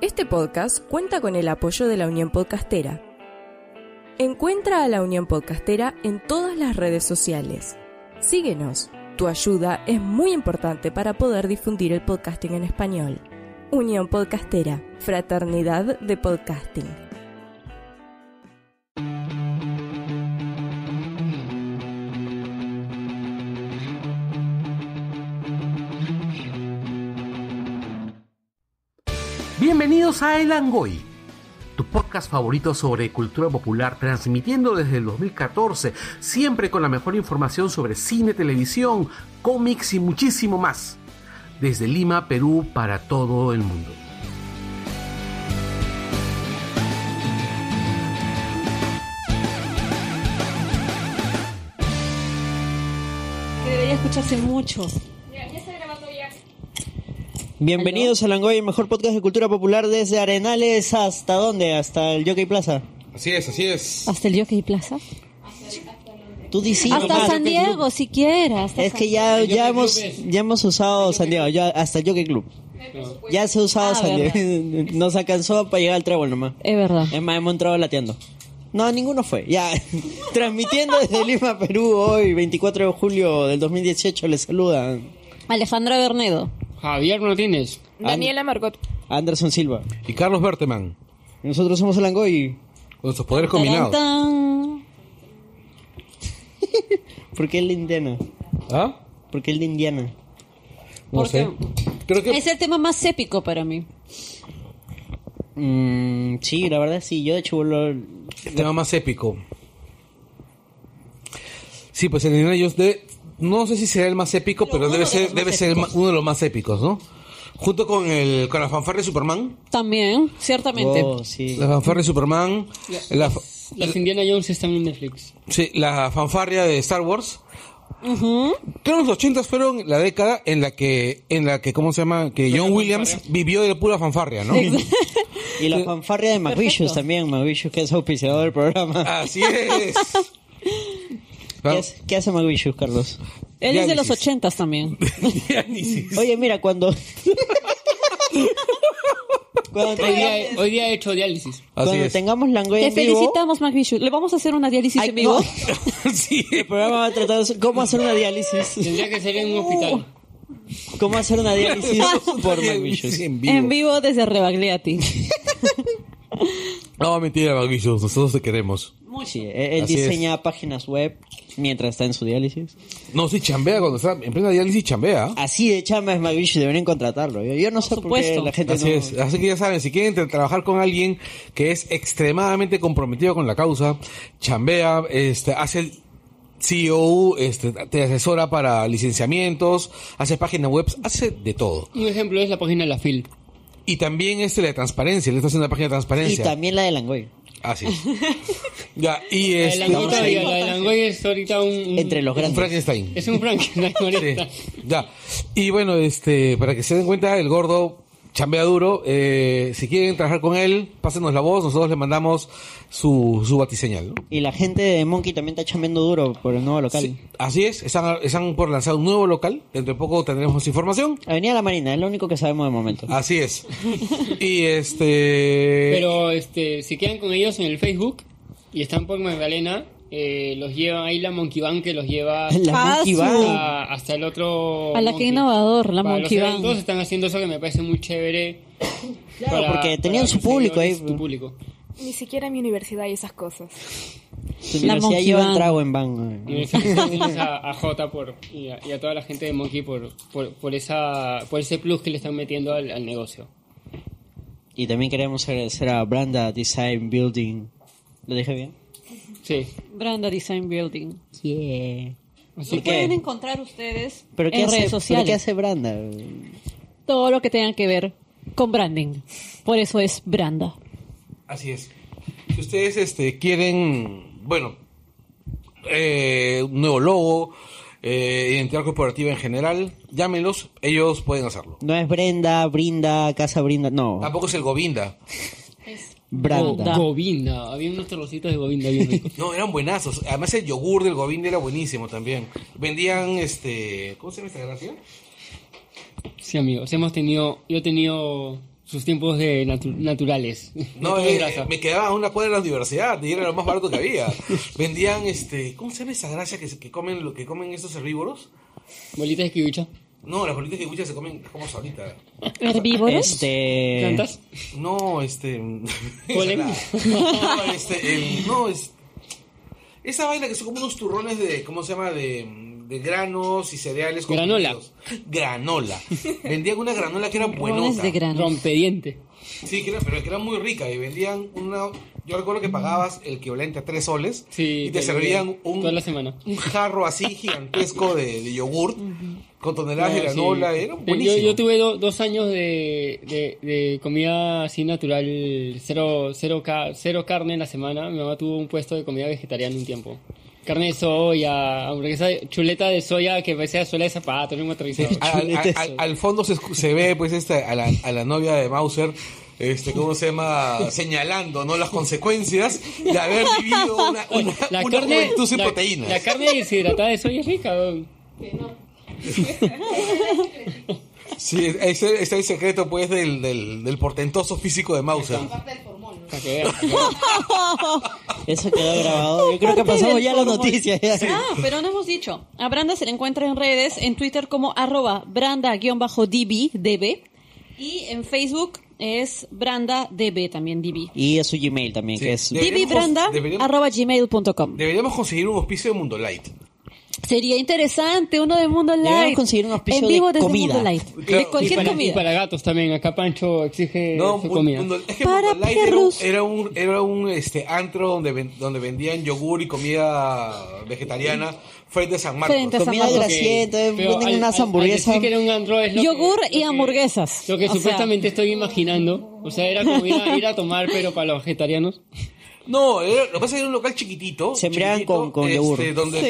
Este podcast cuenta con el apoyo de la Unión Podcastera. Encuentra a la Unión Podcastera en todas las redes sociales. Síguenos. Tu ayuda es muy importante para poder difundir el podcasting en español. Unión Podcastera, Fraternidad de Podcasting. Bienvenidos a El Angoy, tu podcast favorito sobre cultura popular, transmitiendo desde el 2014, siempre con la mejor información sobre cine, televisión, cómics y muchísimo más. Desde Lima, Perú, para todo el mundo. que debería escucharse mucho. Bienvenidos a Langoy, el mejor podcast de cultura popular desde Arenales hasta dónde? Hasta el Jockey Plaza. Así es, así es. Hasta el Jockey Plaza. Tú dices hasta San Diego, si siquiera. hasta Es San- que ya, El ya Jockey hemos Club es. ya hemos usado San Diego, ya hasta el Jockey Club. Ya se ha usado Ah, San Diego. Nos alcanzó para llegar al trébol nomás. Es verdad. Es más, hemos entrado lateando. No, ninguno fue. Ya, transmitiendo desde Lima, Perú, hoy, 24 de julio del 2018, les saludan Alejandra Bernedo. Javier Martínez. Daniela Margot. Anderson Silva. Y Carlos Berteman, Nosotros somos el Langoy. con sus poderes Tarán, combinados. tan. ¿Por qué el de Indiana? ¿Ah? ¿Por qué el de Indiana? No ¿Por sé. Creo que Es el tema más épico para mí. Mm, sí, la verdad sí, yo de chivolo... el tema más épico. Sí, pues el Indiana Jones de... No sé si será el más épico, pero, debe ser, debe ser el ma- uno de los más épicos, ¿no? Junto con el con la fanfarra de Superman, También, ciertamente. Oh, sí. la fanfarra de Superman, la, fa- Los Indiana Jones están en Netflix. sí, la fanfarria de Star Wars. Creo que los 80 fueron la década en la que en la que cómo se llama que John Williams vivió de la pura fanfarria, ¿no? Y la fanfarria de McVicious también, McVicious que es auspiciador del programa. Así es. ¿Qué hace, qué hace McVicious, Carlos? Él es de los Diálisis. ochentas también. Diálisis. Oye, mira, cuando... cuando Hoy tenga- día, hoy día he hecho diálisis. Así cuando es. tengamos Langoy Te en vivo... felicitamos, MacVicious. Le vamos a hacer una diálisis Ay, en vivo. no, Sí. el programa va a tratar de- cómo hacer una diálisis. Tendría que ser en un hospital. Cómo hacer una diálisis por Sí, McVicious. en vivo. En vivo desde Rebagliati. No, mentira, Magvicious. Nosotros te queremos. Sí, él él Así es. diseña páginas web mientras está en su diálisis. No, sí, chambea cuando está en plena diálisis, chambea. Así de chamba es McVicious, deberían contratarlo. Yo, yo no sé por qué supuesto. la gente Así no... es. Así que ya saben, si quieren tra- trabajar con alguien que es extremadamente comprometido con la causa, chambea, este, hace el CEO, este, te asesora para licenciamientos, hace páginas web, hace de todo. Uh. Un ejemplo es la página de la FIL. Y también este, la de transparencia, le está haciendo una página de Y transparencia. también la de Langoy. Así es. ya, y La de este, Langoy Estamos todavía, ahí. la de Langoy es ahorita un... un- Entre los un grandes. Frankenstein. Es un Frankenstein ahorita. Sí, ya. Y bueno, este, para que se den cuenta, el gordo chambea duro. Eh, si quieren trabajar con él, pásenos la voz. Nosotros le mandamos su, su batiseñal. ¿no? Y la gente de Monkey también está chambeando duro por el nuevo local. Sí, así es. Están, están por lanzar un nuevo local. Dentro de poco tendremos información. Avenida La Marina, es lo único que sabemos de momento. Así es. Y este. Pero este, si quedan con ellos en el Facebook y están por Magdalena, eh, los llevan ahí la Monkey Bank que los lleva... La Ah, Monkey su- Bar. a- hasta el otro... A la que innovador, la Para los Monkey Bank. eventos están haciendo eso que me parece muy chévere. Claro, porque tenían su tus público seguidores, ahí. Tu público. Ni siquiera mi universidad y esas cosas. Su La universidad Monkey lleva Bar. el trago en van. eh, Y felicidades a, a Jota por, y, a, y a toda la gente de Monkey por, por, por esa, por ese plus que le están metiendo al, al negocio. Y también queremos agradecer a Branda Design Building. ¿Lo dije bien? Sí. Branda Design Building. Yeah. Lo Así que pueden encontrar ustedes ¿Pero qué, en hace, redes pero sociales. qué hace Branda? Todo lo que tenga que ver con branding. Por eso es Branda. Así es. Si ustedes este, quieren, bueno, eh, un nuevo logo, eh, identidad corporativa en general, llámenlos, ellos pueden hacerlo. No es Brenda, Brinda, Casa Brinda, no. Tampoco es el Govinda. Oh, Branda. Go- Govinda. Había unos trocitos de Govinda bien ricos. No, eran buenazos. Además el yogur del Govinda era buenísimo también. Vendían, este, ¿cómo se llama esta gracia? Sí, amigos. Hemos tenido, yo he tenido sus tiempos de natu- naturales. No, de eh, grasa. me quedaba a una cuadra de la universidad y era lo más barato que había. Vendían, este, ¿cómo se llama esa grasa que, se- que comen lo que comen estos herbívoros? Bolitas de kibicha. No, las bolitas de guicha se comen como ahorita. ¿Herbívoros? Este. ¿Plantas? No, este. ¿Polen? ensalada. no, este, em, no, es. Esa vaina que son como unos turrones de, ¿cómo se llama? De, de granos y cereales. con Granola. frutos. Granola. Vendían una granola que era Rones buenota. de grano. Rompediente. Sí, que era, pero que era muy rica y vendían una... Yo recuerdo que pagabas el equivalente a tres soles Sí, y te te servían olvidé. un, Toda la semana. un jarro así gigantesco de, de yogurt con toneladas de Ah, sí. granola. Era Yo- buenísimo. Yo, tuve do- dos años de, de- de comida así natural, cero, cero, ca- cero carne en la semana. Mi mamá tuvo un puesto de comida vegetariana un tiempo. Carne de soya, hamburguesa, de- chuleta de soya que parecía suela de zapato, no me aterrizaba. Al, al- al- al fondo se, escu- se ve pues esta, a, la, a la novia de Mauser, este, ¿cómo se llama? Señalando ¿no? las consecuencias de haber vivido una, una, La una carne, juventud sin la, proteínas. la carne deshidratada de soya es rica. weón. Sí, ese, ese es el secreto pues del, del, del portentoso físico de Mauser. Para que veas. Eso quedó grabado. Yo creo que Aparte pasamos del ya las formol. noticias. ya. Ah, pero no hemos dicho. A Branda se le encuentra en redes, en Twitter como arroba branda-db, db, y en Facebook es branda-db, también db. Y a su Gmail también, Sí. que es. De- Deberíamos- deberíamos- dbbranda.gmail.com. Deberíamos conseguir un auspicio de Mundo Light. Sería interesante uno de Mundo Light. conseguir un auspicio en vivo de desde comida. Mundo Light. Claro, de Y cualquier para, y comida. para gatos también, acá Pancho eh, exige No, su Mu- comida. Mundo- es que Para Mundo Light era un- perros. era un, era un este, antro donde, ven- donde vendían yogur y comida vegetariana frente a San Marcos. Frente a San Comida Marcos. grasienta, eh, venden unas hamburguesas. Sí que era un andro, es lo Yogur que- y lo que- hamburguesas. Lo que O sea, supuestamente estoy imaginando. O sea, era como ir a, ir a tomar, pero para los vegetarianos. No, era- lo que pasa es que era un local chiquitito. Sembraban chiquitito, con- con este, yogur. Donde Sí.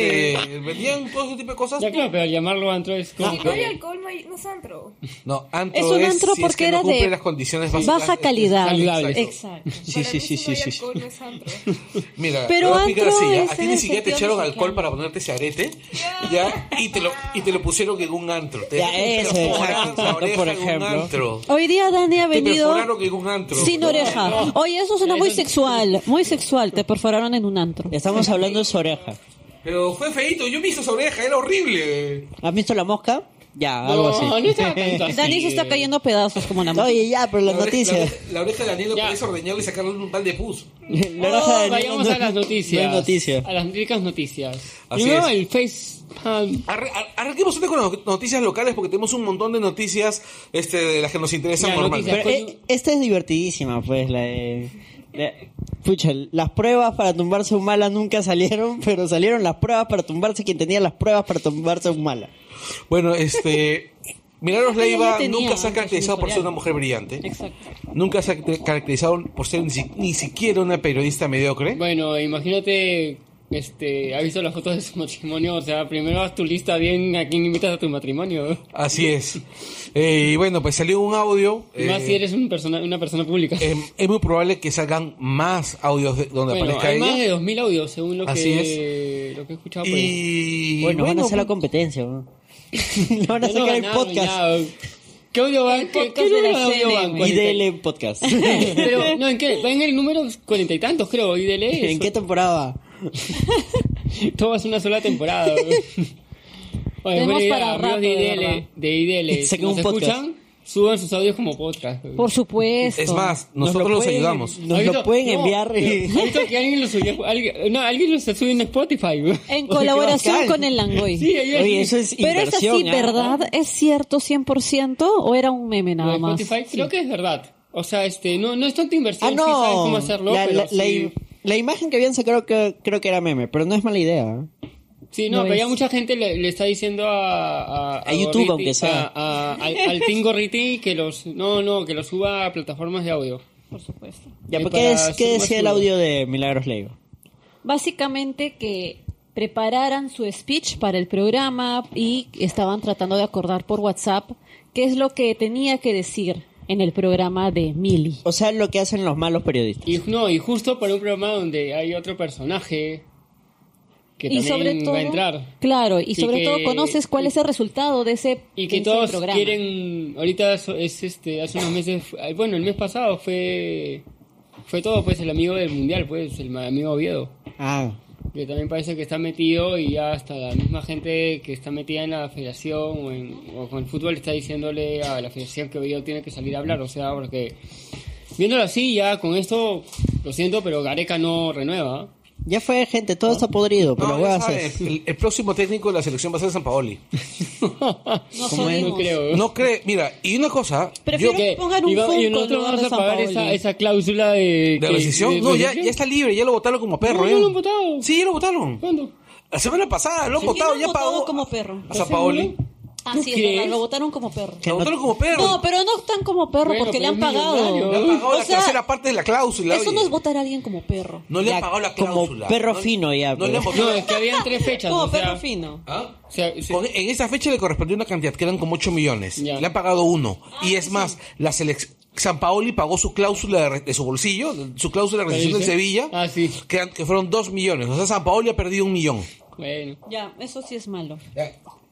te vendían todo ese tipo de cosas. Ya claro, pero al llamarlo antro es como... Ah, Si no hay alcohol, no, hay, no es antro. No, antro Es un antro si es porque que no era cumple de las condiciones baja básicas, es- calidad. saludable. Exacto. Sí, Para sí, mí, si sí, sí, no sí. hay sí. alcohol, no es antro. Mira, Pero te voy a explicar antro así, ¿ya? es a ti en ni el siquiera te sentido echaron mexicano. alcohol para ponerte ese arete, ya, y te lo, y te lo pusieron en un antro. Te Ya, dejaron eso, perforar exacto, la exacto, oreja por en un ejemplo. antro. Hoy día Dani ha Te venido perforaron en un antro. sin oreja. Oye, eso suena muy sexual. Muy sexual. Te perforaron en un antro. Estamos hablando de su oreja. Pero fue feito, yo me hice esa oreja, era horrible. ¿Has visto la mosca? Ya, No, algo así. no estaba tanto así. Dani se está cayendo a pedazos como una mosca. Oye, ya, pero las La oreja- la noticias. oreja- La oreja de Daniel lo Ya. podías ordeñar y sacarle un bal de pus. La Oh, oreja de Daniel vayamos no- a las noticias. No hay noticias. A las ricas noticias. Así Primero es. el Facebook. Arre- ar- Arranquemos ahorita con las noticias locales porque tenemos un montón de noticias este, de las que nos interesan Ya, normalmente. noticias. Pero Coño. eh, esta es divertidísima, pues, la de... la- pucha, las pruebas para tumbarse un mala nunca salieron, pero salieron las pruebas para tumbarse quien tenía las pruebas para tumbarse un mala. Bueno, este. Milagros Ella ya Leiva tenía nunca se ha antes caracterizado un por ser una historial. mujer brillante. Exacto. Nunca se ha caracter- caracterizado por ser ni, si- ni siquiera una periodista mediocre. Bueno, imagínate... Este, ¿has visto las fotos de su matrimonio? O sea, primero haz tu lista bien a quién invitas a tu matrimonio. Así es. Eh, y bueno, pues salió un audio. Más eh, si eres un persona, una persona pública. eh, em, es muy probable que salgan más audios de- donde bueno, aparezca hay más ella. de 2000 audios según lo que, Así Lo que he Ah, escuchado pues. por ahí. Y Bueno, van a hacer la pues, competencia, ¿no? Lo van a Ya no sacar en ganaron, podcast. ya. ¿Qué audio van? ¿Qué, qué podcast de la número de audio CNN, van? güey. Y Cuarenta y- dele en podcast. Pero, no, ¿en qué? Va en el número cuarenta y tantos, creo, y de ley. ¿En qué temporada? Todo es una sola temporada. güey. Oye, Tenemos buena idea, para amigos rato, de de IDL. verdad. De IDL. Saquen ¿Nos un podcast. escuchan? Suban sus audios como podcast. güey. Por supuesto. Es más, Nos nosotros lo los pueden- ayudamos. Nos ¿Has lo visto? pueden No, enviar. eh, Ah, y- pero, ¿has visto que alguien lo subió? Alguien, no, alguien lo subió en Spotify. güey. En colaboración bacán. con el Langoy. Sí, ahí- Oye, eso es Pero es así, inversión, ¿ah? ¿verdad? ¿Es cierto 100% o era un meme Lo nada de más? Spotify creo que es verdad. O sea, este, no, no es tanta inversión, Ah, sí saben no. cómo hacerlo, la, pero la- la- sí- la imagen que habían sacado creo, creo que era meme, pero no es mala idea. Sí, no, No pero ya es- mucha gente le, le está diciendo a... A, A YouTube, Gorriti- aunque sea. a- a- al, al Team Gorriti que los... No, no, que los suba a plataformas de audio. Por supuesto. Ya, Y pero para ¿qué, es- ser qué más decía el duro. audio de Milagros Leiva? Básicamente que prepararan su speech para el programa y estaban tratando de acordar por WhatsApp qué es lo que tenía que decir en el programa de Mili. O sea, lo que hacen los malos periodistas. Y no, y justo para un programa donde hay otro personaje. que y también sobre todo, va a entrar. Claro, y, Y sobre que- todo conoces cuál y- es el resultado de ese, Y de que ese todos programa. quieren, ahorita so- es este, hace unos meses, fu- ay, bueno, el mes pasado fue, fue todo, pues el amigo del mundial, pues el ma- amigo Oviedo, Ah, que también parece que está metido y ya hasta la misma gente que está metida en la federación o, en- o con el fútbol está diciéndole a la federación que Oviedo tiene que salir a hablar, o sea, porque viéndolo así, ya con esto, lo siento, pero Gareca no renueva. ¿ah? ya fue, gente, todo está podrido, pero No, voy a ya hacer. sabes, el, el próximo técnico de la selección va a ser San Paoli. Nos como es, No unimos. creo. No cree, mira, y una cosa, Prefiero yo- que pongan un y, va- y foco en nosotros lugar vamos de a San pagar Paoli. esa, esa cláusula de... de que- rescisión, de no, ya, rescisión. ya está libre, ya lo votaron como perro. No, ¿eh? ya lo han votado. Sí, ya lo votaron. ¿Cuándo? La semana pasada lo ¿Por qué han lo votado, han ya votado pagó. como perro? A San Paoli. Así crees? es, verdad, lo votaron como perro. Lo votaron como perro. No, pero no están como perro Bueno, porque le pero han es pagado. millonario. Le han pagado o la sea, tercera parte de la cláusula. Eso oye. no es votar a alguien como perro. No le Ya, han pagado la como cláusula. perro No- fino ya, No le han pues. votado. No, es que habían tres fechas. Ah, Oh, Como o sea, perro fino. ¿Ah? o sea, sí. Con- en esa fecha le correspondió una cantidad que eran como 8 millones. Ya. Ah, Le han pagado uno. y es más, la selección. San Paoli pagó su cláusula de, re- de su bolsillo, su cláusula de rescisión en dice? Sevilla, Ah, sí. que, eran- que fueron 2 millones. O sea, San Paoli ha perdido un millón. Bueno. Ya, eso sí es malo.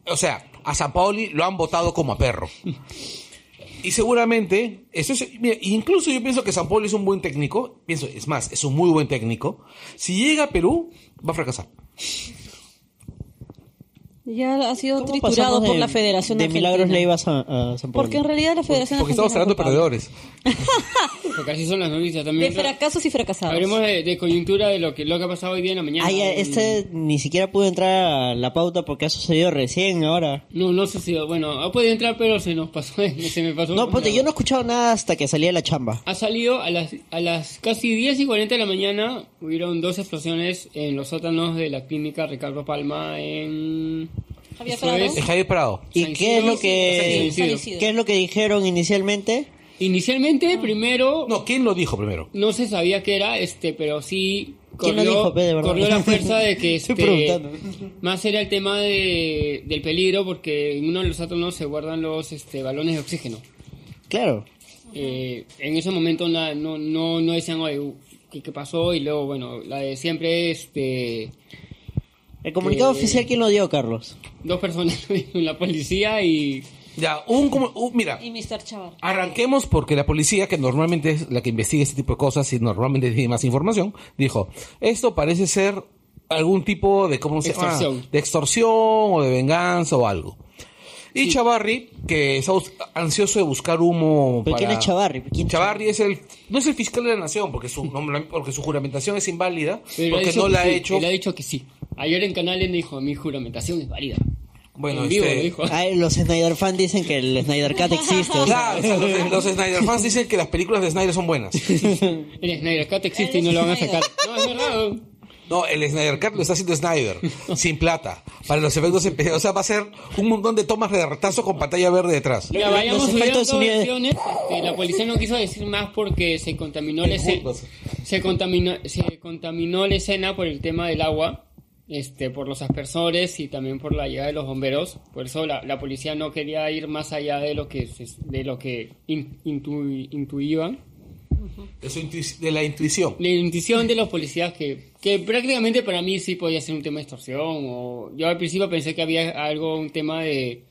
O sea, a San Paoli lo han votado como a perro. Y seguramente, eso es- mira, incluso yo pienso que San Paoli es un buen técnico, pienso, es más, es un muy buen técnico. Si llega a Perú, va a fracasar. Ya ha sido ¿Cómo triturado pasamos por de- la Federación De Argentina. milagros le ibas a, a San Paoli. Porque en realidad la Federación Porque estamos hablando de Argentina es culpable. perdedores. Porque así son las noticias también. De fracasos y fracasados. Hablemos de, de coyuntura de lo que, lo que ha pasado hoy día en la mañana. Ay, este ni siquiera pudo entrar a la pauta porque ha sucedido recién ahora. Mm, No, no sé si... Bueno, ha podido entrar, pero se nos pasó. Se me pasó. No, ponte, yo no he escuchado nada hasta que salí de la chamba. Ha salido a las, a las casi 10 y 40 de la mañana. Hubieron dos explosiones en los sótanos de la clínica Ricardo Palma en. Javier eso Prado. Es Javier Prado. ¿Y San qué es Isidro, lo que San Isidro. Isidro. qué es lo que dijeron inicialmente? Ah. Inicialmente, primero. No, ¿quién lo dijo primero? No se sabía qué era, este, pero sí ¿Quién corrió, lo dijo, pe, de verdad? corrió la fuerza de que Estoy este, preguntando. más era el tema de, del peligro porque en uno de los átomos se guardan los este, balones de oxígeno. Claro. Eh, en ese momento na- no, no, no decían, oye, uh, ¿qué, qué pasó? Y luego, bueno, la de siempre, este, El comunicado Que- oficial quién lo dio, Carlos. dos personas, la policía y... Ya, un, como- un- mira, Y Mr. Chaval. arranquemos porque la policía, que normalmente es la que investiga este tipo de cosas y normalmente tiene más información, dijo, esto parece ser algún tipo de, ¿cómo se llama? Extorsión. De extorsión o de venganza o algo. Y Chavarri, que está bus- ansioso de buscar humo ¿Pero para- quién es Chavarri? ¿Quién es Chavarri es el, no es el fiscal de la nación porque su, nombra- porque su juramentación es inválida, pero porque no que la ha sí, hecho. Él ha dicho que sí. Ayer en Canales me dijo, mi juramentación es válida. Bueno, en vivo este- lo dijo. Ay, Ah, los Snyder fan dicen que el Snyder Cat existe. o sea, Claro, o sea, los, los Snyder fans dicen que las películas de Snyder son buenas. El Snyder Cat existe y no lo van a sacar. No, es verdad. No, el Snyder Cut lo está haciendo Snyder, sin plata, para los efectos especiales. O sea, va a ser un montón de tomas de retazo con pantalla verde detrás. Ya vayamos Los efectos subiendo unidos- versiones. Este, la policía no quiso decir más porque se contaminó la escena. Disculpas. Se contaminó, se contaminó la escena por el tema del agua, este, por los aspersores y también por la llegada de los bomberos. Por eso la, la policía no quería ir más allá de lo que se- de lo que in- intu- intuían. De, su intu- de la intuición. La intuición de los policías que, que prácticamente para mí sí podía ser un tema de extorsión o yo al principio pensé que había algo, un tema de...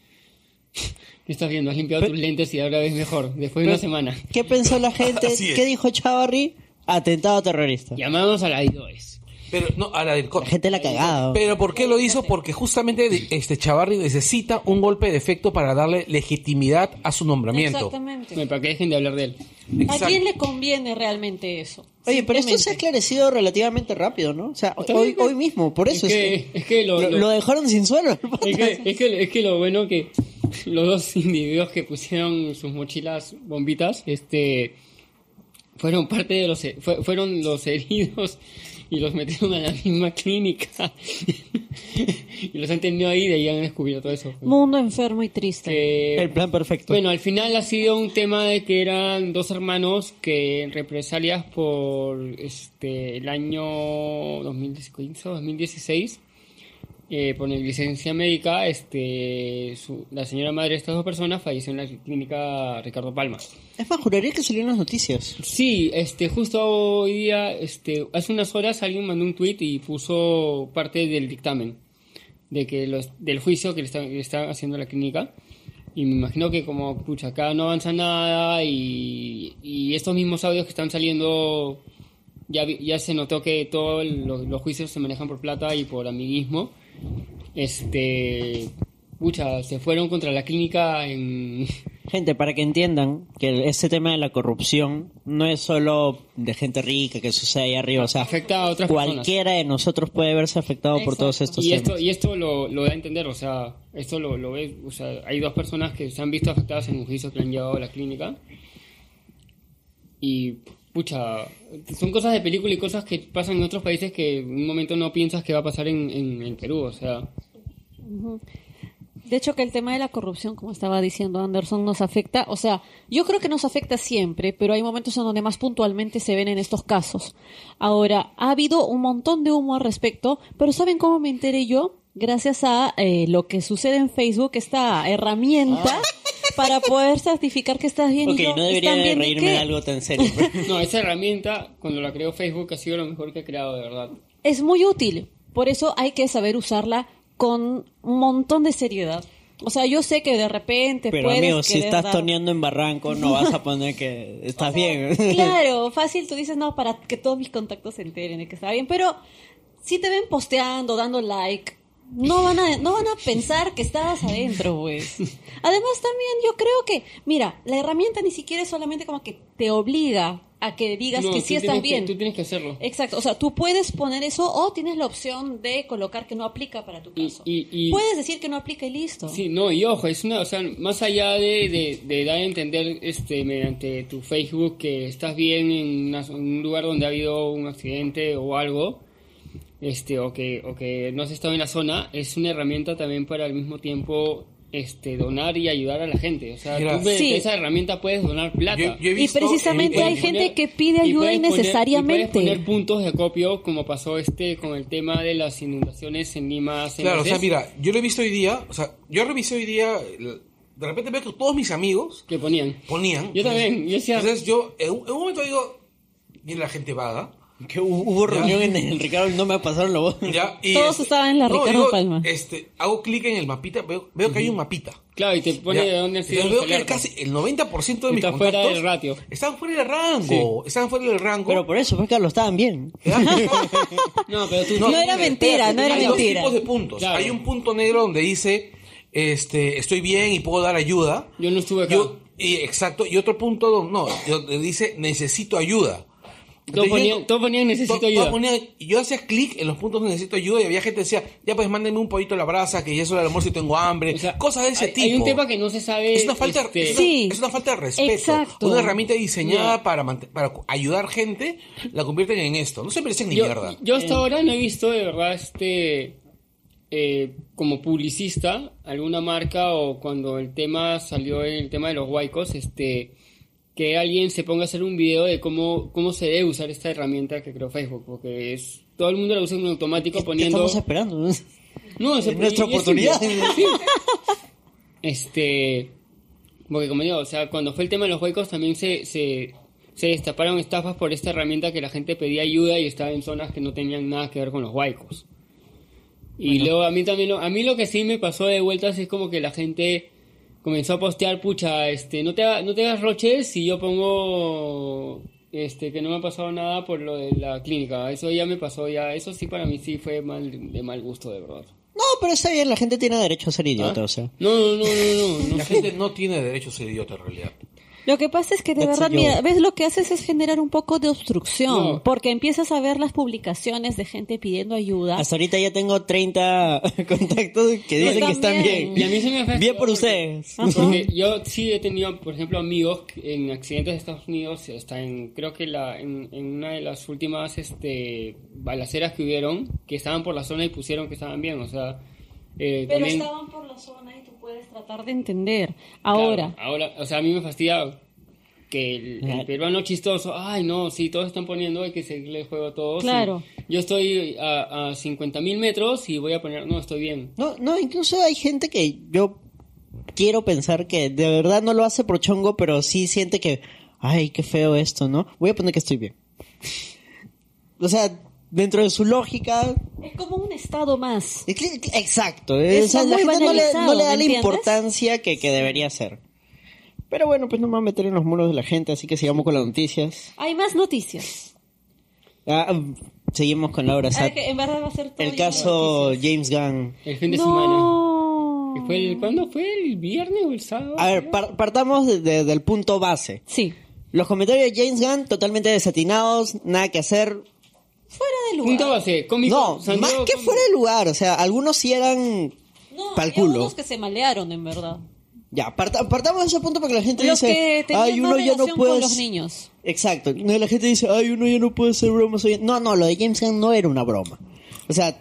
¿Qué estás viendo? Has limpiado tus lentes y ahora ves mejor, después de una semana. ¿Qué pensó la gente? Así es. ¿Qué dijo Chavarri? Atentado terrorista. Llamamos a la IDOES. Pero no, a la del La corte. gente la ha cagado. Pero ¿por qué lo hizo? Porque justamente de- este Chavarri necesita un golpe de efecto para darle legitimidad a su nombramiento. Exactamente. Bueno, Para que dejen de hablar de él. ¿A quién le conviene realmente eso? Oye, pero esto se ha Simplemente. aclarecido relativamente rápido, ¿no? O sea, Está hoy, bien, hoy mismo, por eso es, que, es- es que lo, lo, lo- lo dejaron sin suelo. es que- es que- es que lo bueno que los dos individuos que pusieron sus mochilas bombitas, este fueron parte de los he- fue- fueron los heridos y los metieron a la misma clínica y los han tenido ahí y de ahí han descubierto eso. Mundo enfermo y triste. Que- El plan perfecto. Bueno, al final ha sido un tema de que eran dos hermanos que en represalias por este el año 2015 2016 eh, por negligencia médica, este, su- la señora madre de estas dos personas falleció en la clínica Ricardo Palma. Es más, juraría que salió en las noticias. Sí, este, justo hoy día, este, hace unas horas alguien mandó un tweet y puso parte del dictamen de que los, del juicio que le están, le están haciendo a la clínica. Y me imagino que como, pucha, acá no avanza nada y, y estos mismos audios que están saliendo, ya, vi- ya se notó que todos los, los juicios se manejan por plata y por amiguismo. Este, pucha, se fueron contra la clínica en... Gente, para que entiendan que ese tema de la corrupción no es solo de gente rica que sucede ahí arriba, o sea, Afecta a otras personas. cualquiera de nosotros puede verse afectado por todos estos y temas. esto y esto lo, lo da a entender o sea esto lo, lo ve o sea hay dos personas que se han visto afectadas en un juicio que le han llevado a la clínica y pucha son cosas de película y cosas que pasan en otros países que en un momento no piensas que va a pasar en, en, en Perú o sea De hecho, que el tema de la corrupción, como estaba diciendo Anderson, nos afecta. O sea, yo creo que nos afecta siempre, pero hay momentos en donde más puntualmente se ven en estos casos. Ahora, ha habido un montón de humo al respecto, pero ¿saben cómo me enteré yo? Gracias a eh, lo que sucede en Facebook, esta herramienta para poder certificar que estás bien. Ah. Ok, y yo, no debería ¿están de bien y reírme qué? de algo tan serio. no esa herramienta cuando la creó Facebook ha sido lo mejor que ha creado de verdad Es muy útil, por eso hay que saber usarla con un montón de seriedad. O sea, yo sé que de repente Pero puedes amigo, si querer estás dar- toneando en barranco, no vas a poner que estás bien. Claro, fácil, tú dices, no, para que todos mis contactos se enteren de que está bien, pero si te ven posteando, dando like, no van a, no van a pensar que estabas adentro, pues. Además, también yo creo que, mira, la herramienta ni siquiera es solamente como que te obliga a que digas No, que tú sí tienes estás que- bien. tú tienes que hacerlo Exacto, o sea, tú puedes poner eso o tienes la opción de colocar que no aplica para tu Y- caso. y- y- Puedes decir que no aplica y listo. Sí, no, y ojo, es una, o sea, más allá de, de- de dar a entender este, mediante tu Facebook que estás bien en, una- en un lugar donde ha habido un accidente o algo, este, o, que, o que no has estado en la zona, es una herramienta también para al mismo tiempo este, donar y ayudar a la gente. O sea, Mira, tú mediante Sí. esa herramienta puedes donar plata. Yo- yo he Y visto precisamente en- hay en- gente que pide y ayuda puedes poner- innecesariamente. y puedes poner puntos de acopio como pasó este con el tema de las inundaciones en Lima. hace Claro, o meses, sea, mira, yo lo he visto hoy día, o sea, yo revisé hoy día, el- de repente veo que todos mis amigos Que ponían. ponían. Yo también, yo decía- Entonces yo, en un, en un momento digo, mira la gente vaga, Que hu- hubo reunión en el Ricardo y no me pasaron los votos. ya, y este, Todos estaban en la Ricardo digo, Palma. Este, hago clic en el mapita, veo, veo que hay un mapita. Claro, y te pone Ya. de dónde han sido Entonces los veo que alertas. casi el 90% de mis Está fuera contactos del ratio. Están fuera del rango, están fuera del rango. Pero por eso, pues Carlos, estaban bien. Ya, pues. No, pero tú No era mentira, no era hay mentira. dos tipos de puntos. Claro. Hay un punto negro donde dice, este, estoy bien y puedo dar ayuda. Yo no estuve acá. Yo- y exacto, y otro punto donde no, donde dice necesito ayuda. todos, Entonces, ponían, yo- todos ponían necesito to- ayuda. todos ponían- y yo hacía clic en los puntos donde necesito ayuda y había gente que decía, ya pues mándenme un poquito a la brasa, que ya es hora del almuerzo y tengo hambre. O sea, Cosas de ese hay, tipo. Hay un tema que no se sabe. Es una falta, este, es una- Sí. es una falta de respeto. Exacto. Una herramienta diseñada para, mant- para cu- ayudar gente, la convierten en esto. No se merecen ni yo, mierda. Eh. yo hasta ahora no he visto de verdad este. eh, como publicista, alguna marca o cuando el tema salió en el tema de los huaicos, este. Que alguien se ponga a hacer un video de cómo, cómo se debe usar esta herramienta que creó Facebook, porque es. Todo el mundo la usa en automático poniendo. Estamos esperando. No, Es nuestra oportunidad. Sí. Este. Porque como digo, o sea, cuando fue el tema de los huecos también se, se, se destaparon estafas por esta herramienta que la gente pedía ayuda y estaba en zonas que no tenían nada que ver con los huecos. Y luego a mí también lo, a mí lo que sí me pasó de vueltas es como que la gente comenzó a postear, pucha, este, no te, ha- no te hagas roches si yo pongo este que no me ha pasado nada por lo de la clínica. Eso ya me pasó ya, eso sí para mí sí fue mal de mal gusto de verdad. No, pero está bien, la gente tiene derecho a ser idiota, ¿Ah? o sea. No, no, no, no, no, no. La gente no tiene derecho a ser idiota en realidad. Lo que pasa es que de That's verdad, a joke. mira, ves lo que haces es generar un poco de obstrucción, No. porque empiezas a ver las publicaciones de gente pidiendo ayuda. Hasta ahorita ya tengo 30 contactos que dicen que están bien. bien. Y a mí se me afectó Bien por porque- ustedes. Ah, Porque yo sí he tenido, por ejemplo, amigos que en accidentes de Estados Unidos, está en, creo que la, en, en una de las últimas este, balaceras que hubieron, que estaban por la zona y pusieron que estaban bien, o sea... eh, Pero también- estaban por la zona y tú puedes tratar de entender. claro, Ahora, ahora, o sea, a mí me fastidia que el, el peruano chistoso, ay no, sí, todos están poniendo, hay que seguirle el juego a todos. Claro. Y Yo estoy a, a 50.000 metros y voy a poner, no, estoy bien. No, no, incluso hay gente que yo quiero pensar que de verdad no lo hace por chongo, pero sí siente que, ay, qué feo esto, ¿no? Voy a poner que estoy bien. O sea, dentro de su lógica, Es como un estado más. es que- exacto. Está o sea, la muy gente no le, no le banalizado, da ¿me la entiendes? importancia que, que debería ser. Pero bueno, pues no me voy a meter en los muros de la gente, así que sigamos con las noticias. Hay más noticias. Ah, mm, seguimos con Laura A ver, Sat. que en verdad va a ser todo lleno El de caso James Gunn. El fin de semana. No. ¿Y fue el- ¿Cuándo fue? ¿El viernes o el sábado? A ver, par- partamos de- de- del punto base. Sí. Los comentarios de James Gunn totalmente desatinados, nada que hacer. Fuera de lugar. Punto base, cómico. no, San más Diego que cómico. fuera de lugar, o sea, algunos sí eran No, pa'l hay culo. algunos que se malearon, en verdad. Ya, parta- partamos de ese punto porque la gente Los que dice, tenían más ay, uno ya no relación puede... con los niños. Exacto, No, la gente dice, ay, uno ya no puede hacer bromas hoy. en-". No, no, lo de James Gunn no era una broma. O sea,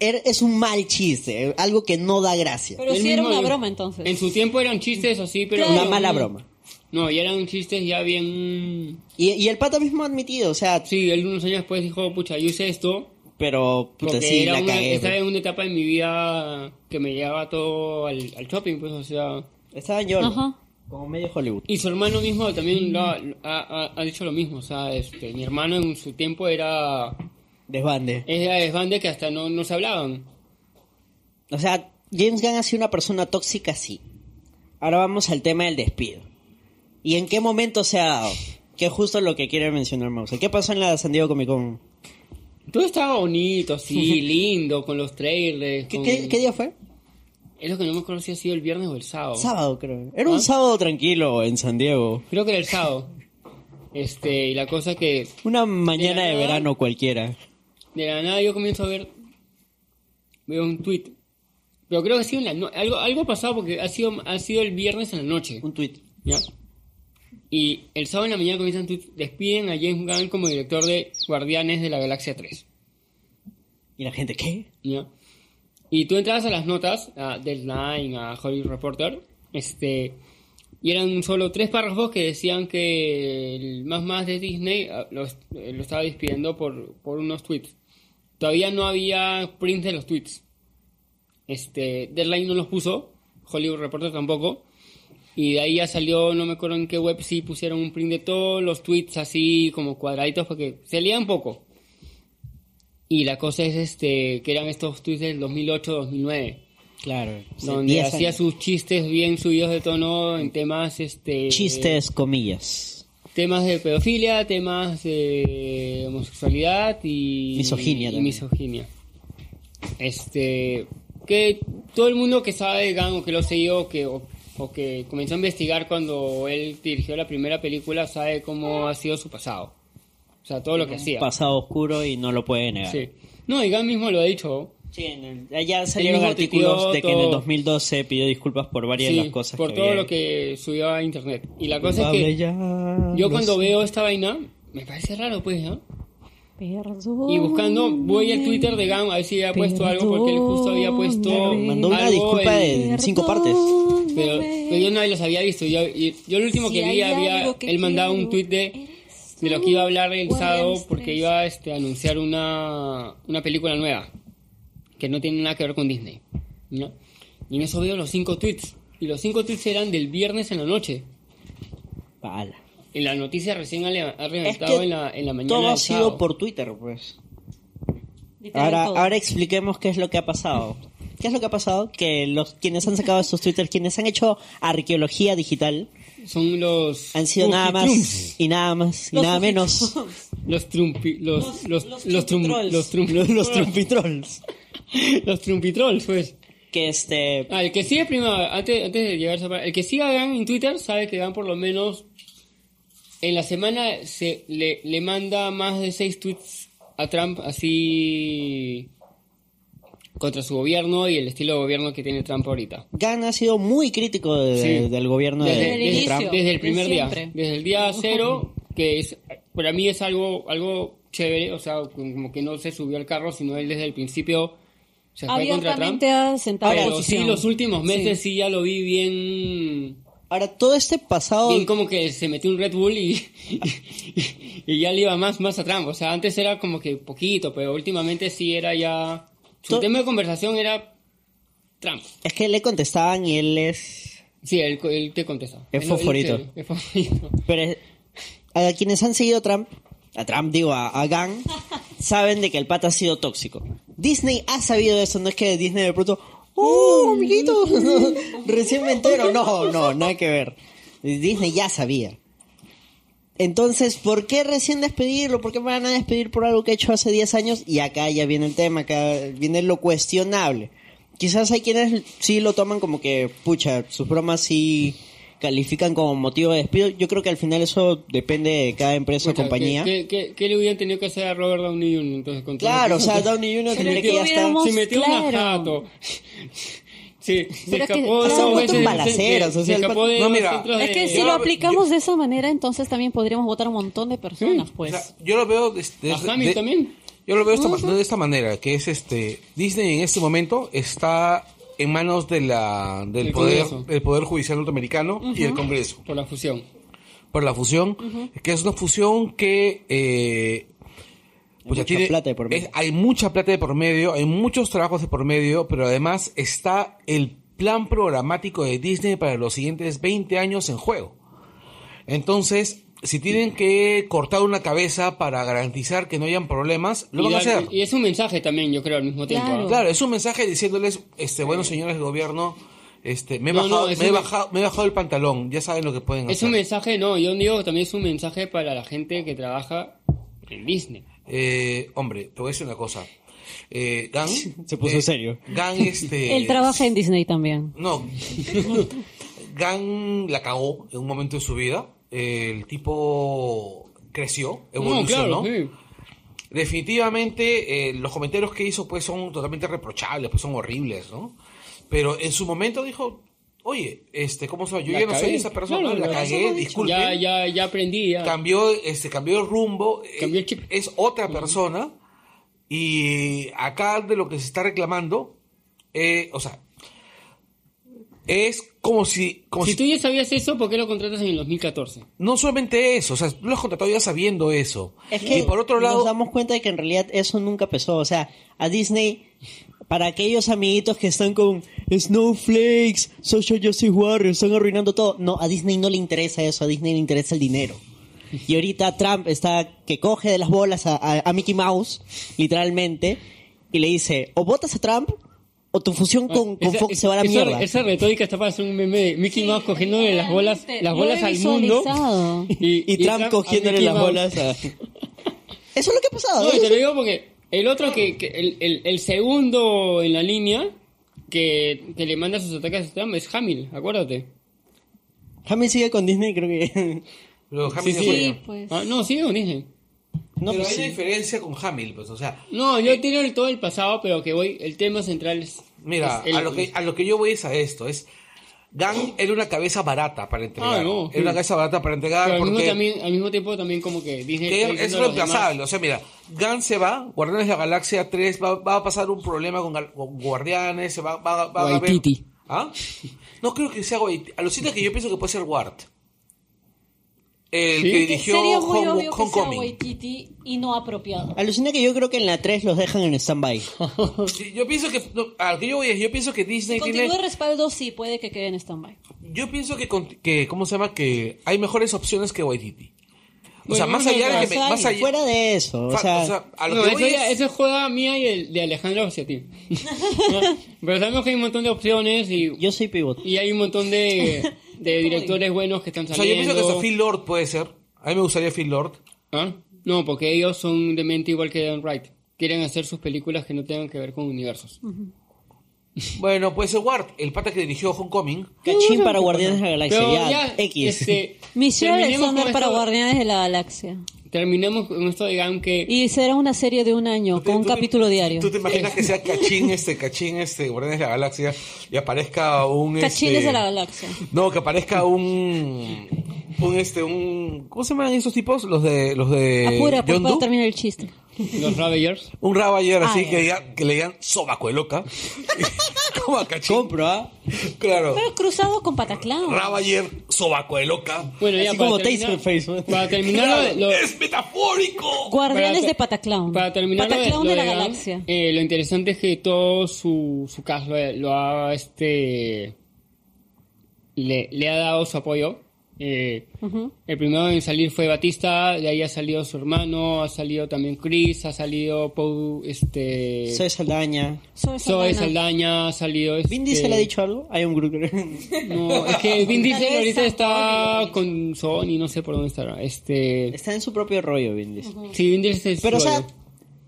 er- es un mal chiste, algo que no da gracia. Pero Él sí era mismo una lo- broma entonces. En su tiempo eran chistes así, pero... Una no, mala no. broma. No, ya eran chistes ya bien... Y, y el pata mismo ha admitido, o sea, Sí, él unos años después dijo, pucha, yo hice esto pero puta, porque sí, era la una, cagué. pues. estaba en una etapa de mi vida que me llevaba todo al, al shopping, pues, o sea... Estaba en Yolo, Ajá. como medio Hollywood. Y su hermano mismo también lo ha, ha- ha dicho lo mismo, o sea, este, mi hermano en su tiempo era... Desbande. Era desbande que hasta no, no se hablaban. O sea, James Gunn ha sido una persona tóxica, sí. Ahora vamos al tema del despido. ¿Y en qué momento se ha dado? Que es justo lo que quiere mencionar Mouse. ¿Qué pasó en la San Diego Comic Con? Todo estaba bonito, así, lindo, con los trailers. ¿Qué, con- qué- qué día fue? Es lo que no me acuerdo si ha sido el viernes o el sábado. Sábado, creo. Era ¿Ah? un sábado tranquilo en San Diego. Creo que era el sábado. Este, y la cosa que Una mañana de Era- verano cualquiera. de la nada yo comienzo a ver. Veo un tweet. Pero creo que ha sido en la no- algo, algo ha pasado porque ha sido, ha sido el viernes en la noche. Un tweet. ¿Ya? Y el sábado en la mañana comienzan tweets. Despiden a James Gunn como director de Guardianes de la Galaxia 3. ¿Y la gente qué? ¿ya? Y tú entrabas a las notas, a Deadline, a Hollywood Reporter, este, y eran solo tres párrafos que decían que el más más de Disney ah, los- eh, lo, estaba despidiendo por, por unos tweets. Todavía no había print de los tweets. Este, Deadline no los puso, Hollywood Reporter tampoco. Y de ahí ya salió, no me acuerdo en qué web, sí pusieron un print de todos los tweets así como cuadraditos porque se leían poco. Y la cosa es este que eran estos tweets del 2008-2009, Claro. donde hacía sus chistes bien subidos de tono en temas este Chistes, comillas. temas de pedofilia, temas de homosexualidad y Misoginia y también. misoginia. Este que todo el mundo que sabe de Gang o que lo ha seguido que o, o que comenzó a investigar cuando él dirigió la primera película sabe cómo ha sido su pasado. O sea, todo lo que hacía. Pasado oscuro y no lo puede negar. Sí. No, y Gang mismo lo ha dicho. Sí, en el- allá salieron mismo artículos tuiteó de que en el todo. 2012 pidió disculpas por varias de las cosas por que todo había lo que subió a internet. Y la cosa es que yo cuando veo esta vaina, me parece raro pues, ¿no? Perdón. Y buscando, voy al Twitter de Gam a ver si había puesto algo, porque él justo había puesto Claro, mandó una algo disculpa en- en cinco partes. Pero, pero yo nadie los había visto. Yo, y- yo lo último Si que vi hay había, algo que él mandaba un quiero, tweet de, de lo que iba a hablar el sábado, porque iba este, a anunciar una, una película nueva, que no tiene nada que ver con Disney. ¿no? Y en eso veo los cinco tweets. Y los cinco tweets eran del viernes en la noche. Pala. En la noticia recién ha, le- ha Es reventado que en, la, en la mañana. todo ha del sido sábado. por Twitter, pues. Literal Ahora, todo. ahora expliquemos qué es lo que ha pasado. ¿Qué es lo que ha pasado? Que los quienes han sacado estos Twitter, quienes han hecho arqueología digital, Son los. han sido nada Trumps. más y nada más y Los nada sujetos. menos Los trumpi. Los. Los. los Los, trum- trumpitrolls. los trum- los, los los trompitrolls. trumpitrolls, pues. Que este. Ah, el que sigue primero, antes, antes de llegar a esa parte, el que siga a Gan en Twitter sabe que Gan por lo menos en la semana se le, le manda más de seis tweets a Trump así contra su gobierno y el estilo de gobierno que tiene Trump ahorita. Gann ha sido muy crítico de- Sí. del gobierno de, Desde el de inicio. Trump. eh, desde el primer de día, siempre. desde el día cero, que es para mí es algo algo chévere, o sea, como que no se subió al carro, sino él desde el principio se fue contra Trump. Abiertamente ha sentado Pero oposición. sí, los últimos meses sí. ya lo vi bien Ahora, todo este pasado... Bien, como que se metió un Red Bull y, y, y ya le iba más, más atrás. O sea, antes era como que poquito, pero últimamente sí era ya. Su To- tema de conversación era Trump. Es que le contestaban y él es... Sí, él, él te contesta. Es Él- él- fosforito. sí, Es fosforito. Pero es- a quienes han seguido a Trump, a Trump digo, a, a Gang, saben de que el pata ha sido tóxico. Disney ha sabido eso, no es que Disney de pronto... ¡Oh, amiguito! Recién me entero. No, no, nada que ver. Disney ya sabía. Entonces, ¿por qué recién despedirlo? ¿Por qué me van a despedir por algo que he hecho hace 10 años? Y acá ya viene el tema, acá viene lo cuestionable. Quizás hay quienes sí lo toman como que, pucha, sus bromas sí califican como motivo de despido. Yo creo que al final eso depende de cada empresa o Pucha, compañía. ¿qué, qué, qué- qué le hubieran tenido que hacer a Robert Downey Jr. entonces con todo Claro, lo o que- sea, Downey Jr. tendría que que ya está... hubiéramos- Se metió un claro. jato. Sí, se Pero es que- escapó o de sea, dos un veces- balaceros, se- o sea, se el escapó de No, dos mira, centros Es de- que si yo- lo aplicamos de esa manera, entonces también podríamos votar a un montón de personas, pues. O sea, yo lo veo desde- A desde- Hamilton de- también. Yo lo veo esta- de esta manera, que es este Disney en este momento está en manos de la del Del poder Congreso. del poder judicial norteamericano y del Congreso Por la fusión. por la fusión, que es una fusión que eh, pucha, mucha plata de por medio. es- hay mucha plata de por medio, hay muchos trabajos de por medio, pero además está el plan programático de Disney para los siguientes 20 años en juego. Entonces, si tienen que cortar una cabeza para garantizar que no hayan problemas, lo y, van a dar- hacer. y es un mensaje también, yo creo, al mismo tiempo. Claro. ¿ah? Claro, es un mensaje diciéndoles, este, bueno, señores del gobierno, este, me he, No, bajado, no, es me he un- bajado, me he bajado el pantalón, ya saben lo que pueden Es hacer. un mensaje, no, yo digo también es un mensaje para la gente que trabaja en Disney. Eh, hombre, te voy a decir una cosa. Eh, Gang. Se puso eh, serio. Gang, este. Él trabaja en Disney también. No. Gang la cagó en un momento de su vida. El tipo creció, No, evolucionó. claro, sí. Definitivamente, eh, los comentarios que hizo pues son totalmente reprochables, pues son horribles, ¿no? Pero en su momento dijo, oye, este, ¿cómo soy? Yo La ya no soy cagué. esa persona, Claro, la lo- eso cagué, lo he dicho. disculpe Ya, ya, ya aprendí, ya. cambió este cambió el rumbo eh, Cambió el chip. es otra persona y acá de lo que se está reclamando eh, o sea es como si como si si, tú ya sabías eso, ¿por qué lo contratas en el 2014? no solamente eso o sea tú lo has contratado ya sabiendo eso Es que y por otro nos lado damos cuenta de que en realidad eso nunca pesó. O sea, a Disney, para aquellos amiguitos que están con Snowflakes, Social Justice Warriors, están arruinando todo. No, a Disney no le interesa eso, a Disney le interesa el dinero. Y ahorita Trump está que coge de las bolas a, a- a Mickey Mouse, literalmente, y le dice, o votas a Trump, o tu fusión con, con Ah, Esa- Fox se va a la esa- mierda. Esa retórica está para hacer un meme de Mickey Mouse cogiéndole las bolas, realmente, las lo bolas he al mundo. visualizado. y, Trump, a cogiéndole Mickey las Mouse. bolas a... Eso es lo que ha pasado. No, y eso te es- lo digo porque el otro que, que el, el- el segundo en la línea que, que le manda sus ataques a Trump es Hamill, acuérdate. Jamie sigue con Disney, creo que... lo de Hamill Sí, se sí. juega. Pues. Ah, no, sí, con Disney. No, pero pues hay sí. una diferencia con Hamill pues o sea No, yo tiro el- todo el pasado, pero que voy, el tema central es... mira es el- a lo que a lo que yo voy es a esto es Gang era una cabeza barata para entregar Ah, no. era una cabeza barata para entregar pero al, mismo porque también, al mismo tiempo también como que Disney... Que está es diciendo a los reemplazable. demás, O sea, mira, Gun se va, Guardianes de la Galaxia 3, va, va a pasar un problema con, gal- con Guardianes, se va, va, va a haber... Waititi. ¿Ah? No creo que sea Waititi. A lo cierto que yo pienso que puede ser Ward. El ¿Sí? que Que dirigió sería muy Home- obvio que sea Homecoming. Waititi y no apropiado. Alucina que yo creo que en la 3 los dejan en stand-by. Sí, Yo pienso que... no, a lo que yo voy es, yo pienso que Disney Continúe tiene... respaldo, sí, puede que quede en stand-by. Yo pienso que, con- que... ¿Cómo se llama? Que hay mejores opciones que Waititi. O sea, Bueno, más no, allá de no, que... me- o sea, más allá... Fuera de eso, o fa- sea, o sea, a lo No, que eso voy ya- es- esa es joda mía y el de Alejandro hacia ti. Pero sabemos que hay un montón de opciones y, yo soy pivot. y hay un montón de, de directores buenos que están O sea, yo saliendo. pienso que hasta Phil Lord puede ser. A mí me gustaría Phil Lord. ¿Ah? No, porque ellos son de mente igual que Dan Wright. Quieren hacer sus películas que no tengan que ver con universos. Bueno, pues ser Ward, el pata que dirigió Homecoming. Cachín para Guardianes de la Galaxia, Pero ya, X. este, Michelle terminemos Alexander con para esto- Guardianes de la Galaxia. Terminemos con esto de Gam que... Y será una serie de un año, con un ¿Tú te- capítulo diario. este, ¿Tú te imaginas que sea Cachín, este, Cachín, este, Guardianes de la Galaxia y aparezca un. este, Cachines de la Galaxia. No, que aparezca un. Un, este, un. ¿Cómo se llaman esos tipos? Los de. Los de. Apura, pues, eh, John Doe. para terminar Ah, el chiste. Los Ravagers. Un rabayer así Ay, que, diga- que le digan sobaco de loca. Como a cachín. Compro, ¿ah? Claro. Pero cruzado con pataclán. Rabayer, sobaco de loca. Bueno, ya Así para como terminar, Taser Face, ¿no? para terminar Claro, lo de- lo- es metafórico. Guardianes Para- de Pataclown. Para terminar lo de- Pataclown lo de la de Gunn, galaxia. eh, lo interesante es que todo su, su cast lo, lo ha este le, le ha dado su apoyo. Eh, El primero en salir fue Batista, de ahí ha salido su hermano, ha salido también Chris, ha salido Pou, este Soy Saldaña. Soy Zoe Saldana. Saldaña, ha salido este, ¿Vin Diesel ha dicho algo? Hay un grupo. No, es que Vin Diesel Tal vez ahorita Sony, está ¿no? con Sony, no sé por dónde estará. Este Está en su propio rollo, Vin Diesel. sí, Vin Diesel es Pero, o sea, rollo.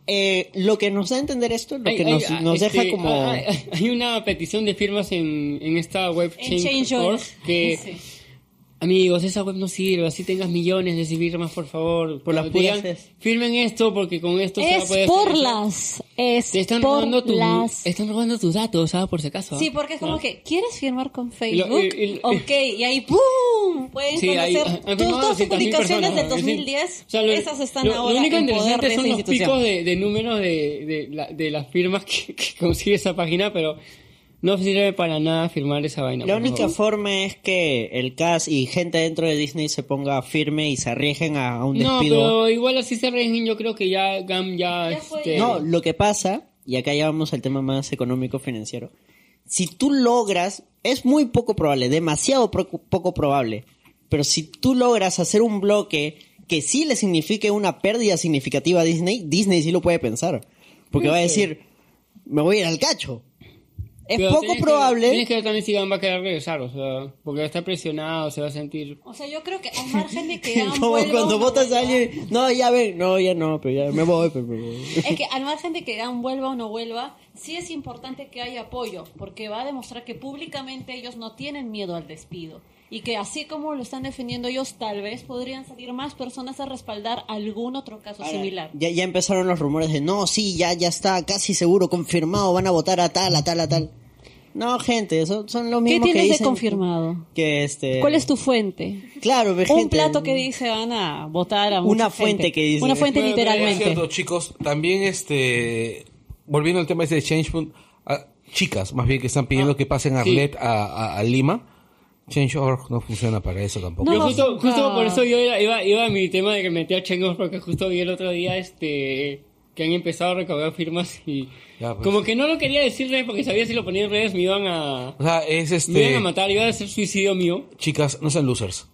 eh, lo que nos da a entender esto, lo Hay- que hay- nos, ah, nos deja este, como... ah, ah, Hay una petición de firmas en, en esta web En Change.org. change.org que... Amigos, esa web no sirve, así tengas millones de firmas, por favor. Por las Pero digan, puras es. Firmen esto porque con esto se va a Es poder... por hacer- las. Es Te están por robando, tu- las. están robando tus datos, ¿sabes? Por si acaso. ¿ah? Sí, porque es como ¿No? que, ¿quieres firmar con Y lo- Facebook? y- y- ok, y ahí ¡pum! Pueden Sí, ahí- ah, conocer han firmado tus dos 200.000 publicaciones del personas, ¿no? Es decir, 2010. o sea, lo- Esas están lo- ahora Lo único en poder interesante de esa son los institución. picos de, de números de, de la- de las firmas que, que consigue esa página, pero no sirve para nada firmar esa vaina. La por única favor. forma es que el cast y gente dentro de Disney se ponga firme y se arriesguen a, a un No, despido. pero igual así se rinden, yo creo que ya Gam ya... Ya fue. este, No, lo que pasa, y acá ya vamos al tema más económico financiero, si tú logras, es muy poco probable, demasiado pro- poco probable, pero si tú logras hacer un bloque que sí le signifique una pérdida significativa a Disney, Disney sí lo puede pensar, porque va a decir, me voy a ir al cacho. Es pero poco tienes que- probable. tienes que ver también si Gam va a querer regresar, o sea, porque está presionado, se va a sentir... O sea, yo creo que al margen de que hagan Como vuelva cuando una votas a huevada- alguien, no, ya ven, no, ya no, pero ya me voy, pero me voy. Es que al margen de que Gan vuelva o no vuelva, sí es importante que haya apoyo, porque va a demostrar que públicamente ellos no tienen miedo al despido. Y que así como lo están defendiendo ellos, tal vez podrían salir más personas a respaldar algún otro caso similar. Ya, ya empezaron los rumores de no, sí, ya, ya está casi seguro, confirmado, van a votar a tal, a tal, a tal. No, gente, eso son los ¿Qué mismos que tienes de dicen confirmado? que este ¿Cuál es tu fuente? Claro, ve, Un gente, plato que dice van a votar a mucha Una gente. fuente que dice. Una fuente Bueno, pero Es literalmente. cierto, chicos. También, este, volviendo al tema ese de Change.org, ah, chicas, más bien, que están pidiendo que pasen a sí. Arlet a, a- a Lima. Change.org no funciona para eso tampoco. No, Yo justo, nunca. justo por eso yo era- iba, iba a mi tema de que metí a Chengos porque justo vi el otro día este que han empezado a recoger firmas y Ya, pues. como que no lo quería decirles porque sabía si lo ponía en redes me iban a O sea, es me iban este, a matar, iba a ser suicidio mío. chicas, no sean losers.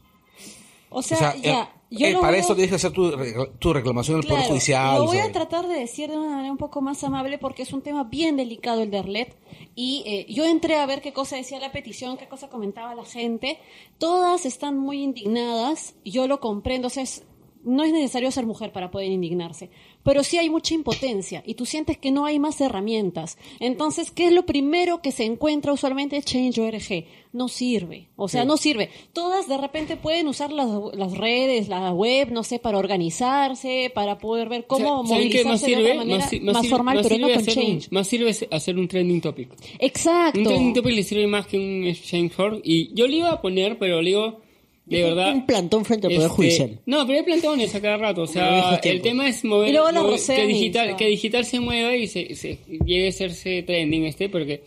O O sea, sea, ya, eh, yo eh, lo para veo- eso tienes que hacer tu, re- tu reclamación al Poder Claro, Judicial. Lo voy ¿sabes? a tratar de decir de una manera un poco más amable porque es un tema bien delicado el de Arlet. Y eh, yo entré a ver qué cosa decía la petición, qué cosa comentaba la gente. Todas están muy indignadas, yo lo comprendo, o sea, es- no es necesario ser mujer para poder indignarse, pero sí hay mucha impotencia y tú sientes que no hay más herramientas. Entonces, ¿qué es lo primero que se encuentra usualmente? Change.org. No sirve, o sea, no sirve. Todas de repente pueden usar las, las redes, la web, no sé, para organizarse, para poder ver cómo O sea, ¿saben qué movilizarse de otra manera si- más sirve- formal, pero sirve no con hacer un- Change. más sirve hacer un trending topic. Un Exacto. trending topic le sirve más que un Change.org y yo le iba a poner, pero le digo de verdad un plantón frente al Poder Este, Judicial. No, pero hay plantones a cada rato. O Bueno, sea, viejos el tiempos. tema es mover. Y luego la mover- rocean que, y digital, ya. que digital se mueva y se, se- llegue a hacerse trending este, porque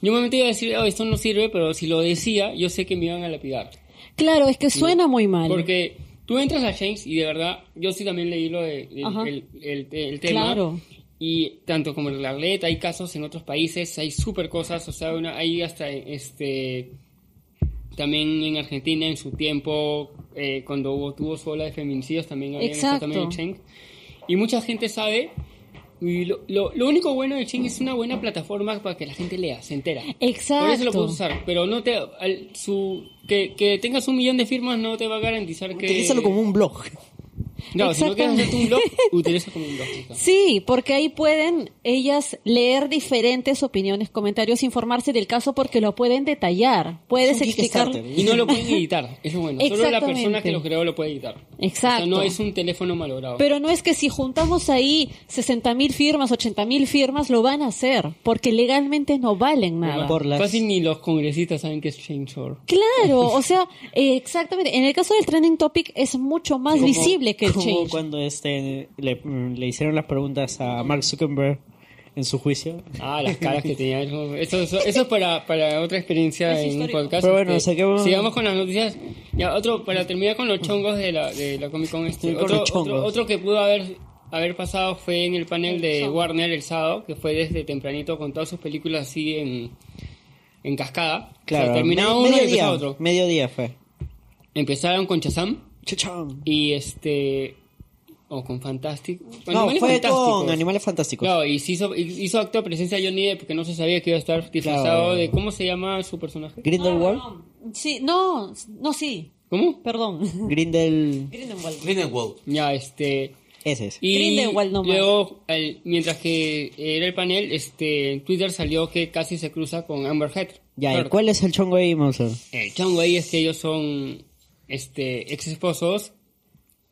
yo me iba a decir, oh, esto no sirve, pero si lo decía, yo sé que me iban a lapidar. Claro, es que suena muy mal. Porque tú entras a James y de verdad, yo sí también leí lo de, el, Ajá. el- el- el tema. Claro. Y tanto como en la red, hay casos en otros países, hay super cosas, o sea, una, hay hasta este también en Argentina en su tiempo, eh, cuando hubo, tuvo su ola de feminicidios, también había Exacto. también el Cheng. Y mucha gente sabe, y lo, lo- lo único bueno de Cheng es una buena plataforma para que la gente lea, se entera. Por eso lo Exacto. puedes usar, pero no te al- su que, que tengas un millón de firmas no te va a garantizar que Utilízalo como un blog. No, si no quieres Exactamente. hacer un blog, utiliza como un blog. chica. Sí, porque ahí pueden ellas leer diferentes opiniones, comentarios, informarse del caso porque lo pueden detallar. Puedes Es un explicar. Kickstarter. Y no lo pueden editar, es lo bueno. Solo la persona Exactamente. que lo creó lo puede editar. Exacto. O sea, no es un teléfono malogrado. Pero no es que si juntamos ahí 60.000 firmas, 80.000 firmas, lo van a hacer, porque legalmente no valen nada. Por las- Casi ni los congresistas saben que es Change.org. Claro, o sea, eh, exactamente. En el caso del trending topic es mucho más visible que el como change. cuando este, le, le hicieron las preguntas a Mark Zuckerberg en su juicio. Ah, las caras que tenía. Eso, eso, eso- eso es para, para otra experiencia en un podcast. Pero bueno, este, saquemos- Sigamos con las noticias. Ya, otro, para terminar con los chongos de la, de la Comic Con. Este, Estoy con otro, los chongos. otro- otro que pudo haber, haber pasado fue en el panel de Warner el sábado, que fue desde tempranito con todas sus películas así en, en cascada. Claro, O sea, terminaba me- uno y mediodía, empezaba otro. mediodía fue. Empezaron con Shazam Chacham. y este... O con Fantastic. No, Animales fue Fantásticos. con Animales Fantásticos. Claro, y se hizo, y- hizo acto de presencia Johnny Depp, porque no se sabía que iba a estar disfrazado Claro. de... ¿Cómo se llama su personaje? Grindelwald. No, sí, no, no, sí. ¿Cómo? Perdón. Grindel. Grindelwald. Lindenwald. Ya, este... Ese es. Y Grindelwald nomás. luego, al- mientras que era el panel, este, en Twitter salió que casi se cruza con Amber Heard. Ya, ¿y Heard. cuál es el chongo ahí, Monster? El chongo ahí es que ellos son este, ex esposos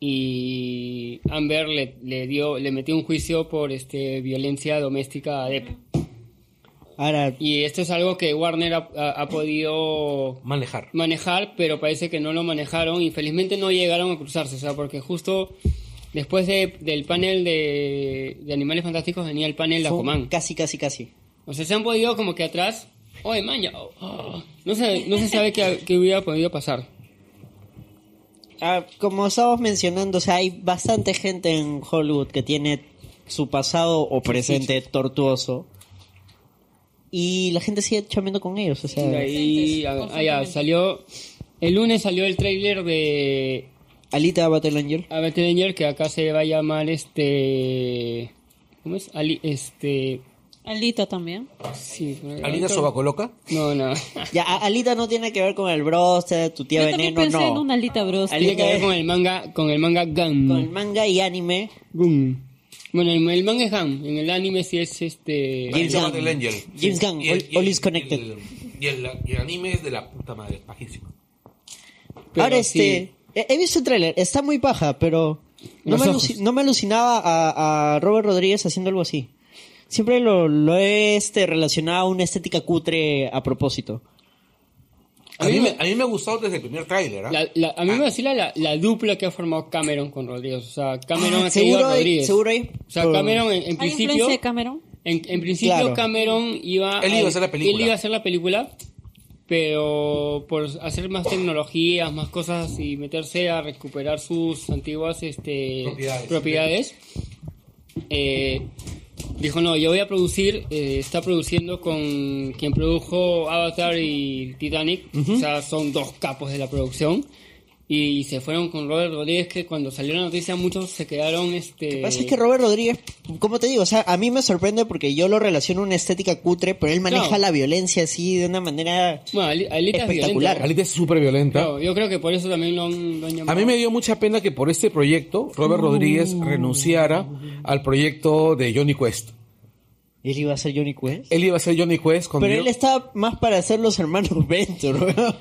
y Amber le, le dio le metió un juicio por este violencia doméstica a Depp. Ahora, Y esto es algo que Warner ha- ha- ha podido Manejar. manejar, pero parece que no lo manejaron y felizmente no llegaron a cruzarse, o sea, porque justo después de- del panel de, de Animales Fantásticos venía el panel de fue Aquaman. casi, casi, casi. O sea, se han podido como que atrás, oye, man, ya, oh, oh". no, se, no se sabe qué, qué hubiera podido pasar. Ah, como estábamos mencionando, o sea, hay bastante gente en Hollywood que tiene su pasado o presente tortuoso. Y la gente sigue chambeando con ellos, o sea. Y ahí ah, ah, ya, salió, el lunes salió el tráiler de Alita Battle Angel. A Danger, que acá se va a llamar este... ¿Cómo es? Ali, este... Alita también. Sí, Alina Sobacoloca. No, no. Ya, a- Alita no tiene que ver con el broster, tu tía Yo también veneno, pensé en no. una Alita Bros. Tiene que ver con el manga, con el manga Gun. Con el manga y anime. Mm. Gun. Bueno, el, el manga es Gun. En el anime sí es este. James Alina Gunn. Battle Angel. James Gunn, Y el- all- y el- all is connected. y el- Y el, y el anime es de la puta madre, pajísima. pero Ahora sí. este, he, he visto el tráiler, está muy paja, pero no, Los me, ojos. aluci- no me alucinaba a, a Robert Rodríguez haciendo algo así. Siempre lo, lo he este, relacionado a una estética cutre a propósito. A mí, me, a mí me ha gustado desde el primer tráiler, ¿ah? La- la- a mí me vacila la, la dupla que ha formado Cameron con Rodríguez. O sea, Cameron Ah, ha seguido seguro, a hay- Rodríguez. seguro hay- O sea, por- Cameron en, en ¿Hay influencia principio. de Cameron? En, en principio, Claro. Cameron iba. Él iba a hacer la película. Él iba a hacer la película. Pero por hacer más tecnologías, más cosas y meterse a recuperar sus antiguas este, Propiedades. propiedades, eh, dijo: No, yo voy a producir. eh, está produciendo con quien produjo Avatar y Titanic. O sea, son dos capos de la producción. Y se fueron con Robert Rodríguez, que cuando salió la noticia, muchos se quedaron. Este, Lo que pasa es que Robert Rodríguez, como te digo, o sea, a mí me sorprende porque yo lo relaciono a una estética cutre, pero él maneja Claro. la violencia así de una manera... Bueno, Ali- Alita es Espectacular. violenta. Alita es súper violenta. Claro, yo creo que por eso también lo han, lo han A llamado. mí me dio mucha pena que por este proyecto Robert Uh. Rodríguez renunciara al proyecto de Johnny Quest. Él iba a ser Johnny Eh, Quest. Él iba a ser Johnny Quest con Pero Dio- él está más para hacer los hermanos Venture, weón.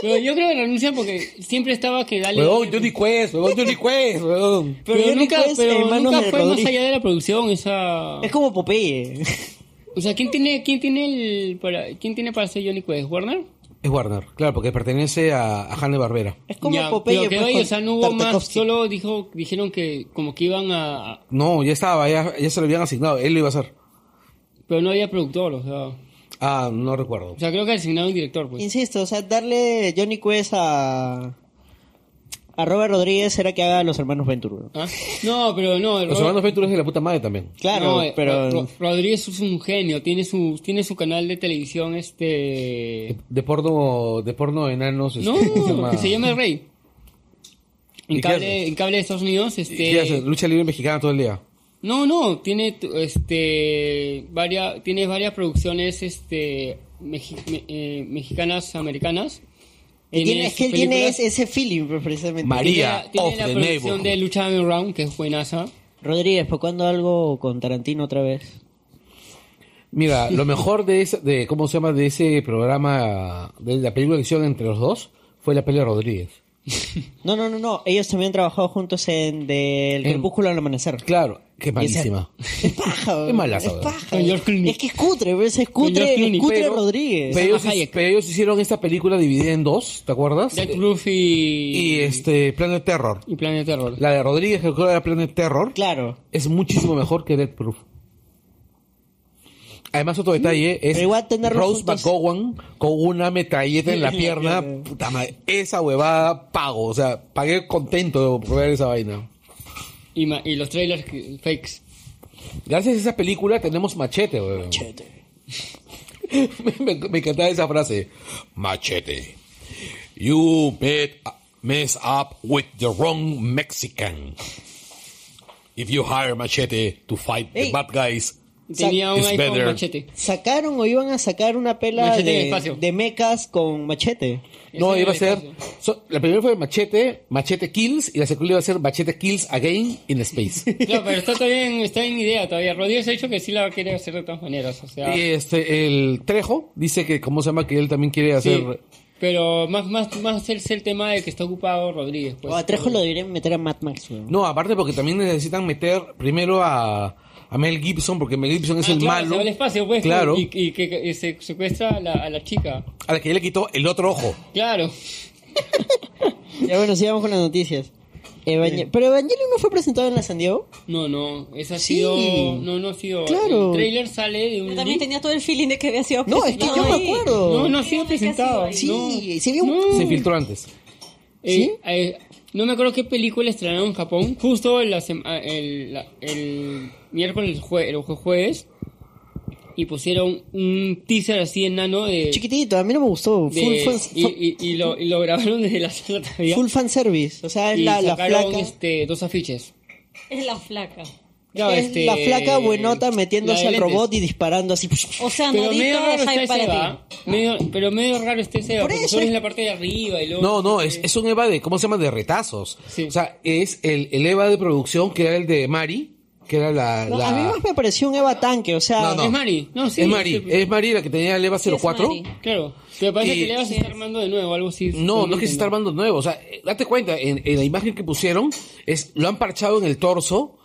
Pero yo creo que renuncia porque siempre estaba que dale. Huevón, dale. Johnny Quest, huevón, Johnny Quest, huevón. pero, Pero Johnny nunca, Quest, pero hermano nunca de fue Rodríguez. más allá de la producción esa. Es como Popeye. O sea, ¿quién tiene, quién tiene el para, quién tiene para ser Johnny Quest? Warner. Es Warner, claro, porque pertenece a, a Hanna Barbera. Es como Ya, Popeye. pero quedó pues, ahí, con o sea, no hubo más. Tartakovsky. Solo dijo, dijeron que como que iban a, a- No, ya estaba, ya, ya se lo habían asignado, él lo iba a hacer. pero no había productor, o sea, Ah, no recuerdo. o sea, creo que asignado un director, pues. Insisto, o sea, darle Johnny Quest a. A Robert Rodríguez era que haga a los hermanos Ventura. ¿Ah? No, pero no. el Robert- Los hermanos Ventura es de la puta madre también. Claro, No, eh, pero. Ro- Ro- Rodríguez es un genio, tiene su, tiene su canal de televisión, este... De porno, de porno enanos. este, No, ¿cómo se llama? que se llama El Rey. En ¿Y qué cable, hace? en cable de Estados Unidos, ¿Y qué hace? este... Lucha libre mexicana todo el día. No, no, tiene tu- este varias, tiene varias producciones este mexi- me- eh, mexicanas americanas. él En tiene- es sus que él tiene películas ese, ese feeling, pues, precisamente. María. tiene la- tiene of la the producción Neighborhood. de Lucha Underground, que es buenaza. Rodríguez, ¿por cuándo algo con Tarantino otra vez? Mira, lo mejor de, ese, de cómo se llama de ese programa de la película que hicieron entre los dos fue la pelea de Rodríguez. No, no, no, no. Ellos también han trabajado juntos en Del En- Crepúsculo al Amanecer. Claro, Y qué esa- malísima. Es paja, Qué malaza, Es weón. paja. Con George Clooney. Es que es cutre, weón, es cutre, George Clooney, es cutre pero- Rodríguez. Pero ellos, Salma Hayek. pero ellos hicieron esta película dividida en dos, ¿te acuerdas? Jack Ruff y, Y este, Planet Terror. y Planet Terror. La de Rodríguez, que creo que era Planet Terror, Claro. es muchísimo mejor que Dead Proof. Además, otro detalle es Pero igual tenerlos Rose juntos- McGowan con una metralleta en la pierna. Claro. puta madre, esa huevada pago. O sea, pagué contento por ver esa vaina. Y, ma- y los trailers que- fakes. Gracias a esa película tenemos machete, weón. me, me- me encantaba esa frase. Machete. You met- uh, mess up with the wrong Mexican. If you hire Machete to fight the Ey. bad guys. Tenía un It's iPhone better. machete. Sacaron o iban a sacar una pela Machete en el de, espacio. de mechas con machete. No, Ese iba era a ser. el so- la primera fue Machete, Machete Kills, y la segunda iba a ser Machete Kills Again in Space. Claro, pero está todavía en, está en idea todavía. Rodríguez ha dicho que sí la quiere hacer de todas maneras. O sea, y este, el Trejo dice que, ¿cómo se llama? Que él también quiere hacer. sí. Pero más, más, más es el tema de que está ocupado Rodríguez. Pues. o a Ah, Trejo lo deberían meter a Mad Max, weón. No, aparte porque también necesitan meter primero a, a Mel Gibson, porque Mel Gibson es Ah, el claro, malo. se va al espacio, pues, Claro. Y, y que, que se secuestra a la, a la chica. A la que ya le quitó el otro ojo. Claro. Ya bueno, sigamos con las noticias. Evangel- Pero Evangelion no fue presentado en la San Diego. No, no, esa ha Sí. sido. No, no ha sido. Claro. El trailer sale de un. Yo también leak. tenía todo el feeling de que había sido No, es que yo me ahí. acuerdo. No, no ha sido presentado. Sí, no. se vio un- No. Se filtró antes. Eh, ¿Sí? eh, no me acuerdo qué película estrenaron en Japón. Justo la sema- el, la- el miércoles, jue- el jue- jueves. Y pusieron un teaser así enano de. chiquitito, a mí no me gustó. de- full, fan, y, y- y lo, y lo grabaron desde la sala todavía. full fan service. O sea, es y la, la sacaron flaca. este, dos afiches. Es la flaca. Claro, es este, la flaca buenota la metiéndose de al lentes. robot y disparando así. O sea, Pero Norita medio raro es está hype ese para ti. Eva. Medio, pero medio raro está ese Eva. Por Porque eso solo es- es la parte de arriba y luego. No, no, es, es un Eva de, ¿cómo se llama? De retazos. Sí. O sea, es el, el Eva de producción que era el de Mari, que era la... No, la- ah. A mí más me pareció un Eva tanque, o sea, No, Es no. Mari. No, sí. es Mari, sí, es Mari la que tenía el Eva es 04. Mari. Claro. Pero parece Y- que le vas a estar armando de nuevo, algo así. Este, No, no es que se está armando nuevo. O sea, eh, date cuenta, en, en la imagen que pusieron, es lo han parchado en el torso,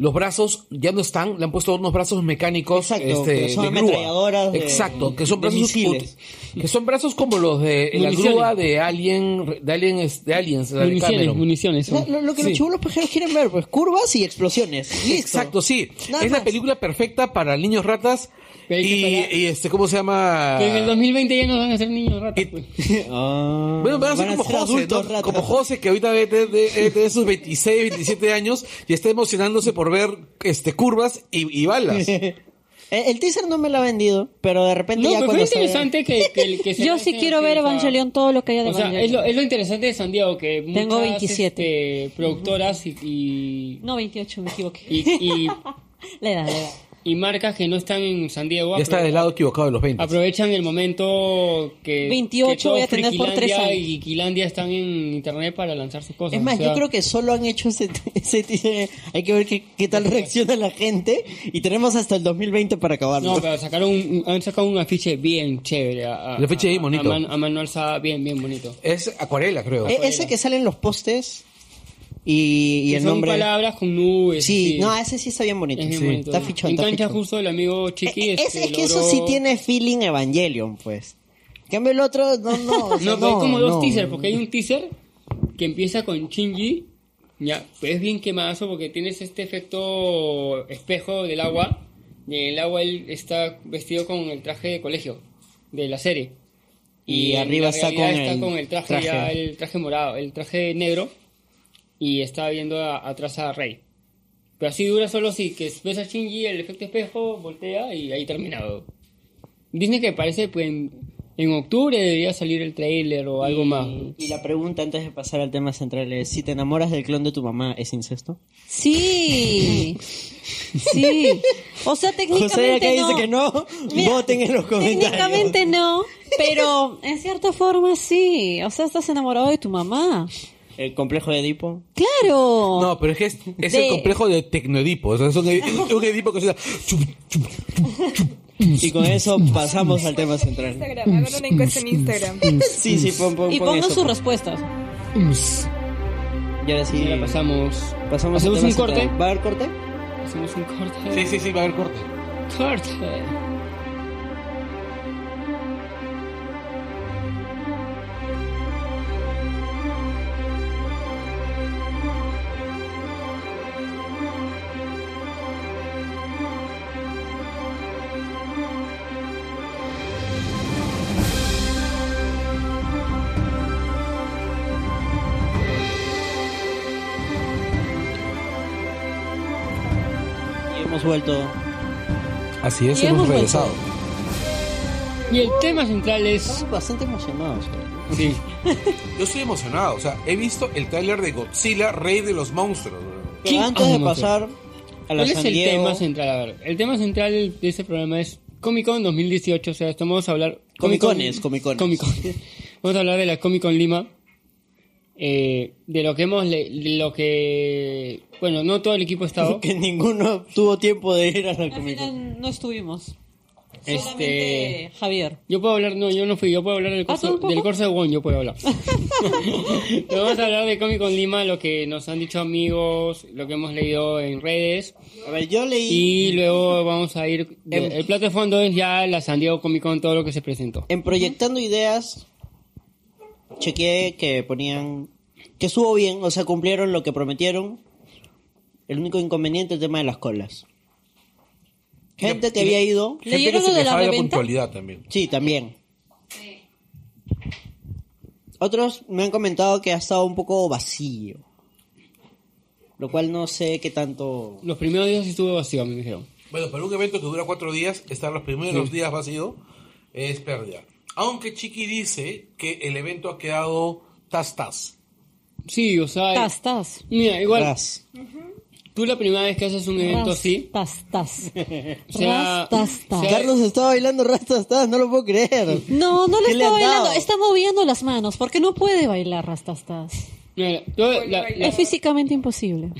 los brazos ya no están, le han puesto unos brazos mecánicos Exacto, este, pero son de grúa. ametralladoras de- Exacto, que son de brazos misiles. ut- que son brazos como los de la Municiones. grúa de Alien, de Alien, de Aliens, la de Municiones, Cameron. municiones. lo, lo- lo que los chibolos pajeros quieren ver, pues curvas y explosiones. Listo. Exacto, sí. Nada es la más. película perfecta para niños ratas Pero hay que y, pagar. y, este, ¿cómo se llama? Pero en el 2020 ya nos van a hacer niños ratas. Y- pues. Ah, Bueno, van a ser como José, ¿no? ratas. Como José, que ahorita debe tener debe tener sus 26, 27 años y está emocionándose por ver este curvas y, y balas. Eh, El teaser no me lo ha vendido, pero de repente No, ya pero fue cuando salga- interesante que, que- que se Yo lance sí quiero así, ver o sea, Evangelion todo lo que haya de O sea, Evangelion. es lo, es lo interesante de San Diego, que muchas Tengo 27. este, productoras y, y, No, 28, me equivoqué. y- y- La edad, la edad. y marcas que no están en San Diego Ya está del lado equivocado de los 20. aprovechan el momento que 28 que todo voy a tener por tres Friquilandia años. y Quilandia están en internet para lanzar sus cosas. Es más, o sea, yo creo que solo han hecho ese, ese teaser. Hay que ver qué, qué tal reacciona la gente. Y tenemos hasta el 2020 para acabarlo. No, pero sacaron un- han sacado un afiche bien chévere. A, a- El afiche bien a- bonito. A, man- a mano alzada, bien, bien bonito. Es acuarela, creo. Eh, E- ese que sale en los postes y, y Que el son nombre. palabras con nubes. Sí, así. no, ese sí está bien bonito. Es bien Sí. bonito. Está fichón, En está cancha fichón. justo el amigo E- Chiqui. e- este, es, es que eso logró- sí tiene feeling Evangelion, pues. En cambio el otro, no, no. o sea, No, pero hay como dos no. teasers, porque hay un teaser que empieza con Shinji. Ya, pues es bien quemadazo porque tienes este efecto espejo del agua. Y en el agua él está vestido con el traje de colegio de la serie. Y en arriba la está realidad con el traje, traje. ya, el traje morado, el traje negro. Y está viendo a- atrás a Rey. Pero así dura solo si que ves a Shinji, el efecto espejo, voltea y ahí terminado. Dicen que parece pues, en, en octubre debería salir el trailer o algo más. Y la pregunta antes de pasar al tema central es, si te enamoras del clon de tu mamá, ¿es incesto? Sí. Sí. O sea, José acá técnicamente no. dice que no, Mira, voten en los comentarios. Técnicamente no, pero en cierta forma sí. O sea, estás enamorado de tu mamá. El complejo de Edipo. Claro. No, pero es que es, es De- el complejo de Tecnoedipo. O sea, es un, es un Edipo que se da- chup, chup. Y con eso pasamos al tema central. Instagram, hagan una encuesta en Instagram. Sí, sí, pon, pon, y pon pongan eso, sus pon. respuestas. Y ahora sí. Y la pasamos. Pasamos al ¿Hacemos tema un corte? central. ¿Va a haber corte? Hacemos un corte. Sí, sí, sí, va a haber corte. Corte. Y hemos vuelto. Así es, Y hemos hemos regresado. Y el tema central es. Estamos bastante emocionados. ¿eh? Sí. Yo estoy emocionado, o sea, he visto el tráiler de Godzilla, Rey de los Monstruos. bro. Pero ¿Quién- antes de Ah, no sé. pasar a la ¿Cuál San es el Diego- tema central? A ver, el tema central de este programa es Comic Con 2018. O sea, estamos a hablar. Comicones, comicones. Comicones. Vamos a hablar de la Comic Con Lima. eh, de lo que hemos. le- de lo que. Bueno, no todo el equipo ha estado. que ninguno tuvo tiempo de ir a la Al Comic Con. final no estuvimos. Este- Solamente Javier. Yo puedo hablar, no, yo no fui, yo puedo hablar del ¿Ah, ¿tú curso, tampoco? del curso de Won, yo puedo hablar. Pero Vamos a hablar de Comic Con Lima, lo que nos han dicho amigos, lo que hemos leído en redes. A ver, yo leí Y luego vamos a ir. de- em el plato de fondo es ya la San Diego Comic Con, todo lo que se presentó. en Proyectando Ideas, chequeé que ponían que estuvo bien, o sea, cumplieron lo que prometieron. El único inconveniente es el tema de las colas. Gente que había ido, Gente ¿Leyeron que se lo de la quejaba la reventa? puntualidad también. sí, también. Otros me han comentado que ha estado un poco vacío. Lo cual no sé qué tanto... Los primeros días estuvo vacío, a mí me dijeron. Bueno, para un evento que dura cuatro días, estar los primeros días vacío es pérdida. Aunque Chiqui dice que el evento ha quedado tas-tas. Sí, o sea. eh, Tas, tas. Mira, igual, Ras. tú la primera vez que haces un evento Ras, así. Tas, tas. sea- Ras, tas, tas. sea- Carlos está bailando rastas, no lo puedo creer. No, no le ¿Qué le está han dado? bailando, está moviendo las manos, porque no puede bailar rastastas. mira, tú la- la- Es físicamente imposible.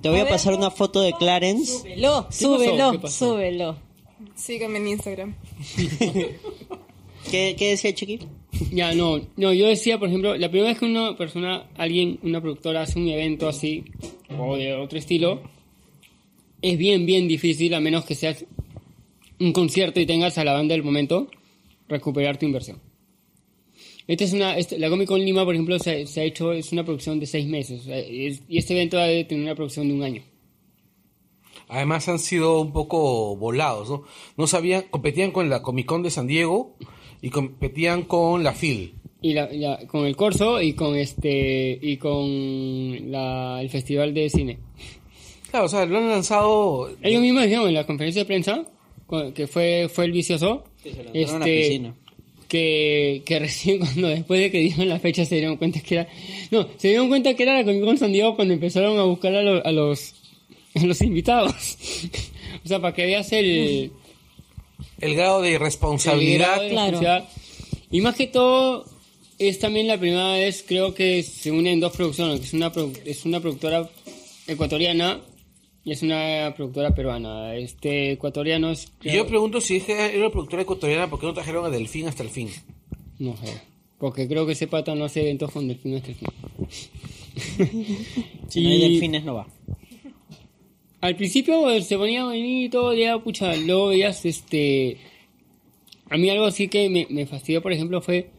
Te voy a pasar una foto de Clarence. Súbelo, pasó? ¿Qué súbelo, pasó? súbelo. Síganme en Instagram. ¿Qué, qué decía Chiqui? Ya, no, no, yo decía, por ejemplo, la primera vez que una persona, alguien, una productora hace un evento así, o de otro estilo, es bien, bien difícil, a menos que seas un concierto y tengas a la banda del momento, recuperar tu inversión. Esta es una, este- la Comic Con Lima, por ejemplo, se, se ha hecho, es una producción de seis meses, o sea, es- y este evento debe tener una producción de un año. Además han sido un poco volados, ¿no? No sabían, competían con la Comic Con de San Diego y competían con la FIL. Y la- la- con el corso y con este, y con la- el festival de cine. Claro, o sea, lo han lanzado... Ellos mismos dijeron en la conferencia de prensa, con- que fue, fue el vicioso, este, Entraron a la piscina. que, que recién cuando después de que dieron la fecha se dieron cuenta que era... No, se dieron cuenta que era la Comic Con San Diego cuando empezaron a buscar a, lo- a los, a los invitados. o sea, para que veas el... El grado de Responsabilidad, irresponsabilidad Claro. responsabilidad. Y más que todo, es también la primera vez, creo que se unen dos producciones. que Es una, produ- es una productora ecuatoriana y es una productora peruana. Este ecuatoriano es... Y yo pregunto si es que era una productora ecuatoriana, ¿por qué no trajeron a Delfín hasta el fin? No sé. Porque creo que ese pata no hace eventos con delfines hasta el fin. Si no hay Y- delfines, no va. Al principio eh, se ponía bonito, ya pucha, luego veías este. A mí algo así que me, me fastidió, por ejemplo, fue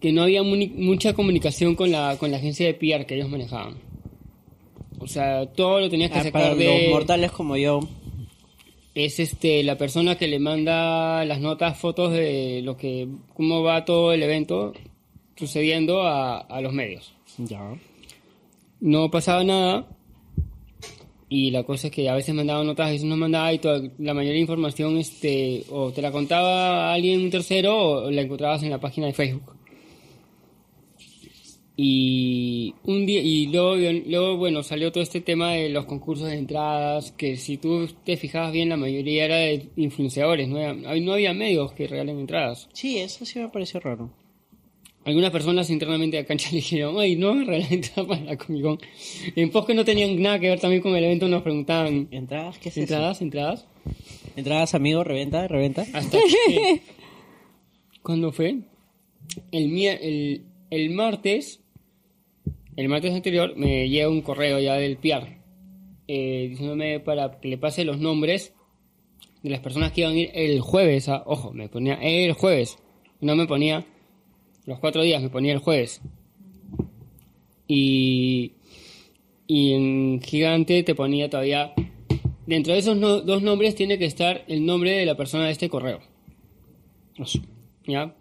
que no había muni- mucha comunicación con la, con la agencia de PR que ellos manejaban. O sea, todo lo tenías que Ah, para sacar los de. mortales como yo. Es este, la persona que le manda las notas, fotos de lo que. cómo va todo el evento sucediendo a, a los medios. Ya. no pasaba nada. Y la cosa es que a veces mandaba notas, a veces no mandaba, y toda, la mayoría de información este, o te la contaba alguien, un tercero, o la encontrabas en la página de Facebook. Y un día y luego, luego, bueno, salió todo este tema de los concursos de entradas, que si tú te fijabas bien, la mayoría era de influenciadores, no, había- no había medios que regalen entradas. Sí, eso sí me pareció raro. Algunas personas internamente de la cancha le dijeron, ay, no me regalan entradas para la Comic Con. En post que no tenían nada que ver también con el evento, nos preguntaban, ¿Entradas? Ah, ¿Qué es ¿entradas, entradas? eso? ¿Entradas, amigo? ¿Reventa? ¿Reventa? Hasta que eh, ¿Cuándo fue? El, mia- el, el martes, el martes anterior, me llega un correo ya del PR eh, diciéndome para que le pase los nombres de las personas que iban a ir el jueves. ah, ojo, me ponía el jueves. No me ponía los cuatro días, me ponía el jueves. Y, y en gigante te ponía todavía... Dentro de esos no- dos nombres tiene que estar el nombre de la persona de este correo. Eso, ¿Ya?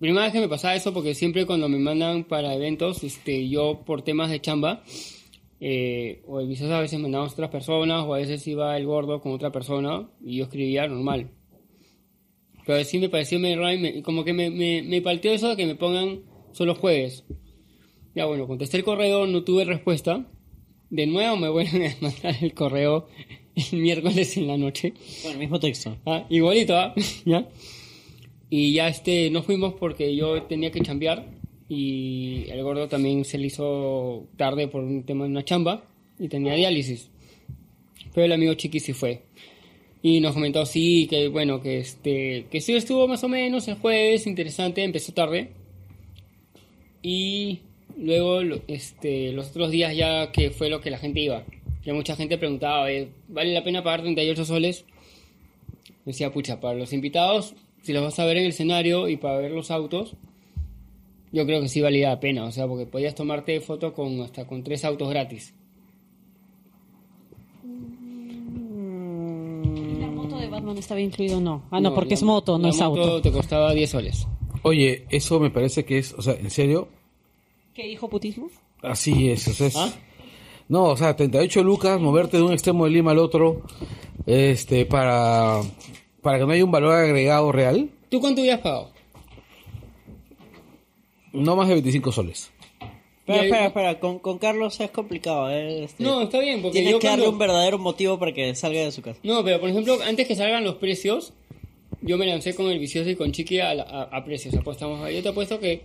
Primera vez que me pasaba eso porque siempre cuando me mandan para eventos, este, yo por temas de chamba, eh, o quizás a veces mandaban otras personas, o a veces iba el gordo con otra persona y yo escribía normal. Pero sí me pareció medio raro y me- como que me, me, me palteó eso de que me pongan solo jueves. Ya bueno, contesté el correo, no tuve respuesta. De nuevo me vuelven a mandar el correo el miércoles en la noche. Con el mismo texto. Ah, igualito, ¿ah? ¿ya? Y ya este, nos fuimos porque yo tenía que chambear y el gordo también se le hizo tarde por un tema de una chamba y tenía diálisis. Pero el amigo Chiqui sí fue. Y nos comentó, sí, que bueno, que este, que sí estuvo más o menos el jueves, interesante, empezó tarde. Y luego, lo- este, los otros días ya que fue lo que la gente iba. Ya mucha gente preguntaba, eh, ¿vale la pena pagar 38 soles? Decía, pucha, para los invitados, si los vas a ver en el escenario y para ver los autos, yo creo que sí valía la pena, o sea, porque podías tomarte foto con hasta con tres autos gratis. ¿La moto de Batman estaba incluido o no? Ah, no, porque la- es moto, no la es auto. te costaba 10 soles. Oye, eso me parece que es, o sea, en serio, ¿Qué dijo putismo? así es. O sea, es- ¿Ah? No, o sea, 38 lucas, moverte de un extremo de Lima al otro, este, para, para que no haya un valor agregado real, ¿Tú cuánto hubieras pagado? no más de 25 soles. Espera, Y ahí- espera, espera. Con, con Carlos es complicado, ¿eh? Este, No, está bien, porque Tienes yo que darle cuando- un verdadero motivo para que salga de su casa. No, pero por ejemplo, antes que salgan los precios, yo me lancé con el vicioso y con Chiqui a, la- a- a precios. Apostamos, yo te apuesto que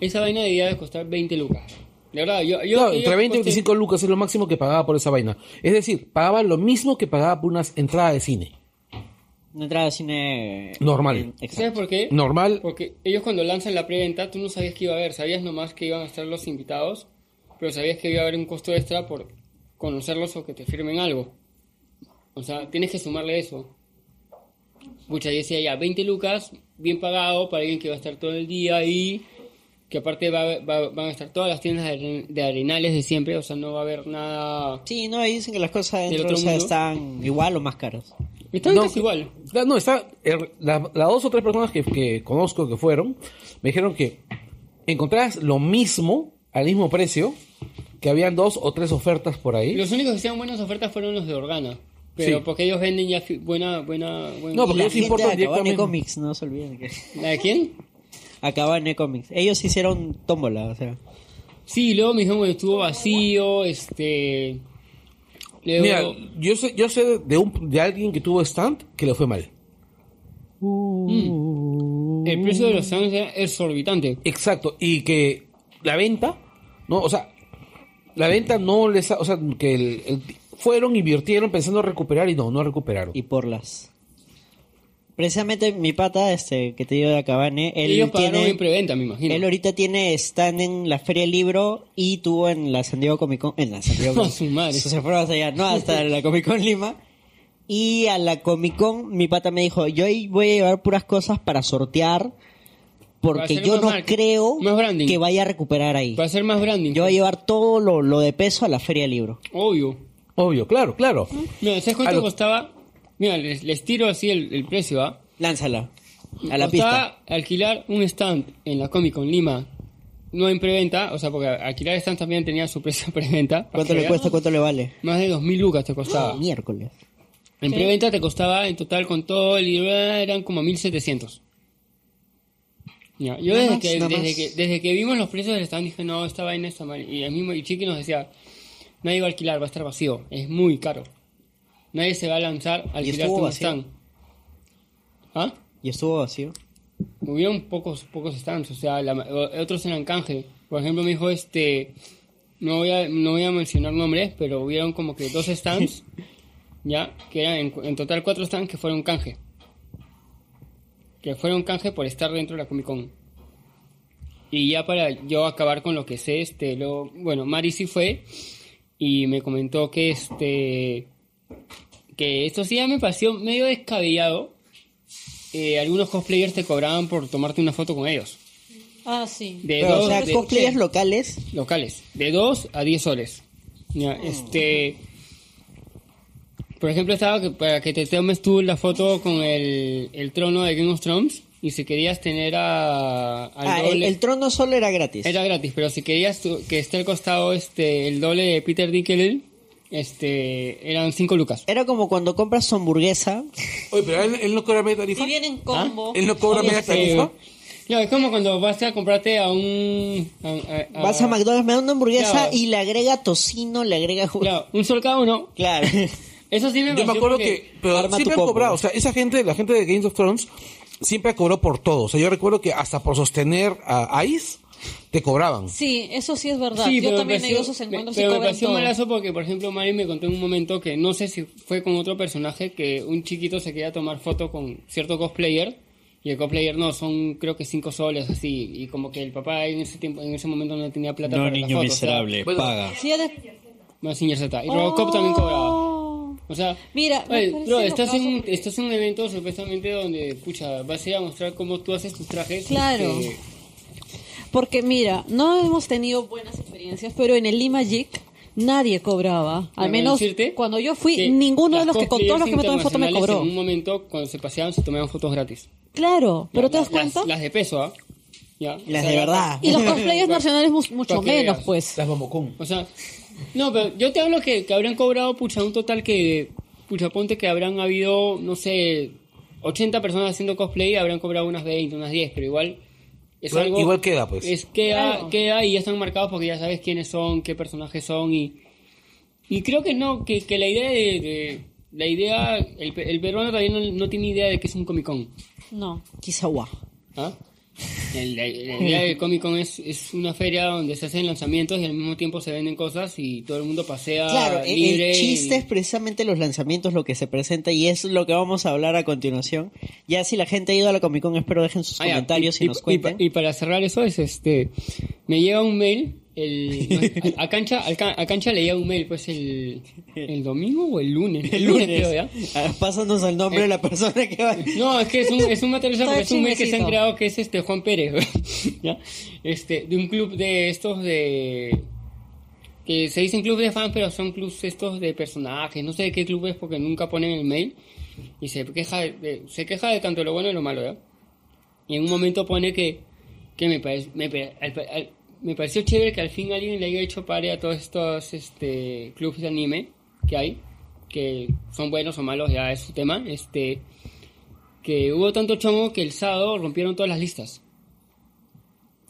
esa vaina debía de costar 20 lucas. De verdad, yo... yo Claro, yo entre 20 y aposté- 25 lucas es lo máximo que pagaba por esa vaina. Es decir, pagaba lo mismo que pagaba por una entrada de cine. Una entrada de cine... Normal. En- ¿Sabes Exacto. por qué? Normal, Porque ellos cuando lanzan la preventa, tú no sabías que iba a haber, sabías nomás que iban a estar los invitados, pero sabías que iba a haber un costo extra por conocerlos o que te firmen algo. O sea, tienes que sumarle eso. Muchas veces decía ya, 20 lucas, bien pagado para alguien que va a estar todo el día ahí, que aparte va- va- van a estar todas las tiendas de, are- de arenales de siempre, o sea, no va a haber nada... Sí, no, ahí dicen que las cosas ¿Del dentro otro o sea, mundo? están igual o más caras. Están No, casi igual. La- No, está. er, la- Las dos o tres personas que, que conozco que fueron, me dijeron que encontrabas lo mismo, al mismo precio, que habían dos o tres ofertas por ahí. Los únicos que hicieron buenas ofertas fueron los de Organa, pero Sí. porque ellos venden ya fi- buena... buena, buen- No, porque La ellos gente importan de Acabane directamente. Comics, no se olviden que... ¿La de quién? Acabane Comics. Ellos hicieron tómbola, o sea... Sí, luego me dijeron que estuvo vacío, este... Luego, Mira, yo sé, yo sé de, un, de alguien que tuvo stand que le fue mal. el precio de los stands era exorbitante. Exacto, y que la venta, no, o sea, la venta no les. ha- O sea, que el- el- fueron, invirtieron pensando recuperar y no, no recuperaron. y por las. Precisamente mi pata, este, que te digo de Acabane, él Ellos pagaron en tiene, preventa, me imagino. él ahorita tiene stand en la Feria del Libro y tuvo en la San Diego Comic Con, en la San Diego. A su madre. Eso se fueron hasta allá, no, hasta la Comic Con Lima. Y a la Comic Con mi pata me dijo, yo ahí voy a llevar puras cosas para sortear Para porque hacer yo más no marketing, creo más branding. que vaya a recuperar ahí. Para hacer más branding. Yo voy a llevar todo lo, lo de peso a la Feria del Libro. Obvio. Obvio, claro, claro. Mira, ¿sabes cuánto A lo- costaba? Mira, les, les tiro así el, el precio, ¿ah? Lánzala a la pista. Costaba alquilar un stand en la Comic Con Lima, no en preventa, o sea, porque alquilar stand también tenía su precio preventa. ¿Cuánto le cuesta? ¿Cuánto le vale? Más de 2.000 lucas te costaba. Miércoles. En preventa te costaba en total con todo el libro eran como 1700. Ya, yo Nada desde, más, que, nada desde, más. que, desde que vimos los precios del stand dije, no, esta vaina está mal. Y el mismo y Chiqui nos decía, nadie va a alquilar, va a estar vacío, es muy caro. Nadie se va a lanzar a alquilar estuvo tu vacío? stand. ¿Ah? ¿Y estuvo vacío? Hubieron pocos, pocos stands, o sea, la ma- o- otros eran canje. Por ejemplo, me dijo este. No voy, a, no voy a mencionar nombres, pero hubieron como que dos stands, ya, que eran en, en total cuatro stands que fueron canje. que fuera un canje por estar dentro de la Comic Con. Y ya para yo acabar con lo que sé, este, lo, bueno, Mari sí fue y me comentó que este, que esto sí ya me pareció medio descabellado. Eh, algunos cosplayers te cobraban por tomarte una foto con ellos. Ah, sí. De Pero, dos, o sea, de- cosplayers locales. locales, de 2 a 10 soles. Ya, Ah. este. Por ejemplo, estaba que, para que te tomes tú la foto con el, el trono de Game of Thrones. Y si querías tener a. al Ah, el, doble- el trono solo era gratis. Era gratis, pero si querías tú- que esté al costado este, el doble de Peter Dinklage, este, eran 5 lucas. Era como cuando compras tu hamburguesa. Oye, pero él, él no cobra media tarifa. Si vienen combo. Él no cobra media tarifa. no, es como cuando vas a comprarte a un. a- a- a- Vas a McDonald's, me da una hamburguesa Ah. Claro. y le agrega tocino, le agrega jugo. Claro, un sol cada uno. Claro. Eso sí me Yo me pareció acuerdo porque- que pero Arma siempre tu han combo. cobrado. O sea, esa gente, la gente de Games of Thrones, siempre ha cobrado por todo. O sea, yo recuerdo que hasta por sostener a Ice, te cobraban. Sí, eso sí es verdad. Sí, Yo pero me también he ido a pareció- esos encuentros me- y Pero me cobran pareció todo. malazo porque, por ejemplo, Mari me contó en un momento que no sé si fue con otro personaje que un chiquito se quería tomar foto con cierto cosplayer y el cosplayer no, son creo que cinco soles así. Y como que el papá en ese tiempo, en ese momento no tenía plata No, para la niño foto. miserable, Bueno, paga. Sí, es de- O sea, no, sin Z. Y Robocop Oh. también cobraba. O sea, Mira, me oye, parece bro, estás locazo en, porque- estás en un evento supuestamente donde, pucha, vas a ir a mostrar cómo tú haces tus trajes. Claro. este, Porque mira, no hemos tenido buenas experiencias, pero en el Lima Geek nadie cobraba. Al Déjame menos decirte cuando yo fui, que ninguno de las los que con todos los que me tomé foto me cosplayers cobró. En un momento, cuando se paseaban, se tomaban fotos gratis. Claro, pero Ya, ¿te das las- cuenta? Las, las de peso, ¿ah? Ya. Las O sea, de verdad. Y los cosplayers nacionales mu- mucho Pa' que menos, veas. pues. Las Momocón. O sea, no, pero yo te hablo que, que habrían cobrado, pucha, un total que, pucha, ponte que habrán habido, no sé, 80 personas haciendo cosplay y habrán cobrado unas 20, unas 10, pero igual... Es Igual- algo, igual queda, pues. Es, queda, Claro. queda y ya están marcados porque ya sabes quiénes son, qué personajes son y... Y creo que no, que, que la idea de... de- la idea, el, pe- el peruano todavía no, no tiene idea de que es un Comic Con. No. Kisawa. ¿Ah? El, la- la idea del Comic Con es, es una feria donde se hacen lanzamientos y al mismo tiempo se venden cosas y todo el mundo pasea Claro, e, el- Ah, libre. el chiste es y- precisamente los lanzamientos, lo que se presenta y es lo que vamos a hablar a continuación. Ya si la gente ha ido a la Comic Con, espero dejen sus Ah, ya, comentarios y, nos pa- cuenten. pa- y para cerrar eso es este me llega un mail el no, a, a cancha al Can- a cancha le llega un mail pues el el domingo o el lunes el lunes creo, ya Ah, Pásanos el nombre de la persona que va. No, es que es un, es un material Todo porque es un mail que se han chismecito. creado que es este Juan Pérez, ¿ya? Este, de un club de estos de que se dicen club de fans, pero son clubs estos de personajes, no sé de qué club es porque nunca ponen el mail y se queja de, se queja de tanto lo bueno y lo malo, ¿ya? Y en un momento pone que, que me, parec- me, pa- al pa- al- me pareció chévere que al fin alguien le haya hecho pare a todos estos este, clubes de anime que hay, que son buenos o malos, ya es su tema. Este, que hubo tanto chongo que el sábado rompieron todas las listas.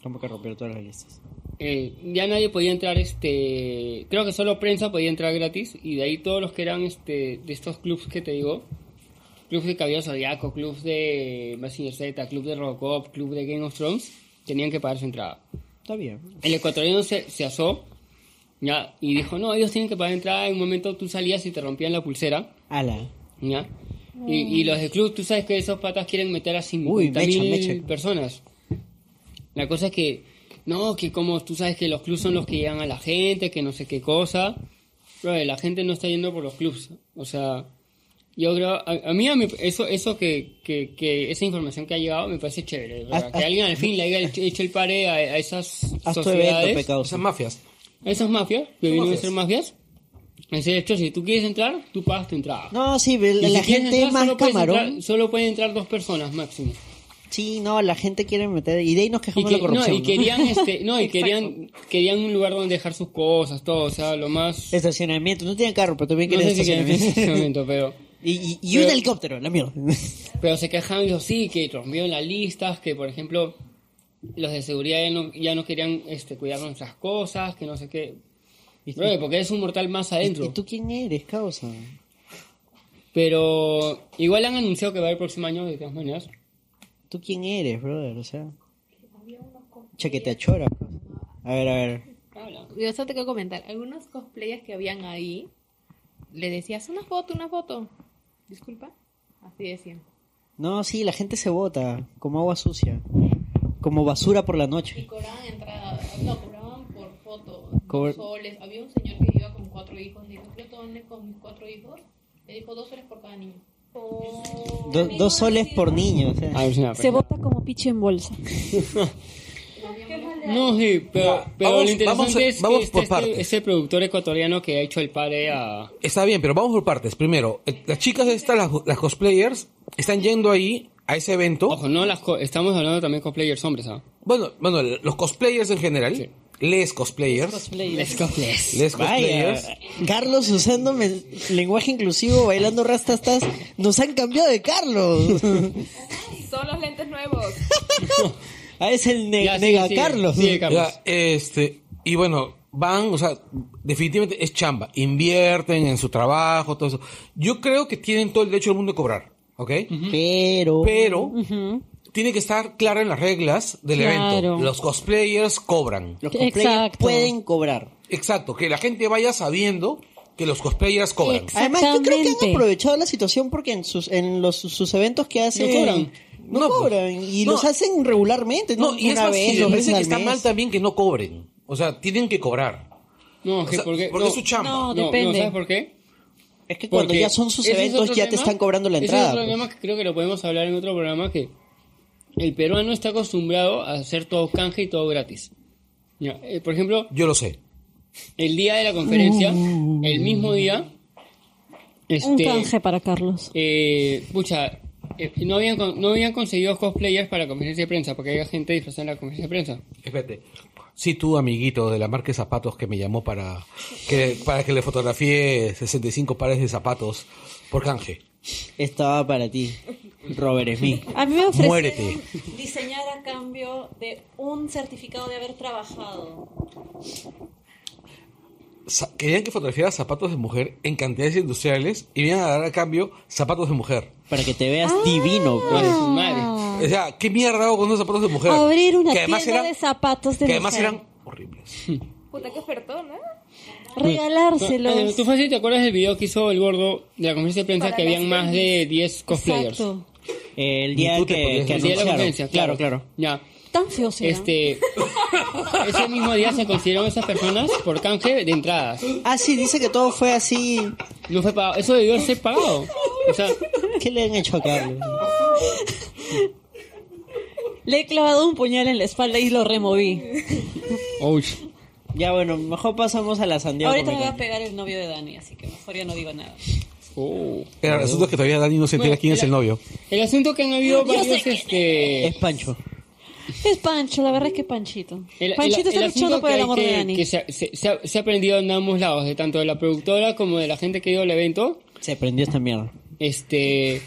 ¿Cómo que rompió todas las listas? Eh, ya nadie podía entrar, este, creo que solo prensa podía entrar gratis y de ahí todos los que eran este, de estos clubs que te digo, clubs de Cabello Zodiaco, clubs de Massinger Z, club de Robocop, club de Game of Thrones, tenían que pagar su entrada. Está bien. El ecuatoriano se, se asó ya, y dijo, no, ellos tienen que pagar entrada, en un momento tú salías y te rompían la pulsera, Ala. ya. Y, y los de club, tú sabes que esos patas quieren meter a Uy, mecha, 50.000 mecha. personas. La cosa es que, no, que como tú sabes que los clubs son los que llegan a la gente, que no sé qué cosa. Bro, la gente no está yendo por los clubs. O sea, yo creo, a, a mí a mí eso, eso que, que, que esa información que ha llegado me parece chévere. ¿verdad? Haz- que haz- alguien al fin le haya hecho- hecho el pare a, a esas Haz tu evento, sociedades, pecado. Esas mafias. a esas mafias, que vienen a ser mafias. En serio, hecho, si tú quieres entrar, tú pagas tu entrada. No, sí, ve- Y la, si la quieres gente entrar, es más solo puedes camarón. entrar- solo pueden entrar dos personas máximo. Sí, no, la gente quiere meter. Y de ahí nos Y, quejamos que- de la corrupción. no, y ¿no? querían, este, no, y querían, querían un lugar donde dejar sus cosas, todo, o sea, lo más... Estacionamiento. No tienen carro, pero también no quieren sé si querían estacionamiento. ese momento, pero... y y- y Pero- un helicóptero, la mierda. Pero se quejaban ellos sí, que rompieron las listas, que por ejemplo los de seguridad ya no, ya no querían este, cuidar nuestras cosas, que no sé qué. Bro, porque eres un mortal más adentro. ¿Y tú quién eres, causa? Pero igual han anunciado que va a haber próximo año, de todas maneras. ¿Tú quién eres, brother? O sea. Chaqueta chora. pues. A ver, a ver. Yo solo te quiero comentar, algunos cosplayers que habían ahí, le decías una foto, una foto. Disculpa, así decían. No, sí, la gente se bota como agua sucia, como basura por la Y noche. cobraban entrada, no, cobraban por foto, Cobr- dos soles. Había un señor que iba con cuatro hijos, le dijo, yo dónde con mis cuatro hijos, le dijo dos soles por cada niño. Do- dos soles por niño. o sea. Ah, es una Se pena. vota como piche en bolsa. No, sí, pero, Ya, pero vamos- lo interesante vamos a- es que vamos este- por este- partes. este productor ecuatoriano que ha hecho el padre a... Está bien, pero vamos por partes. Primero, eh, las chicas estas, las, las cosplayers, están yendo ahí a ese evento. Ojo, no las co- estamos hablando también con players hombres, ¿ah? Bueno, bueno, los cosplayers en general, les cosplayers, Let's go, please. les Vaya, cosplayers, Carlos usando me- lenguaje inclusivo, bailando rastastas, nos han cambiado de Carlos. Son los lentes nuevos. Ah, es el ne- Ya, sigue, nega sigue, Carlos. sigue, Carlos. ya, este, y bueno, van, o sea, definitivamente es chamba, invierten en su trabajo, todo eso. Yo creo que tienen todo el derecho del mundo de cobrar, ¿ok? Pero, Pero tiene que estar clara en las reglas del Claro. evento. Los cosplayers cobran. los cosplayers Exacto. pueden cobrar. Exacto, que la gente vaya sabiendo que los cosplayers cobran. Ex- Además, yo creo que han Exactamente. aprovechado la situación porque en sus en los sus eventos que hacen No cobran. no No, pues. cobran y No. los hacen regularmente, No, no, y es una más, vez, sí, me dos veces parece que al está mes. mal también que no cobren. O sea, tienen que cobrar. No, O que sea, porque... porque no, es su chamba. No, no, depende. no, ¿sabes por qué? Es que cuando Porque ya son sus ese es eventos otro ya te tema. están cobrando la Ese entrada. Es otro pues. tema que creo que lo podemos hablar en otro programa que el peruano está acostumbrado a hacer todo canje y todo gratis. Ya, eh, por ejemplo, Yo lo sé. el día de la conferencia, Uh. el mismo día, Un este, canje para Carlos. eh, pucha, eh, no, habían, con- no habían conseguido cosplayers para la conferencia de prensa, porque había gente disfrazada en la conferencia de prensa. Espérate. Sí, tú, amiguito de la marca de zapatos que me llamó para que, para que le fotografié 65 pares de zapatos por canje. Estaba para ti, Robert Smith. A mí me ofrecieron Muérete. diseñar a cambio de un certificado de haber trabajado. Sa- querían que fotografiara zapatos de mujer en cantidades industriales y me iban a dar a cambio zapatos de mujer. Para que te veas divino. Ah, pues. Madre, su madre. O sea, ¿qué mierda hago con unos zapatos de mujer? Abrir una tienda eran- de zapatos de Que además mujer. eran horribles. Puta, qué ofertón, ¿eh? Regalárselos. ¿Tú fácil te acuerdas del video que hizo el gordo de la conferencia de prensa Para que las habían más de 10 cosplayers? Exacto. El Ni tú día te que, podías que El día de la anunciaron. conferencia, claro, claro. Ya. Tan feos eran. Este, ese mismo día se consiguieron esas personas por canje de entradas. Ah, sí, dice que todo fue así. No fue pagado. Eso debió ser pagado. O sea, ¿Qué le han hecho a Carlos? Le he clavado un puñal en la espalda y lo removí. ouch. Ya bueno, mejor pasamos a la Santiago Ahorita me Comic va a Con. pegar el novio de Dani, así que mejor ya no digo nada. Oh. Era, resulta que todavía Dani no se entera Bueno, quién es era- el novio. El asunto que han habido Yo sé varios, quién este... Es Pancho. Es Pancho, la verdad es que Panchito. el- el- Panchito está el asunto luchando por que el hay amor que- de Dani. que se, se- se ha, se ha aprendido en ambos lados, de tanto de la productora como de la gente que ha ido al evento. Se prendió esta mierda. Este...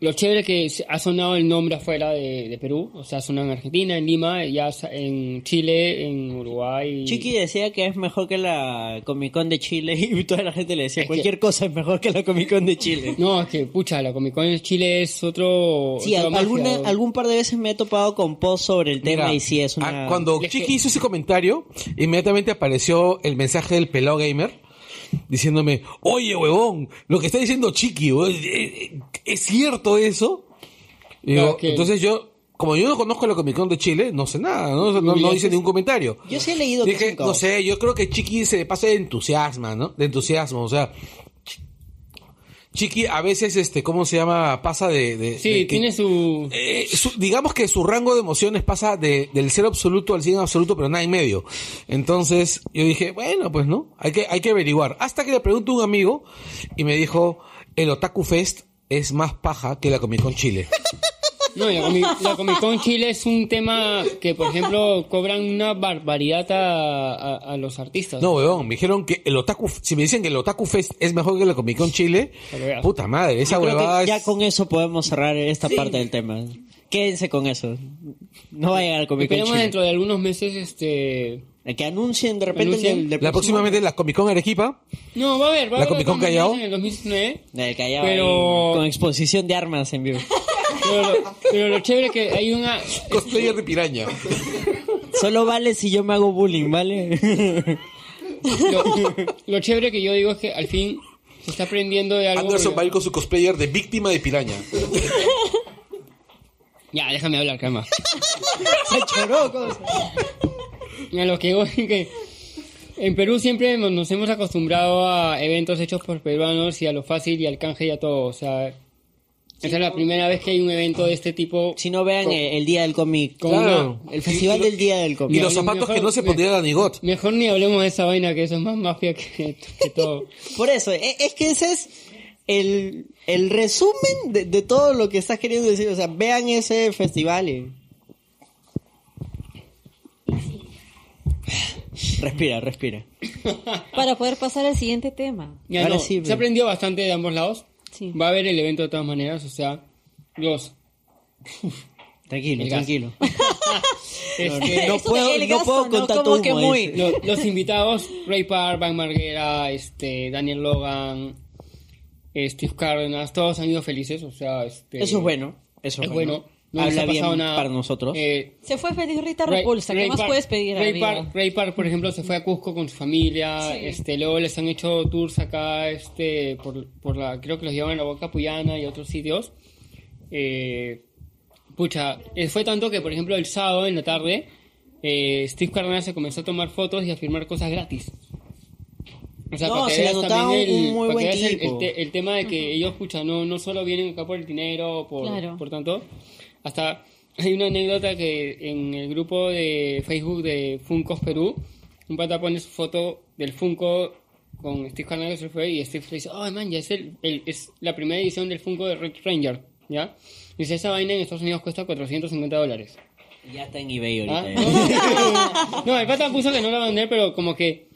Lo chévere que se- ha sonado el nombre afuera de, de Perú, o sea, ha sonado en Argentina, en Lima, ya sa- en Chile, en Uruguay. Chiqui decía que es mejor que la Comic Con de Chile y toda la gente le decía, Es que- cualquier cosa es mejor que la Comic Con de Chile. No, es que, pucha, la Comic Con en Chile es otro... Sí, otra al- magia, alguna, o- algún par de veces me he topado con post sobre el tema Mira, y sí, es una... ah, cuando Es Chiqui que- hizo ese comentario, inmediatamente apareció el mensaje del pelado gamer diciéndome, oye, huevón, lo que está diciendo Chiqui, huevón, ¿es- es- ¿es cierto eso? Y Claro digo, que- Entonces yo, como yo no conozco la Comic Con de Chile, no sé nada, no, no- no Hubiese- hice ningún comentario. Yo sí he leído que es Dije, un caos. no sé, yo creo que Chiqui se pasa de entusiasmo, ¿no? De entusiasmo, o sea... Chi- Chiqui a veces, este, ¿cómo se llama? Pasa de... de- Sí, de que- tiene su... eh, su- digamos que su rango de emociones pasa de- del cero absoluto al 100 absoluto, pero nada en medio. Entonces yo dije, bueno, pues no, hay que, hay que averiguar. Hasta que le pregunto a un amigo y me dijo, el Otaku Fest es más paja que la Comic Con Chile. No, la Comic, la Comic Con Chile es un tema que, por ejemplo, cobran una barbaridad a, a- a los artistas. No, weón, me dijeron que el Otaku, si me dicen que el Otaku Fest es mejor que la Comic Con Chile, Pero veas. puta madre, Ah, esa Yo creo que huevada ya es- con eso podemos cerrar esta parte del tema. Quédense con eso. No va a llegar al Comic Con Esperemos Chile. dentro de algunos meses, este... Que anuncien de repente Anuncien el, del- del La próximo próximamente la Comic Con Arequipa, No, va a haber, va a ¿La haber Comic Con otro Callao? en el 2019. año. Del Callao, Pero- ahí, Con exposición de armas en vivo. Pero, lo- pero lo chévere que hay una... cosplayer de piraña. Solo vale si yo me hago bullying, ¿vale? Lo, lo chévere que yo digo es que al fin se está aprendiendo de algo... Anderson porque- va a ir con su cosplayer de víctima de piraña. Ya, déjame hablar, calma. Se choró, cosa. A lo que voy, que en Perú siempre nos- nos hemos acostumbrado a eventos hechos por peruanos y a lo fácil y al canje y a todo. O sea, esa es la primera vez que hay un evento de este tipo. Si no vean eh, el día del cómic. Con Claro. una- El festival del día del Y cómic. los zapatos que no se pondrían a Nigot. Mejor ni hablemos de esa vaina, que eso es más mafia que, que todo. Por eso, e- es que ese es el, el resumen de, de todo lo que estás queriendo decir. O sea, vean ese festival y... Respira, respira. Para poder pasar al siguiente tema. Ya, Ahora no, sí, se pero- aprendió bastante de ambos lados. Sí. Va a haber el evento de todas maneras, o sea, los... Tranquilo, El gas. tranquilo. este, No Eso de puedo, el no gaso, puedo ¿no? con tanto Como que humo, muy- dice. Lo- los invitados, Ray Park, Van Marguera, este, Daniel Logan, eh, Steve Cárdenas, todos han ido felices, o sea, este... Eso es bueno. Eso Es bueno. No les Habla ha bien pasado nada. para nosotros. Eh, Se fue feliz Rita Ray- Repulsa. ¿Qué Ray más Park- puedes pedir a la Ray vida? Park, Ray Park, por ejemplo, se fue a Cusco con su familia. Este, luego les han hecho tours acá, este, por, por la, creo que los llevan a la Boca Puyana y otros sitios. Eh, pucha, eh, fue tanto que, por ejemplo, el sábado en la tarde, eh, Steve Cardenas se comenzó a tomar fotos y a firmar cosas gratis. O sea, No, para que se le veas notaba también un- el- un muy para que buen veas el- tipo. El, te- el tema de que ellos, pucha, no, no solo vienen acá por el dinero, por, Claro. por tanto, hasta hay una anécdota que en el grupo de Facebook de Funcos Perú, un pata pone su foto del Funko con Steve Carnage se fue y Steve le dice, oh man, ya es, el, el- es la primera edición del Funko de Red Ranger, ¿ya? Dice, esa vaina en Estados Unidos cuesta 450 dólares. Ya está en eBay ¿Ah? ahorita. eh. ¿Ah? No, el pata puso que no la va a vender, pero como que.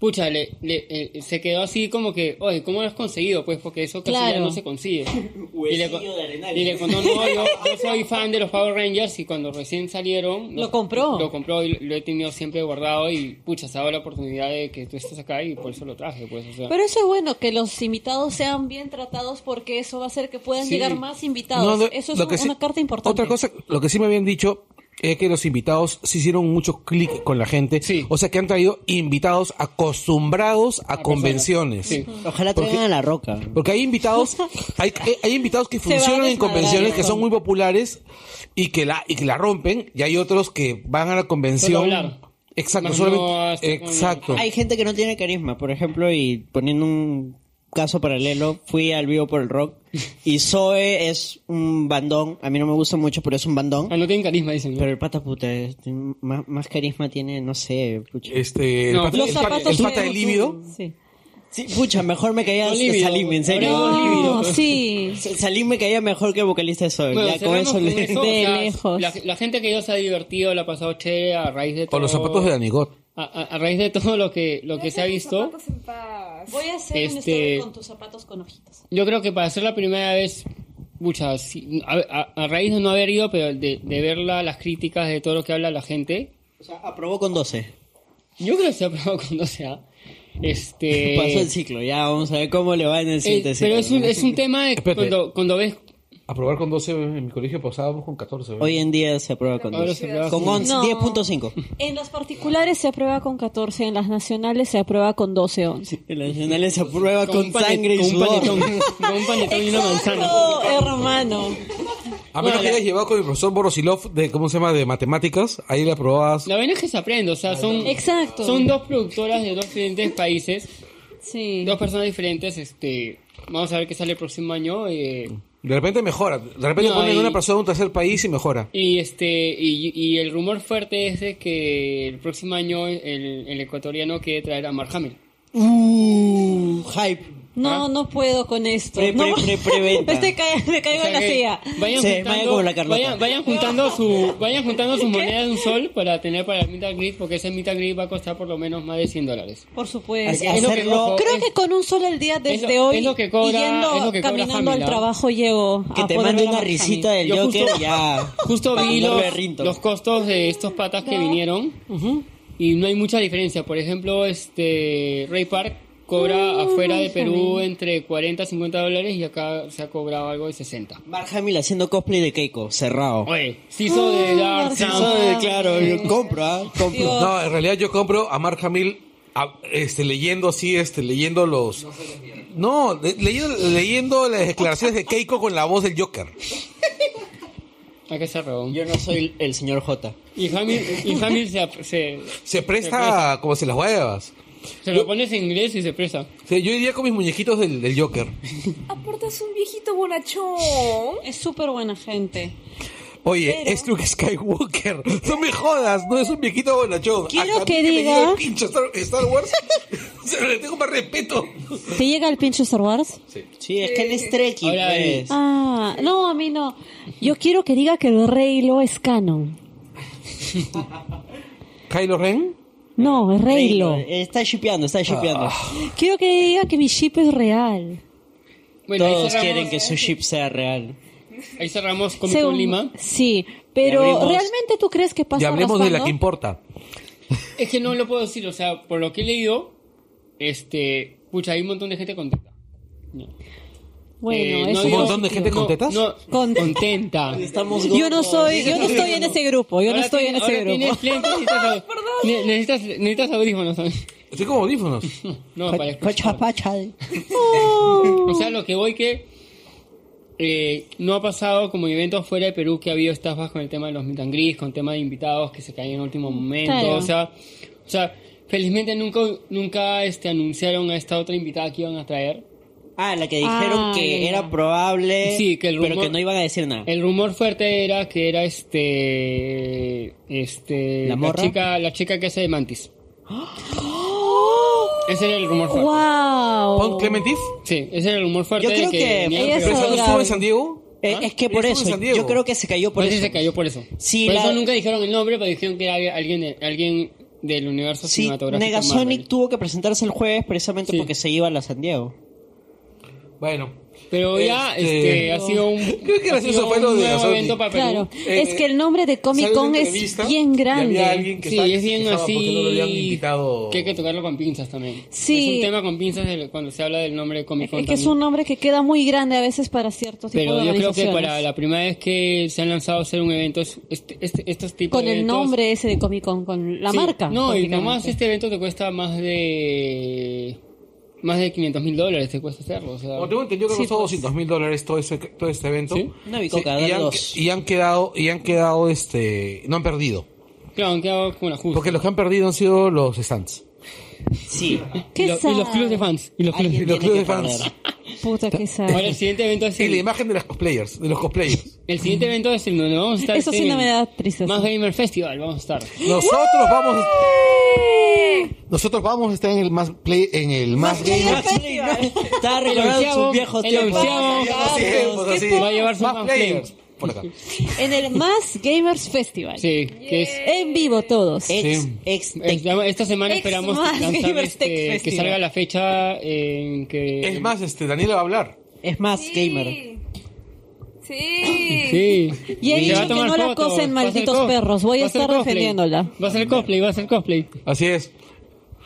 Pucha, le, le- eh, se quedó así como que, oye, ¿cómo lo has conseguido? Pues porque eso casi ya Claro. no se consigue. Y le, con- Huesillo de arenal. y le contó, no, yo, yo soy fan de los Power Rangers y cuando recién salieron... Lo no- compró. Lo compró y lo, lo he tenido siempre guardado y, pucha, se ha dado la oportunidad de que tú estés acá y por eso lo traje, pues, o sea... Pero eso es bueno, que los invitados sean bien tratados porque eso va a hacer que puedan Sí. llegar más invitados. No, no, eso es lo un- que sí- una carta importante. Otra cosa, lo que sí me habían dicho es que los invitados se hicieron mucho clic con la gente. Sí. O sea que han traído invitados acostumbrados a, personas. convenciones. Sí. Ojalá traigan a la roca. Porque hay invitados, hay, hay- hay invitados que Se van a funcionan en desmadrar, convenciones que ¿no? son muy populares y que la y que la rompen, y hay otros que van a la Solo convención. hablar. Exacto, Más no solamente- hasta con- exacto. Hay gente que no tiene carisma, por ejemplo, y poniendo un caso paralelo, fui al vivo por el rock y Zoe es un bandón, a mí no me gusta mucho, pero es un bandón. Ah, no tienen carisma, dicen. ¿no? Pero el pata puta, este, más, más carisma tiene, no sé, pucha. Este, el No, pata- los el pata, zapatos el pata que- de líbido. Sí. Sí, pucha, mejor me caía No, lívido. Salim, en serio. No, Salim- No, lívido. sí. Salim me caía mejor que el vocalista de Zoe. Bueno, ya, con cerramos eso con le- eso, o De sea, lejos. La, la gente que ya se ha divertido, la ha pasado chévere a raíz de todo... O los zapatos de Danigot. a, a- a raíz de todo lo que, lo que se ha visto, Zapatos en paz. Voy a hacer Este- un story con tus zapatos con hojitas. yo creo que para ser la primera vez, mucha, sí, a, a- a raíz de no haber ido, pero de, de ver la- las críticas de todo lo que habla la gente, O sea, aprobó con 12. yo creo que se ha probado cuando sea. Este, Pasó el ciclo, ya vamos a ver cómo le va en el eh, siguiente pero ciclo, es un, ¿no? es un tema de Espérate. cuando, cuando ves... Aprobar con 12 en mi colegio pasábamos con 14. ¿verdad? Hoy en día se aprueba con Ahora 12. se aprueba Con con- 11, No. 10.5. En las particulares se aprueba con 14, en las nacionales se aprueba con 12, 11. El nacional se aprueba con con, un panet- sangre y con un sudor. panetón, con un panetón y una manzana. ¡Oh, hermano! A menos Bueno, que la- hayas llevado con el profesor Borosilov de, ¿cómo se llama?, de matemáticas. Ahí le aprobabas. La vaina es que se aprende, o Ah, sea, son, Exacto. son dos productoras de dos diferentes países, Sí. dos personas diferentes, este... Vamos a ver qué sale el próximo año. eh, De repente mejora. De repente No, ponen y- una persona de un tercer país y mejora. Y este y, y el rumor fuerte es de que el próximo año el, el ecuatoriano quiere traer a Mark Hamill. Uh, hype. No, Ah. no puedo con esto. Pre- pre- No. pre- preventa. Este cae- me caigo O sea en la que silla. Vayan, Sí, vaya juntando, como la Carlota. vayan, vayan juntando su vayan juntando sus monedas de un sol para tener para el meet and greet, porque ese meet and greet va a costar por lo menos más de 100 dólares. Por Así- supuesto. Es lo que hacerlo. cojo. Creo que con un solo al día es desde lo- hoy es lo que cobra- y yendo es lo que cobra caminando al Jamila. trabajo llego Que a te poder mande ver a una Mark risita Hamill. del Yo Joker justo- ya. Justo Para vi no los, berrinto. los costos de estos patas que vinieron y no hay mucha diferencia. Por ejemplo, este Ray Park cobra afuera de Perú entre 40 y 50 dólares y acá se ha cobrado algo de 60. Mark Hamill haciendo cosplay de Keiko, cerrado. Oye, se hizo Pues, de Dark Sí, Sound. sabe, claro, yo compro, ah, compro. Dios. No, en realidad yo compro a Mark Hamill a- este, leyendo así, este, leyendo los... No, le- leyendo, leyendo las declaraciones de Keiko con la voz del Joker. Hay que ser huevón. Yo no soy el señor J. Y Hamil, y Hamil se, ap- se, Se Se presta. presta como si las huevas. se lo pones en inglés y se presa. Sí, yo iría con mis muñequitos del, del Joker. Aportas un viejito bonachón. Es súper buena gente. Oye, es Luke Skywalker. No me jodas, no es un viejito bonachón. Quiero Hasta a mí que me diga- llega el pincho Star, Star Wars. se le tengo más respeto. ¿Te llega el pinche Star Wars? Sí, es que él es Trekkie, Ahora pues. Ah, no, a mí no. Yo quiero que diga que el Reylo es canon. Kylo Ren. No, es Reylo. eh. Está shipeando, está shipeando. Quiero que diga que mi ship es real. Bueno, ahí Todos cerramos- quieren que su ship sea real. Ahí cerramos con Según- Lima. Sí, Y pero abrimos- ¿realmente tú crees que pasa Y hablemos de la que raspando? importa. Es que no lo puedo decir, o sea, por lo que he leído, este, pucha, hay un montón de gente contenta. Bueno, Eh, eso ¿Un digo- montón de gente no, contentas? No, Con- contenta. Estamos Yo no gordos. soy, yo no estoy en ese grupo, yo no Ahora estoy en tiene- ese ahora tienes grupo. lentes, necesitas, au- ne- necesitas, necesitas audífonos. ¿sabes? Estoy como audífonos. No, para Pa- escuchar. pacha, pacha. O sea, lo que voy que eh, no ha pasado como eventos fuera de Perú que ha habido estafas con el tema de los meet and greets, con tema de invitados que se caen en último momento. Claro. O sea, o sea, felizmente nunca, nunca este, anunciaron a esta otra invitada que iban a traer. Ah, la que dijeron Ah, que ya. era probable, Sí, que el pero rumor- que no iban a decir nada. El rumor fuerte era que era este este ¿La morra? chica la chica que hace de Mantis. Ese era el rumor fuerte. Pon Wow. Clementif. Sí, ese era el rumor fuerte. Yo creo de que, que venían, ella pero ¿Pero es esa no adorable. estuvo en San Diego? Eh, ¿Ah? es que Ella por estuvo en eso, San Diego. yo creo que se cayó por No sé si eso. Pues se cayó por eso. Sí, por la- eso nunca dijeron el nombre, pero dijeron que era alguien, de- alguien del universo Sí, cinematográfico. Negasonic Marvel. tuvo que presentarse el jueves precisamente Sí. porque se iba a la San Diego. Bueno. Pero ya este, Este- ha sido un, Creo que ha gracioso sido fue un lo de nuevo Negasonic. evento para Perú. Claro, Eh, es que el nombre de Comic Con Sale una es entrevista bien Y había grande. alguien que Sí, estaba- es se bien quejaba así. Porque no lo habían invitado. Que hay que tocarlo con pinzas también. Sí. Es un tema con pinzas el- cuando se habla del nombre de Comic Con. Es que es también. un nombre que queda muy grande a veces para ciertos tipos Pero de yo creo que organizaciones. para la primera vez que se han lanzado a hacer un evento, es- este- este- estos tipos Con de el eventos- nombre ese de Comic Con, con la Sí, marca. No, y prácticamente. nomás este evento te cuesta más de. Más de 500 mil dólares te cuesta hacerlo. O sea, Como tengo entendido que Sí, costó pues. 200 mil dólares todo, ese, todo este evento. Sí. Una bicoca, y, dale han, dos. y han quedado, y han quedado, este, no han perdido. Claro, han quedado como una justa. Porque los que han perdido han sido los stands. Sí, Qué y, lo- y los sad. clubes de fans. Y los clubes alguien los tiene que clubes de fans. perder. Puta que sad. Ahora el siguiente evento es Y la el, imagen de los cosplayers, de los cosplayers. el siguiente evento es el donde vamos a estar. Eso es sí en no el me da tristeza. Más Gamer Festival vamos a estar. Nosotros vamos, nosotros vamos a estar en el más play, en el más game. Estaba recordando onceavo, sus viejos el tiempos. onceavo. Así es, pues, así. Va a llevar su más fan players. Por acá. En el Más Gamers Festival. Sí, que es. Eh, En vivo todos. Ex, Sí. ex, es- Esta semana Ex esperamos Más lanzar, Gamer este, Tech que Festival. salga la fecha en que. Es más, este, Daniela va a hablar. es más gamer. Sí. Sí. Sí. Y he Se dicho va a que tomar no la fotos, cosen va a malditos hacer cos- perros, voy a va hacer estar cosplay. defendiéndola. Va a ser cosplay, va a ser cosplay. Así es.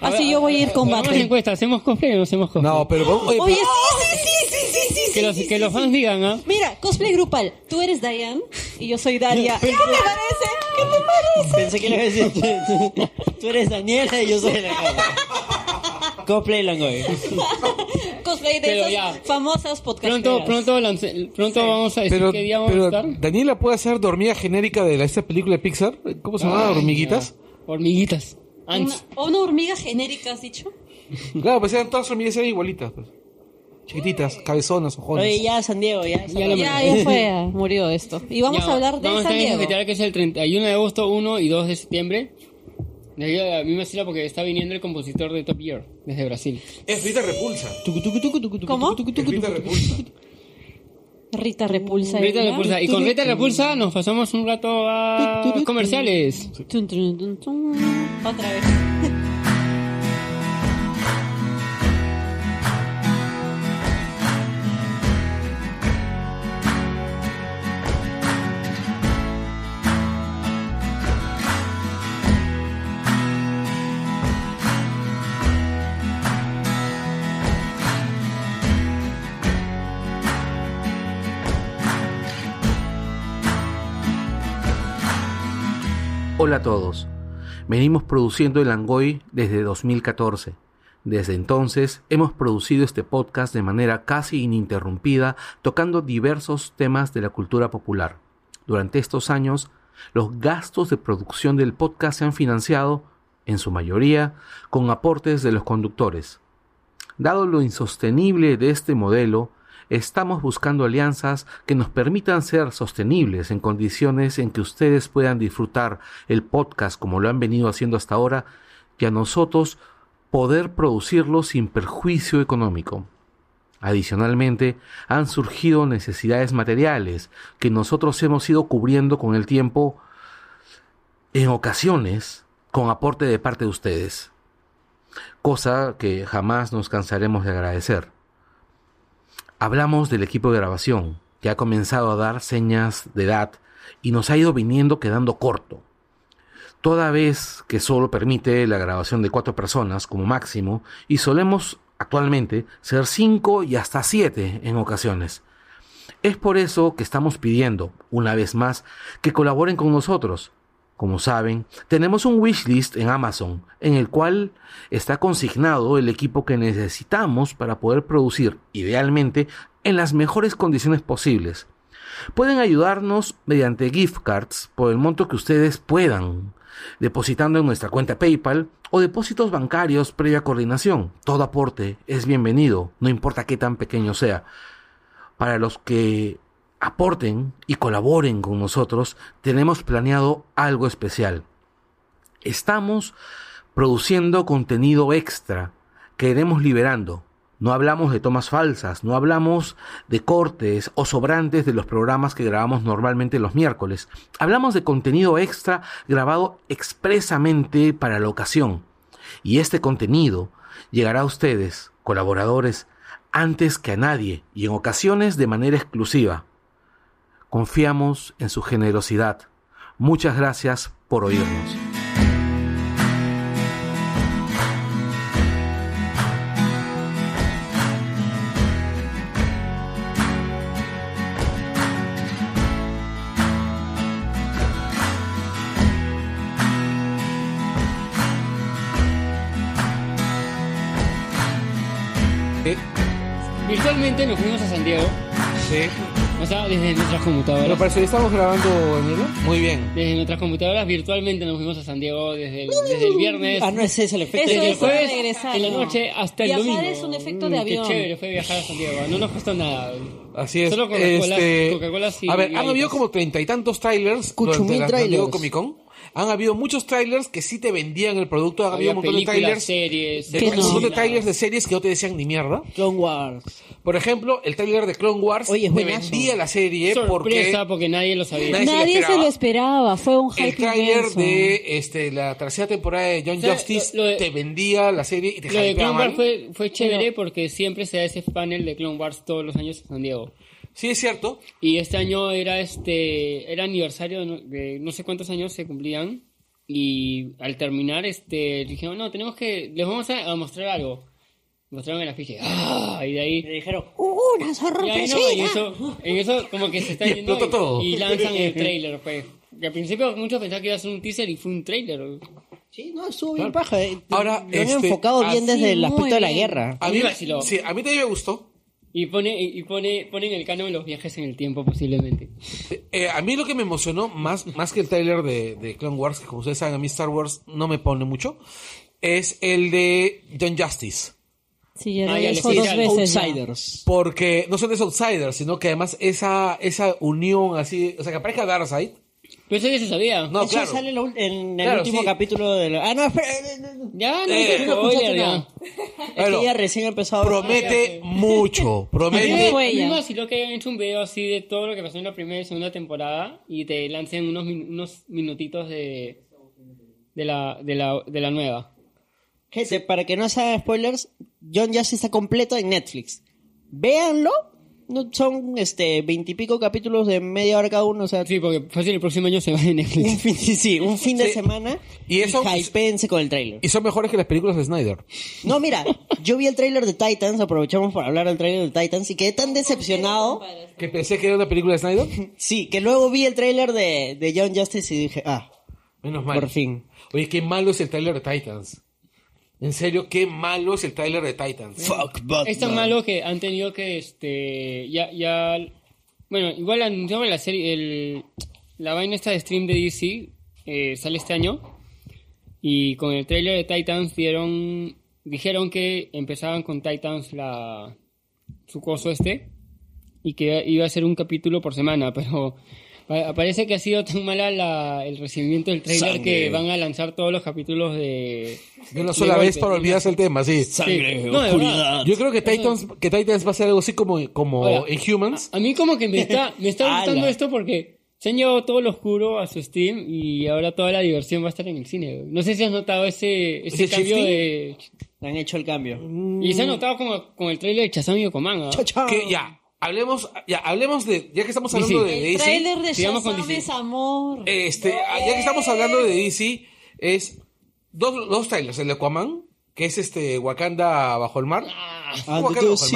Así yo voy a ir con Hagamos Batman. encuesta, ¿hacemos cosplay o no hacemos cosplay? No, pero oye, Oye, sí, sí, sí, sí, sí, sí, Que los, sí, que sí, los sí. fans digan, ¿ah? Mira, cosplay grupal. Tú eres Diane y yo soy Daria. ¿Qué te parece? ¿Qué te parece? Pensé que le iba a decir, tú- tú- tú eres Daniela y yo soy la cara. Cosplay Langoy. Cosplay de Pero esas ya. famosas podcasteras. Pronto, pronto, lance- pronto vamos a decir pero, qué día vamos pero a estar. Daniela puede hacer dormida genérica de la, esta película de Pixar. ¿Cómo se llama? Ay, ¿Hormiguitas? ya. Hormiguitas. Una, Ants. una hormiga genérica, has dicho. Claro, pues eran todas hormiguitas eran igualitas. pues. Chiquititas, cabezonas, ojones. Oye, ya San Diego, ya. Ya lo- Ya, ya fue, ah, murió esto. Y vamos Ya, a hablar de vamos a San estar en Diego. Cafetería, que es el 31 de agosto, 1 y 2 de septiembre. De ahí A mí me sirve porque está viniendo el compositor de Top Gear desde Brasil. Es Rita Repulsa. ¿Cómo? Es Rita Rita Repulsa. Repulsa. Rita ¿eh? Repulsa. Y con Rita Repulsa nos pasamos un rato a comerciales. Tun, tun, tun, tun. Otra vez. Hola a todos. Venimos produciendo el Angoy desde 2014. Desde entonces hemos producido este podcast de manera casi ininterrumpida, tocando diversos temas de la cultura popular. Durante estos años, los gastos de producción del podcast se han financiado, en su mayoría, con aportes de los conductores. Dado lo insostenible de este modelo, estamos buscando alianzas que nos permitan ser sostenibles en condiciones en que ustedes puedan disfrutar el podcast como lo han venido haciendo hasta ahora y a nosotros poder producirlo sin perjuicio económico. Adicionalmente, han surgido necesidades materiales que nosotros hemos ido cubriendo con el tiempo, en ocasiones, con aporte de parte de ustedes, cosa que jamás nos cansaremos de agradecer. Hablamos del equipo de grabación, que ha comenzado a dar señas de edad y nos ha ido viniendo quedando corto. Toda vez que solo permite la grabación de cuatro personas como máximo, y solemos actualmente ser cinco y hasta siete en ocasiones. Es por eso que estamos pidiendo, una vez más, que colaboren con nosotros. Como saben, tenemos un wishlist en Amazon, en el cual está consignado el equipo que necesitamos para poder producir, idealmente, en las mejores condiciones posibles. Pueden ayudarnos mediante gift cards por el monto que ustedes puedan, depositando en nuestra cuenta PayPal o depósitos bancarios previa coordinación. Todo aporte es bienvenido, no importa qué tan pequeño sea. Para los que aporten y colaboren con nosotros, tenemos planeado algo especial. Estamos produciendo contenido extra que iremos liberando. No hablamos de tomas falsas, no hablamos de cortes o sobrantes de los programas que grabamos normalmente los miércoles. Hablamos de contenido extra grabado expresamente para la ocasión. Y este contenido llegará a ustedes, colaboradores, antes que a nadie y en ocasiones de manera exclusiva. Confiamos en su generosidad. Muchas gracias por oírnos. Sí, Virtualmente nos fuimos a San Diego, sí. o sea, desde nuestras Pero computadoras. parece que estamos grabando en vivo. Muy bien. Desde nuestras computadoras virtualmente nos fuimos a San Diego desde el, desde el viernes. Ah, no, ese es el efecto. Uh. Eso desde el es jueves regresar, en la ¿no? noche hasta el Viajar domingo. es un efecto de Mm, avión. Qué chévere fue viajar a San Diego. No nos costó nada. Así es. este, Solo Coca-Colas- Coca-Colas y a ver, han galletas. habido como treinta y tantos trailers durante Cuchumil la San Diego trailers. Comic Con. Han habido muchos trailers que sí te vendían el producto. Han Había habido un montón de películas, trailers. series. de- Que un no. montón de trailers de series que no te decían ni mierda. Clone Wars. Por ejemplo, el trailer de Clone Wars Oye, es te buenazo. vendía la serie porque Sorpresa, porque nadie lo sabía. Nadie se lo Nadie se esperaba. lo esperaba, fue un hype el tráiler inmenso. de este, la tercera temporada de John O sea, Justice lo- lo de- te vendía la serie y te Lo de hypeaba Clone Wars mal. fue, fue chévere porque siempre se da ese panel de Clone Wars todos los años en San Diego. Sí, es cierto. Y este año era este era aniversario ¿no? de no sé cuántos años se cumplían y al terminar este dijeron, "No, tenemos que les vamos a, a mostrar algo." Mostraron el afiche. ¡Ah! Y de ahí Me dijeron, ¡una y ahí sorpresa! no, en eso, en eso como que se está Y yendo explotó todo. y, lanzan el trailer, pues. Y al principio muchos pensaban que iba a ser un teaser y fue un trailer. Sí, no, estuvo bien paja. eh. Ahora, lo han este, Ah, enfocado bien así, desde el muy aspecto de la bien. guerra. A mí, Iba a decirlo. sí, a mí también me gustó. Y pone y pone ponen el canon los viajes en el tiempo posiblemente. Eh, a mí lo que me emocionó más, más que el tráiler de, de Clone Wars, que como ustedes saben, a mí Star Wars no me pone mucho, es el de John Justice. Sí, ya lo Ah, ya le dijo sí, dos ya, veces. ya. Outsiders. Porque no son de Outsiders, sino que además esa, esa unión así, o sea, que aparezca Darkseid. Pero eso ya se sabía. No, eso claro. sale la ul- en el Claro, último sí. capítulo de la... Ah, no, espera. eh, eh, eh, Ya no Eh, se no spoiler, escuchaste ya. nada. Es Bueno, que ya recién empezó a... promete mucho, promete. fue A mí ella. me vaciló que hayan hecho un video así de todo lo que pasó en la primera y segunda temporada y te lancen unos, min- unos minutitos de, de, la, de, la, de la nueva. Gente, para que no se hagan spoilers, John Justice está completo en Netflix. Véanlo. No, son este veintipico capítulos de media hora cada uno, o sea, Sí, porque fácil el próximo año se va de un Netflix. fin, sí, un fin de Sí. semana. Y eso- hypéense con el trailer. Y son mejores que las películas de Snyder. No, mira, yo vi el trailer de Titans, aprovechamos para hablar del trailer de Titans y quedé tan decepcionado. Que pensé que era una película de Snyder. Sí, que luego vi el trailer de, de John Justice y dije, ah, Menos mal. Por fin. Oye, qué malo es el tráiler de Titans. En serio, qué malo es el tráiler de Titans. fuck, but. Es tan malo que han tenido que este ya, ya Bueno, igual anunciaron la serie, el, la vaina esta de stream de DC, eh, sale este año. Y con el trailer de Titans dieron, dijeron que empezaban con Titans la, su coso este. Y que iba a ser un capítulo por semana, pero pa- parece que ha sido tan mala la- el recibimiento del trailer Sangre. que van a lanzar todos los capítulos de... De una sola de vez golpe. para olvidarse el tema, sí. Sangre, Sí. No, de oscuridad. Yo creo que Titans, que Titans va a ser algo así como, como Ahora, en Humans. Ah, A mí como que me está, me está gustando Ala. esto porque se han llevado todo lo oscuro a su Steam y ahora toda la diversión va a estar en el cine. güey. No sé si has notado ese, ese ¿Ese cambio shifting? de... Han hecho el cambio. Y se ha notado como con el trailer de Chazam y Ocoman. ¿ah? Que Mm, ya, hablemos, ya, hablemos de, ya que estamos hablando DC. de El DC, tráiler de sigamos con Eh, Shazam DC. es amor. este, ya que estamos hablando de DC, es dos, dos trailers, el de Aquaman, que es este Wakanda bajo el mar. Ah, Wakanda bajo el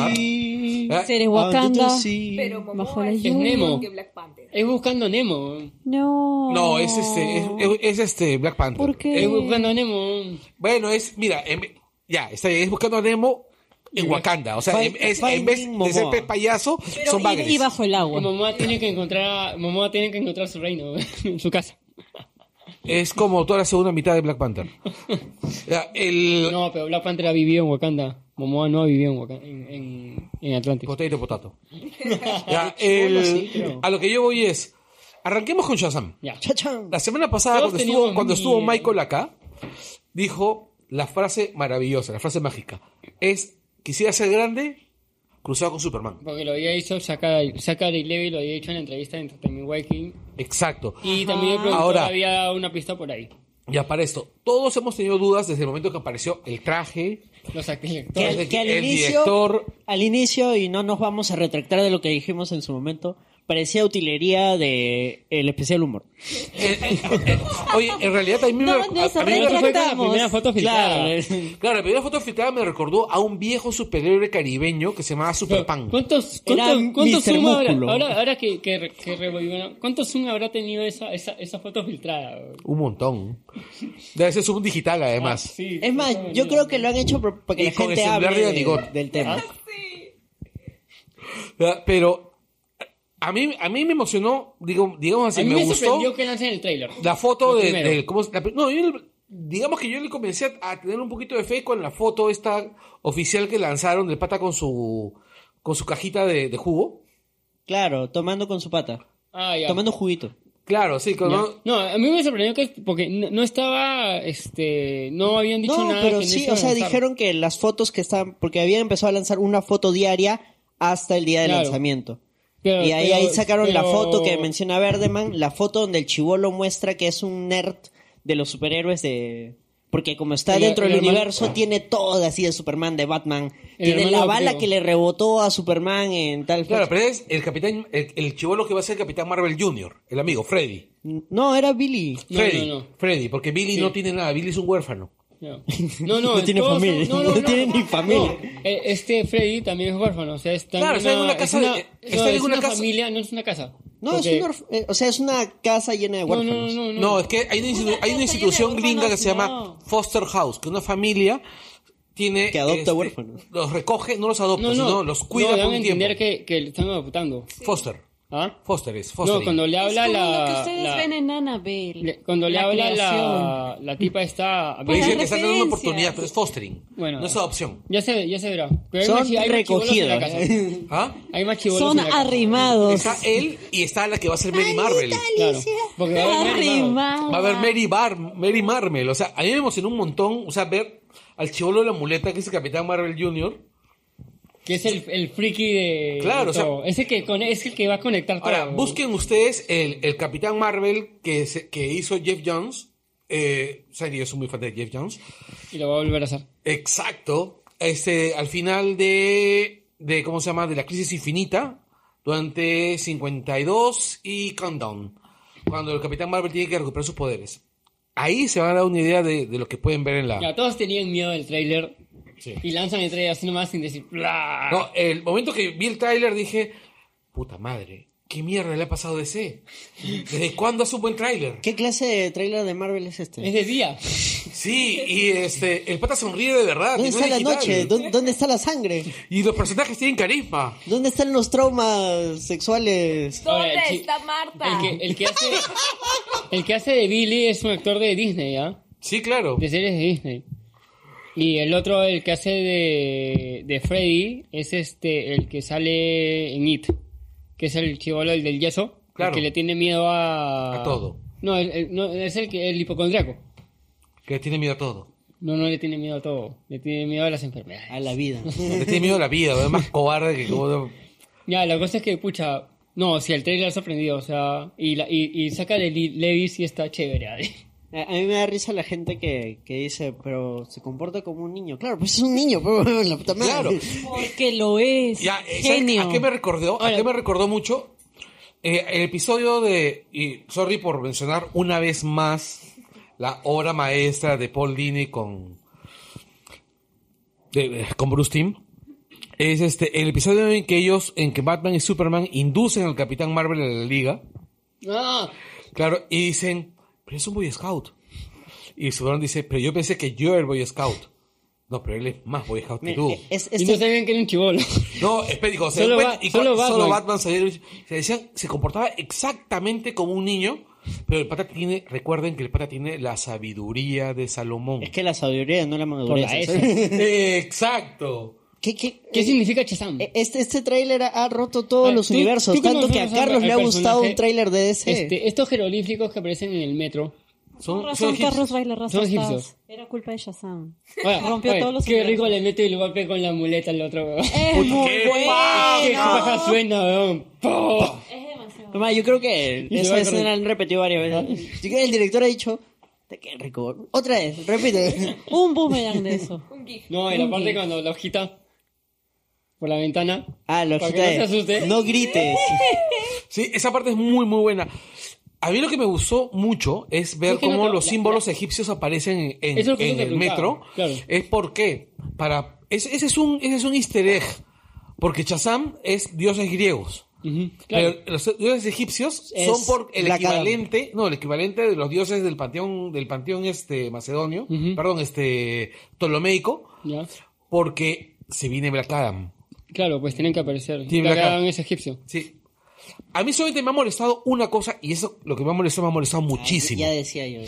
mar. Ah, Seres Wakanda. Pero Bajo Momoa la es lluvia. mejor que Black Panther. Es buscando Nemo. güey. No. No, es este, es, es- es este Black Panther. ¿Por qué? Eh, Es buscando Nemo. bueno, es, mira, en- ya, está bien, es buscando a Nemo en Wakanda. O sea, en, es- en vez de ser pe- payaso, Pero son y- bagres. y, bajo el Y agua. Momoa tiene que encontrar, a- Momoa tiene que encontrar su reino, güey, en su casa. Es como toda la segunda mitad de Black Panther. Ya, el No, pero Black Panther ha vivido en Wakanda. Momoa no ha vivido en, Wakanda, en, en, en Atlantis. potato potato. Ya, el- sí, creo. a lo que yo voy es, arranquemos con Shazam. Ya. La semana pasada, Todos cuando estuvo, teníamos cuando estuvo miedo. Michael acá, dijo la frase maravillosa, la frase mágica. Es, quisiera ser grande, cruzado con Superman. Porque lo había hecho Zachary Zachary Levi, lo había hecho en la entrevista en Entertainment Viking. Exacto. Y también el productor Ahora- había dado una pista por ahí. Ya para esto, todos hemos tenido dudas desde el momento que apareció el traje, Los actores. Que, al- que al, El inicio, director- al inicio, y no nos vamos a retractar de lo que dijimos en su momento, parecía utilería de el especial humor. Eh, eh, eh, Oye, en realidad a mí me, No, rec- no, a- se a mí me Esa fue la Retractamos. primera foto filtrada. Claro, la primera foto filtrada me recordó a un viejo superhéroe caribeño que se llamaba Superpan. ¿Cuántos, Era cuántos, cuántos Mr. zoom habrá, Músculo. ahora, ahora que, que, re- que revivieron, ¿cuántos zoom habrá tenido esa, esa, esa foto filtrada? bro? Un montón. Debe ser un digital, Ah, además. sí, Es más, yo creo que lo han hecho pro- para que Y la con gente el celular hable de de- Anigón. del tema. Ah. ¿Verdad? Pero a mí, a mí me emocionó, digo, digamos así, a mí me, me, gustó sorprendió que lancen el trailer. la foto Lo de, primero. del- ¿cómo es? La pri- no, yo le- digamos que yo le comencé a, a tener un poquito de fe con la foto esta oficial que lanzaron del pata con su con su cajita de, de jugo. Claro, tomando con su pata. Ah, ya. Tomando juguito. Claro, sí, con- Ya. ¿no? No, a mí me sorprendió que porque no, no estaba, este, no habían dicho No, nada. pero que sí, iban o a sea, lanzar. dijeron que las fotos que estaban, porque habían empezado a lanzar una foto diaria hasta el día de Claro. lanzamiento. Pero- y ahí, pero- ahí sacaron la pero- foto que menciona Verdeman, la foto donde el chivolo muestra que es un nerd de los superhéroes de... Porque como está El- dentro el del hermano- universo, tiene todo así de Superman, de Batman. El Tiene hermano la bala adoptivo. que le rebotó a Superman en tal... Claro, fecha. pero es el capitán, el, el chivolo que va a ser Capitán Marvel Jr., el amigo, Freddy. No, era Billy. No, Freddy, no, no. Freddy, porque Billy Sí. no tiene nada, Billy es un huérfano. No, no, no, No tiene todos son- familia, no tiene ni familia. no, eh, este Freddy también es huérfano, o sea, está Claro, en está en una casa de- es está no, en es una una casa- familia, no es una casa. No, Porque- es un orf- eh, o sea, es una casa llena de no, huérfanos. no, no, no, No, es que hay una, institu- hay una casa institución llena de gringa que se huérfanos, llama no. Foster House, que una familia tiene... este, Que adopta huérfanos. Los recoge, no los adopta, No, no, sino los cuida no, por dan un a tiempo. entender que, que le están adoptando. Foster, ¿Ah? Foster es, Foster. No, cuando le habla es como la, lo que ustedes la- ven en Annabelle. le- cuando le La habla creación. la, la tipa está Me dice Para que están dando una referencias. oportunidad, pero es fostering, Bueno. no es adopción. ya se ya se verá. Pero hay más Son chi- hay más chibolos en recogidos. la casa. ¿Ah? Hay más chibolos Son en la casa. arrimados. Está él y está la que va a ser Mary Marvel. Claro, porque va a haber más chibolos. Arrimados. Va a haber Mary, Bar Mary Marmel. O sea, a mí me emocionó un montón. O sea, ver al chivolo de la muleta, que es el Capitán Marvel Jr. que es el, el friki de Claro, o sea- todo. es el que con, es el que va a conectar todo. Ahora, busquen ustedes el, el Capitán Marvel que, se- que hizo Jeff Jones. Eh, o sea, yo soy muy fan de Jeff Jones. y lo va a volver a hacer. Exacto. Este, al final de, de, ¿cómo se llama? De la crisis infinita, durante 52 y Countdown, cuando el Capitán Marvel tiene que recuperar sus poderes. Ahí se van a dar una idea de, de lo que pueden ver en la... Ya, todos tenían miedo del tráiler Ah. Sí. y lanzan el tráiler así nomás sin decir bla. No, el momento que vi el tráiler dije, puta madre, ¿Qué mierda le ha pasado a DC? ¿Desde cuándo hace un buen tráiler? ¿Qué clase de trailer de Marvel es este? Es de día. Sí, y este, el pata sonríe de verdad. ¿Dónde que no está es la digital. noche? ¿Dó- ¿Dónde está la sangre? Y los personajes tienen carisma. ¿Dónde están los traumas sexuales? ¿Dónde Oye, sí. está Marta? El que, el que hace, el que hace de Billy es un actor de Disney, ¿ah? Sí, claro. Pues, De series de Disney. Y el otro, el que hace de, de Freddy, es este, el que sale en It, que es el chivolo, el del yeso, Claro. el que le tiene miedo a... ah. A todo. No, el- el- no, es el, que, el hipocondriaco. Que tiene miedo a todo. No, no le tiene miedo a todo, le tiene miedo a las enfermedades. A la vida. Le tiene miedo a la vida, es más cobarde que como... Ya, la cosa es que, pucha, no, si el trailer ha sorprendido, o sea, y, la, y, y saca de Li- Levi sí está chévere. ¿ah? A a mí me da risa la gente que, que dice, pero se comporta como un niño. Claro, pues es un niño, pero la puta madre. Claro. Porque lo es. Ya, eh, ¿sabes genio. ¿A qué me recordó? ¿A qué me recordó mucho? Eh, el episodio de. Y sorry por mencionar una vez más la obra maestra de Paul Dini con. de- de- con Bruce Timm. Es este, el episodio en que ellos, en que Batman y Superman inducen al Capitán Marvel a la liga. Ah, Claro, y dicen, pero es un Boy Scout. Y Superman dice, pero yo pensé que yo era el Boy Scout. No, pero él es más Boy Scout que tú. Es, y este- no sabían que era un chivolo. No, espera, digo, se, Solo cuenta- Ba- y solo cuando- solo Batman. Batman salió, se, decían- se comportaba exactamente como un niño, pero el pata tiene, recuerden que el pata tiene la sabiduría de Salomón. es que la sabiduría no la madurez. Por la ¿sabes? Exacto. ¿Qué, qué, eh, ¿Qué significa Chazam? Eh, Este, este tráiler ha, ha roto todos Ah, los tú- universos, tú tanto conoces que a al- Carlos al le ha gustado personaje- un tráiler de DC. Este, estos jeroglíficos que aparecen en el metro. Son, razón, son egipcios. Carlos Baila Raza son estás. egipcios. Era culpa de Shazam. Oye, Rompió oye, todos los Eh, Qué rico universos. le meto y lo golpe con la muleta al otro, weón. Es Puta, muy qué bueno. paja. Qué paja suena, weón. Po. Mamá, yo creo que Y se esa va a escena la correr. han repetido varias veces. Yo creo que el director ha dicho, "Puta, qué rico. Otra vez, repite. Un boomerang de eso. Un gif. No, y la parte cuando la hojita por la ventana. Ah, lo Para que que no se asuste. No grites. Sí, esa parte es muy, muy buena. A mí lo que me gustó mucho es ver Es que no cómo te- los la- símbolos egipcios aparecen en, en- Eso es lo que en yo te el preguntaba, metro. claro. Es porque, para, ese, ese es un, ese es un easter egg, porque Chazam es dioses griegos. Ujú, claro. Pero los dioses egipcios Es son por el la cara. equivalente, no, el equivalente de los dioses del panteón, del panteón este macedonio, Ujú. perdón, este ptolomeico, Ya. porque se viene Black Adam. Claro, pues tienen que aparecer. Sí, Black Black Adam es egipcio. Sí. A mí solamente me ha molestado una cosa, y eso lo que me ha molestado, me ha molestado muchísimo. Ah, Ya decía yo.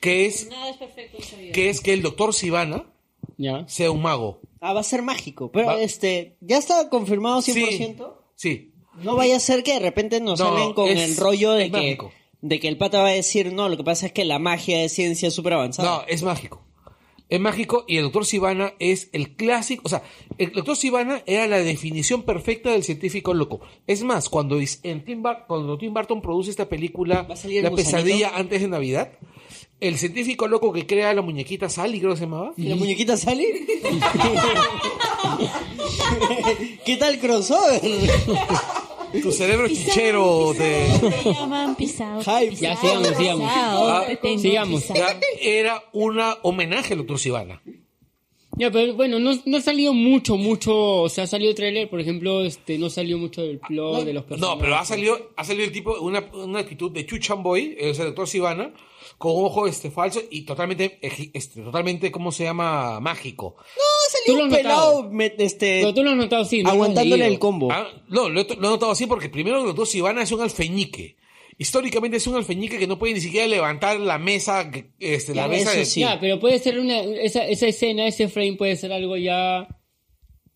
Que es, Nada es perfecto esa vida. que es que el doctor Sivana Ya. sea un mago. Ah, va a ser mágico. Pero Va- este, ya está confirmado 100%. Sí. No vaya a ser que de repente nos No, salen con es- el rollo de es que, mágico. de que el pata va a decir, no, lo que pasa es que la magia es ciencia súper avanzada. No, es mágico. Es mágico y el doctor Sivana es el clásico. O sea, el doctor Sivana era la definición perfecta del científico loco. Es más, cuando, is- en Tim, Bur- cuando Tim Burton produce esta película, ¿Va a salir el La gusanito? pesadilla antes de Navidad, el científico loco que crea la muñequita Sally, creo que se llamaba. ¿Y la muñequita sale? ¿Qué tal crossover? Tu cerebro chichero de. Me llaman pisado. Hype. Ya, sigamos, sigamos. Ah, sigamos. Era, era una homenaje al doctor Sivana. Ya, pero bueno, no, no ha salido mucho, mucho. O sea, ha salido trailer, por ejemplo, este, no salió mucho del plot de los personajes. No, pero ha salido, ha salido el tipo una, una actitud de Chuchamboy, el doctor Sivana, con un ojo este falso y totalmente, eji- este, totalmente, ¿cómo se llama? Mágico. Tú Un lo has pelado, notado. me- este, Pero tú lo has notado, sí. no lo has aguantándole leído. el combo. Ah, no, lo he, to- lo he notado así porque primero el doctor Sivana es un alfeñique. Históricamente es un alfeñique que no puede ni siquiera levantar la mesa, que- este, la Ya, mesa eso de... sí. Ya, pero puede ser una. Esa, esa escena, ese frame puede ser algo ya.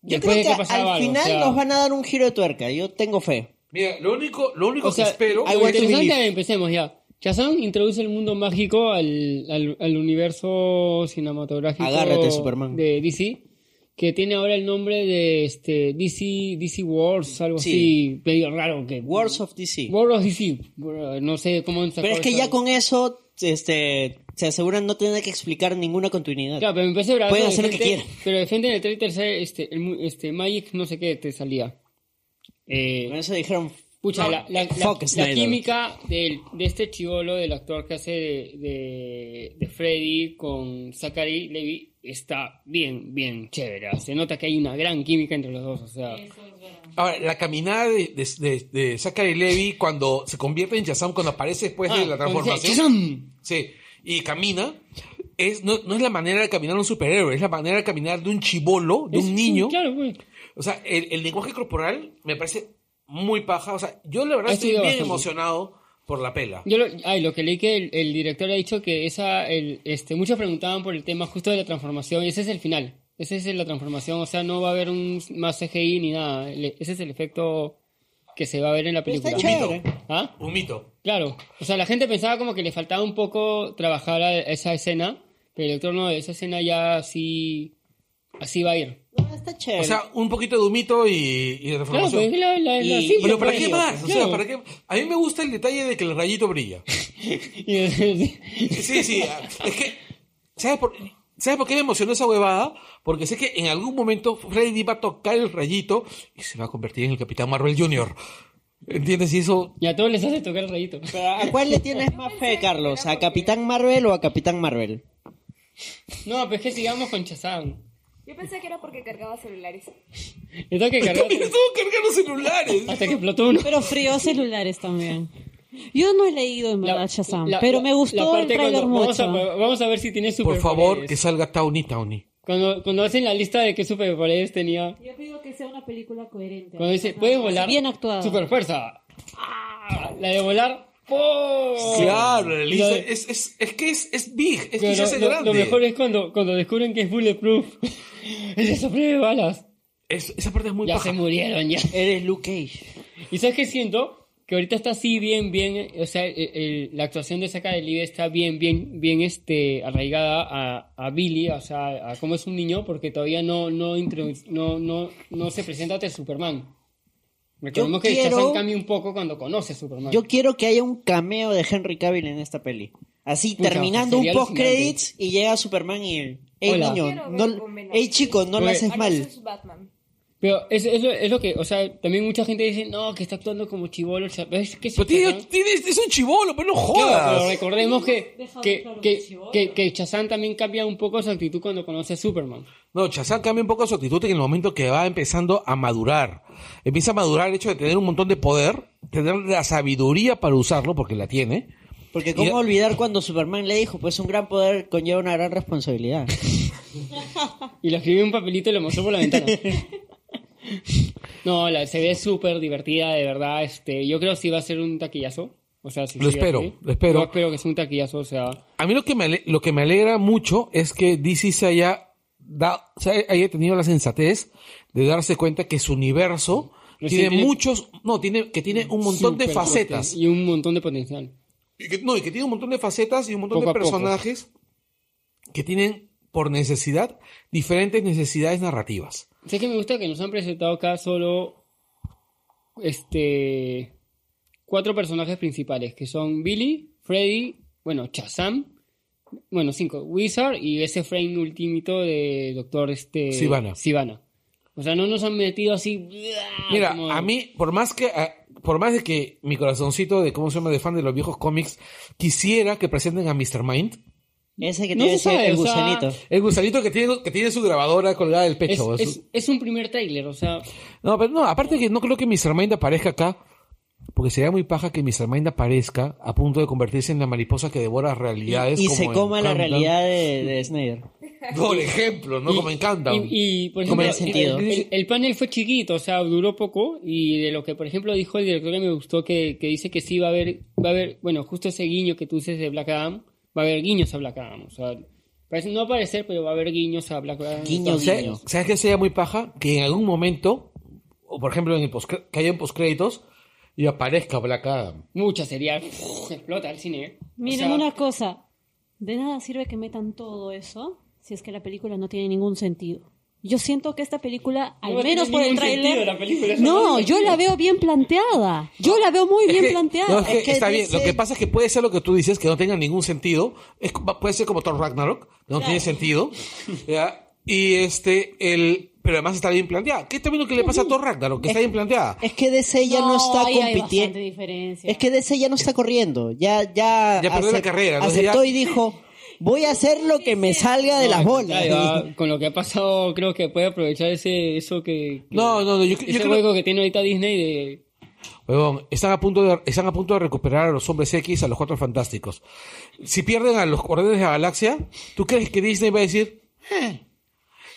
Yo después de creo que, al pasaba algo, final o sea. nos van a dar un giro de tuerca. Yo tengo fe. Mira, lo único, lo único O sea, que espero... I lo want to believe. interesante, empecemos ya. Shazam introduce el mundo mágico al, al, al universo cinematográfico Agárrate, Superman. de DC, que tiene ahora el nombre de este DC, DC Wars, algo Sí. así, medio raro que Wars of DC. World of DC. Bueno, No sé cómo han sacado Pero es que esa- ya con eso este, se aseguran no tener que explicar ninguna continuidad. Claro, pero me parece bravo. Pueden hacer lo que defiende- quieran. Pero defienden el trailer, ¿sabe? este, el mu- este, Magic, no sé qué, te salía. Eh, Con eso dijeron, Pucha, la, la- la- Fuck la Snyder. química del- de este chivolo, del actor que hace de, de- de Freddy con Zachary Levy, está bien, bien chévere. Se nota que hay una gran química entre los dos, o sea. Ahora, la caminada de, de, de- de Zachary Levy cuando se convierte en Shazam, cuando aparece después de Ah, la cuando dice, transformación. "Shazam". Sí, y camina. Es, no, no es la manera de caminar un superhéroe, es la manera de caminar de un chibolo, de Es- un niño. Claro, güey. O sea, el, el lenguaje corporal me parece muy paja. O sea, yo la verdad Ha estoy sido bien bastante. emocionado por la pela. Yo lo, ay, lo que leí que el, el director ha dicho que esa, el, este, muchos preguntaban por el tema justo de la transformación y ese es el final. Ese es la transformación, o sea, no va a haber un más CGI ni nada. Le- Ese es el efecto que se va a ver en la Pero película. está chévere. ¿Ah? Un mito. Claro. O sea, la gente pensaba como que le faltaba un poco trabajar a esa escena, pero el director no, esa escena ya así, así va a ir. No, está chévere. O sea, un poquito de un mito y, y de Claro, transformación. pues es la, la, la Y- simple, Pero ¿para pues. qué más? O sea, Claro. ¿para qué? A mí me gusta el detalle de que el rayito brilla. Y- Sí, sí. ah, Es que, ¿sabes por, ¿sabes por qué me emocionó esa huevada? Porque sé que en algún momento Freddy va a tocar el rayito y se va a convertir en el Capitán Marvel Jr. ¿Entiendes? Y eso... Y a todos les hace tocar el rayito. Pero, ¿A cuál le tienes más fe, Carlos? ¿A Capitán Marvel o a Capitán Marvel? No, pues que sigamos con Chazam. Yo pensé que era porque cargaba celulares. Esto que cargar Mira, todo cargar los celulares. hasta que explotó uno. Pero frío celulares también. Yo no he leído en verdad Shazam, la- pero la- me gustó la el parte trailer cuando- mucho. Vamos a, vamos a ver si tiene Por favor, que superpoderes. salga Tawny Tawny. Cuando, cuando hacen la lista de qué superpoderes tenía, Yo pido que sea una película coherente. cuando dice, puedes volar. Bien actuada. Superfuerza. Ah, La de volar. ¡pum! Claro, Elisa, Oh. Lo- es, es, es que es, es big, es que Pero ya es lo, lo grande. mejor es cuando, cuando descubren que es bulletproof. Le soplen balas. Es- esa parte es muy Ya paja. se murieron, ya. Eres Luke Cage. ¿Y sabes qué siento? Que ahorita está así bien, bien, eh, o sea, el- el- la actuación de Saca del Libre está bien, bien, bien este, arraigada a, a Billy, o sea, a cómo es un niño, porque todavía no, no, introdu- no, no, no se presenta ante Superman. Recordemos que quiero- Shazam cambia un poco cuando conoce a Superman. Yo quiero que haya un cameo de Henry Cavill en esta peli. Así, Pucha, terminando un sería post-credits y llega Superman y el... Ey, Hola. niño, Quiero ver no, con Ben ey, Affleck. chico, no lo Oye, haces Ah, no, mal. eso es Batman. Pero es, es, lo, es lo que, o sea, también mucha gente dice, no, que está actuando como chivolo. Es que Pero Shazam- tiene- tiene- es un chivolo, pero no Pero jodas. recordemos que, Deja que, de hablar que, de chivolo. que, que Shazam también cambia un poco su actitud cuando conoce a Superman. No, Chazán cambia un poco su actitud en el momento que va empezando a madurar. Empieza a madurar el hecho de tener un montón de poder, tener la sabiduría para usarlo, porque la tiene. Porque cómo Y- olvidar cuando Superman le dijo, pues un gran poder conlleva una gran responsabilidad. Y lo escribí en un papelito y lo mostró por la ventana. no, la, se ve súper divertida, de verdad. Este, yo creo que sí va a ser un taquillazo. O sea, si Lo sigue espero, así. lo espero. Yo espero que sea un taquillazo, o sea. A mí lo que me, ale- lo que me alegra mucho es que DC se haya, da- se haya tenido la sensatez de darse cuenta que su universo Pero sí tiene, tiene- muchos, no, tiene, que tiene un montón de súper facetas. fuerte Y un montón de potencial. Y que, no, y que tiene un montón de facetas y un montón Poco de a poco. personajes que tienen, por necesidad, diferentes necesidades narrativas. Sé que me gusta que nos han presentado acá solo. Este. Cuatro personajes principales, que son Billy, Freddy, bueno, Chazam. Bueno, cinco. Wizard y ese frame ultimito de Doctor este, Sivana. Sivana. O sea, no nos han metido así. ¡bla! Mira, Ah, como- a mí, por más que a- por más de que mi corazoncito de cómo se llama de fan de los viejos cómics quisiera que presenten a Mr. Mind, Ese que No te se decía sabe, el o sea, gusanito. el gusanito que tiene, que tiene su grabadora colgada del Es, pecho. es- es un primer trailer, o sea. No, pero no, aparte que no creo que Mr. Mind aparezca acá, porque sería muy paja que Mr. Mind aparezca a punto de convertirse en la mariposa que devora realidades. Y como se en coma la Countdown. realidad de, de Snyder. Por ejemplo, ¿no? como en Countdown. Y, y, por Como ejemplo, en sentido. el, el- el panel fue chiquito, o sea, duró poco. Y de lo que, por ejemplo, dijo el director que me gustó, que, que dice que sí va a haber, va a haber, bueno, justo ese guiño que tú dices de Black Adam, va a haber guiños a Black Adam. O sea, parece no aparecer, pero va a haber guiños a Black Adam. Guiño, Entonces, ¿Sabes, ¿Sabes qué sería muy paja? Que en algún momento, o por ejemplo, en el postcr- que haya un postcréditos y aparezca Black Adam. Mucha sería, ¡puf! explota el cine. ¿eh? O Miren sea, una cosa, de nada sirve que metan todo eso si es que la película no tiene ningún sentido. Yo siento que esta película, al No tiene menos por el ningún sentido tráiler, la película, eso no no, tiene yo la veo bien planteada. Yo la veo muy Es bien que- no, planteada. es que Es que está bien. dice- Lo que pasa es que puede ser lo que tú dices, que no tenga ningún sentido. Es co- puede ser como Thor Ragnarok, que no tiene sentido. ¿ya? Y este, el. Pero además está bien planteada. ¿Qué también lo que le pasa a Thor Ragnarok? Que está bien planteada. Es que DC ya no, está ahí hay compitiendo. bastante diferencia. Es que DC ya no está corriendo. Ya, ya. Ya perdió la acep- carrera, ¿no? Aceptó Ya- y dijo. voy a hacer lo que me salga de No, las al bolas. contrario, ah, Con lo que ha pasado, creo que puede aprovechar ese eso que. que- No, no, no, yo- yo ese creo- juego que tiene ahorita Disney de. Huevón, están a punto de, están a punto de recuperar a los hombres X, a los cuatro fantásticos. Si pierden a los Guardianes de la Galaxia, ¿tú crees que Disney va a decir? "Eh"?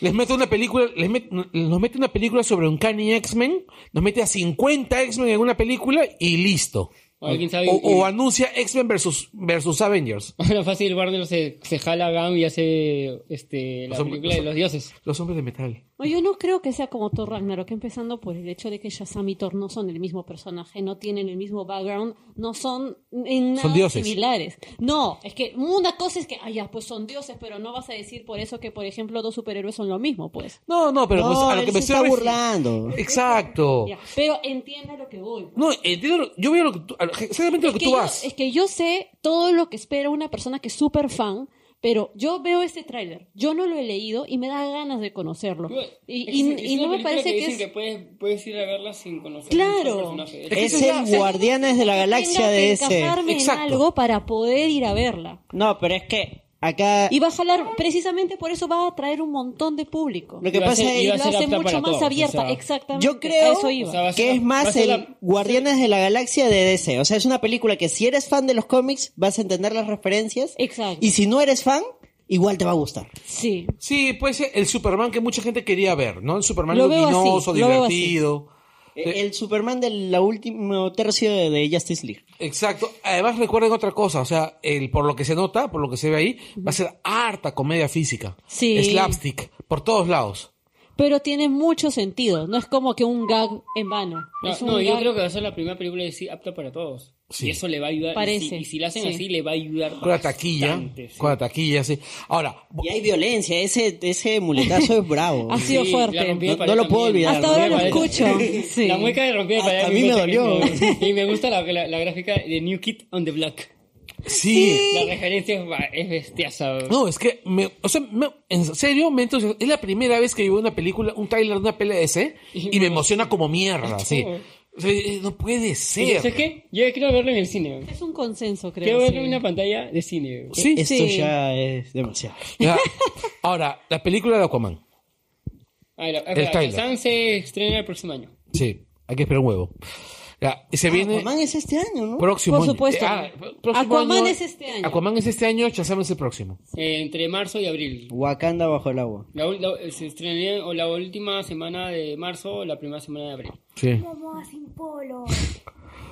Les mete una película, les met- nos mete una película sobre un Canny X-Men, nos mete a 50 X-Men en una película y listo. O alguien sabe- O- o y- anuncia X-Men versus, versus Avengers. Bueno, fácil, Warner se, se jala a Gam y hace este, la Los hom- película de los- los dioses. Los hombres de metal. No, yo no creo que sea como Thor Ragnarok, empezando por el hecho de que Shazam y Thor no son el mismo personaje, no tienen el mismo background, no son en nada Son dioses. similares. No, es que una cosa es que, ah, ya, pues son dioses, pero no vas a decir por eso que, por ejemplo, dos superhéroes son lo mismo, pues. No, no, pero pues, no, a lo él que me se estoy está ref- burlando. Exacto. Ya, pero entiende lo que voy. No, entiendo, Oh. lo- yo veo lo que tú- a lo- exactamente lo que, que tú yo- vas. es que yo sé todo lo que espera una persona que es súper fan, pero yo veo este tráiler, yo no lo he leído y me da ganas de conocerlo. Y, y- Es- es y una no me película parece que, dicen es... que puedes, puedes ir a verla sin conocer Claro. mucho al personaje. que Es eso ya- el Guardianes de la Galaxia tenga que de ese. encajarme Exacto. en algo para poder ir a verla. No, pero es que acá Y va a Ah. jalar, precisamente por eso va a atraer un montón de público. lo que Iba a pasa ser- es iba Y a lo ser hace apta mucho para más todos, o abierta, sea, exactamente. Yo creo A eso iba. o sea, va a ser que la- es va a más ser el la- Guardianes de la Galaxia de DC. O sea, es una película que si eres fan de los cómics vas a entender las referencias. Exacto. Y si no eres fan, igual te va a gustar. Sí. Sí, pues el Superman que mucha gente quería ver, ¿no? El Superman Lo veo así, luminoso, lo veo así. divertido. Eh, El Superman del la último tercio de, de Justice League. Exacto. Además recuerden otra cosa, o sea, el, por lo que se nota, por lo que se ve ahí, va a ser harta comedia física. Sí. Slapstick, por todos lados. Pero tiene mucho sentido. No es como que un gag en vano. No, Es un no, yo gag- creo que va a ser la primera película de sí apta para todos. Sí. Y eso le va a ayudar. Parece, Y si, y si la hacen sí. así, le va a ayudar. Con la taquilla, bastante, Ah, sí. con la taquilla, sí. Ahora, Y hay violencia, ese, ese muletazo es bravo. Ha sido Sí, la fuerte. rompí de No- no pared lo puedo también. olvidar, Hasta La ahora lo rompí de pared. escucho. Sí. La mueca de romper Hasta a mí me dolió. Y me gusta la, la- la gráfica de New Kid on the Block. sí. La referencia es, ba- es bestiaza. No, es que, me- o sea, me- en serio, me entusias- es la primera vez que yo veo una película, un tráiler de una PLS y me emociona como mierda, sí. O sea, eh, no puede ¿Y ser. ¿Sabes qué? Yo quiero verlo en el cine. Es un consenso, creo. Quiero verlo sí. en una pantalla de cine. Sí. Esto Sí. ya es demasiado. Ya. Ahora, la película de Aquaman. Ah, la, El tráiler. Shazam se estrena el próximo año. Sí, hay que esperar un huevo. Ya, y se viene Aquaman es este año, ¿no? próximo Por año. supuesto. Eh, próximo Aquaman año- es este año. Aquaman es este año, Shazam es el próximo. Eh, entre marzo y abril. Wakanda bajo el agua. La ul- la- se estrenaría o la última semana de marzo o la primera semana de abril. Sí. Momoa sin polo.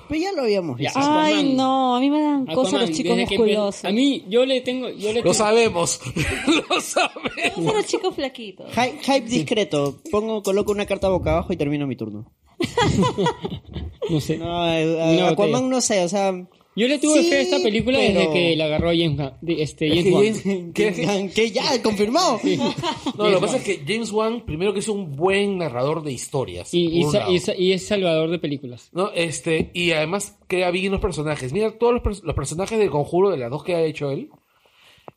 Pero ya lo habíamos Ya. visto. Ay, Aquaman. no. A mí me dan Aquaman, cosas los chicos desde que empe- musculosos. A mí, yo le tengo. Yo le Lo tengo- sabemos. Lo sabemos. Cosas los chicos flaquitos. Hy- Hype discreto. Pongo, coloco una carta boca abajo y termino mi turno. No sé. No, eh, Una Aquaman botella. no sé, o sea, Yo le tuve Sí, fe a esta película pero- desde que la agarró James Wan- de- este, Es James que Wan. James- que- que- que ya, confirmado. no, lo que pasa es que James Wan, primero que es un buen narrador de historias. Y, y por un sa- lado. y sa- y es salvador de películas. ¿no? Este, y además crea bien los personajes. Mira, todos los, pers- los personajes del conjuro de las dos que ha hecho él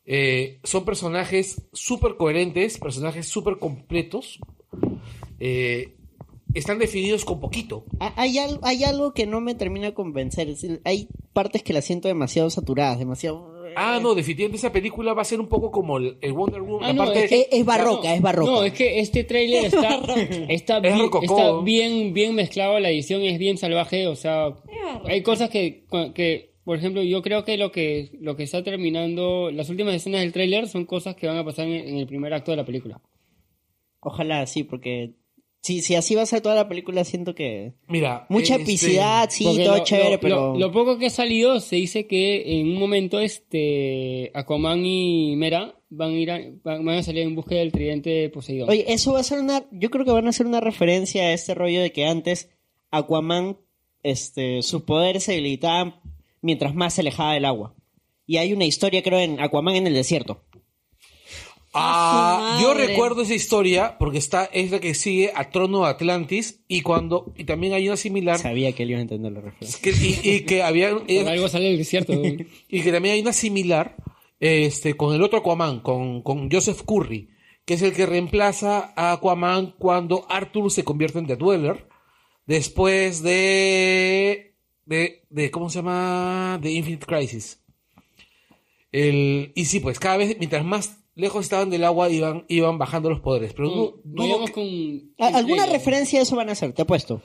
eh, son personajes súper coherentes, personajes súper completos. eh, están definidos con poquito. Ha- Hay, al- hay algo que no me termina de convencer. es decir, hay partes que las siento demasiado saturadas, demasiado. Ah, no, definitivamente esa película va a ser un poco como el, el Wonder Woman. Ah, no, aparte, es que- Es- eh, es barroca, no, es barroca. No, es que este tráiler está, está, bien, rococó. está bien, bien mezclado, la edición es bien salvaje, o sea, barroca. hay cosas que, que, por ejemplo, yo creo que lo que lo que está terminando, las últimas escenas del tráiler son cosas que van a pasar en, en el primer acto de la película. Ojalá sí, porque si, si así va a ser toda la película, siento que. mira, Mucha este, epicidad, sí, Porque todo lo- chévere, lo- pero. lo, lo poco que ha salido se dice que en un momento este Aquaman y Mera van a ir a, van van a salir en búsqueda del tridente de Poseidón. Oye, eso va a ser una. Yo creo que van a hacer una referencia a este rollo de que antes Aquaman, este, sus poderes se debilitaban mientras más se alejaba del agua. Y hay una historia, creo, en Aquaman en el desierto. Ah, Ah, su yo madre. recuerdo esa historia porque está, es la que sigue a Trono de Atlantis y cuando y también hay una similar Sabía que él iba a entender la referencia. que- y, y que había eh, Por algo sale del desierto. güey. Y que también hay una similar este, con el otro Aquaman, con, con Joseph Curry, que es el que reemplaza a Aquaman cuando Arthur se convierte en The Dweller, después de, de, de ¿cómo se llama? The Infinite Crisis. El, y sí, pues cada vez, mientras más lejos estaban del agua, iban, iban bajando los poderes. Pero no, Con- dudo vayamos que- con. A- ¿Alguna Slayer. referencia a eso van a hacer? Te apuesto.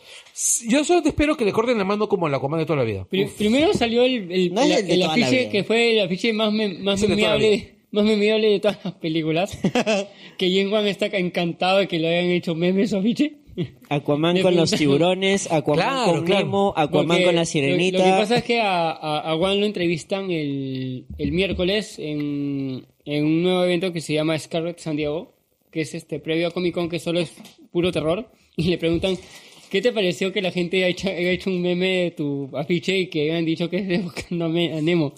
yo solo te espero que le corten la mano como la comanda de toda la vida. Pri- primero salió el, el, No es la- el de el toda la afiche, vida. que fue el afiche más, me- más Es el de toda la vida. memeable. Más memeable de todas las películas. que Yen Wang está encantado de que lo hayan hecho meme su afiche. Aquaman De con los verdad. tiburones, Aquaman Claro, con claro. Nemo, Aquaman Porque con la lo- sirenita. Lo, que pasa es que a, a, a Juan lo entrevistan el, el miércoles en, en un nuevo evento que se llama Scarlet San Diego, que es este previo a Comic Con que solo es puro terror. Y le preguntan, ¿qué te pareció que la gente haya hecho, haya hecho un meme de tu afiche y que hayan dicho que es de buscando a Me- a Nemo?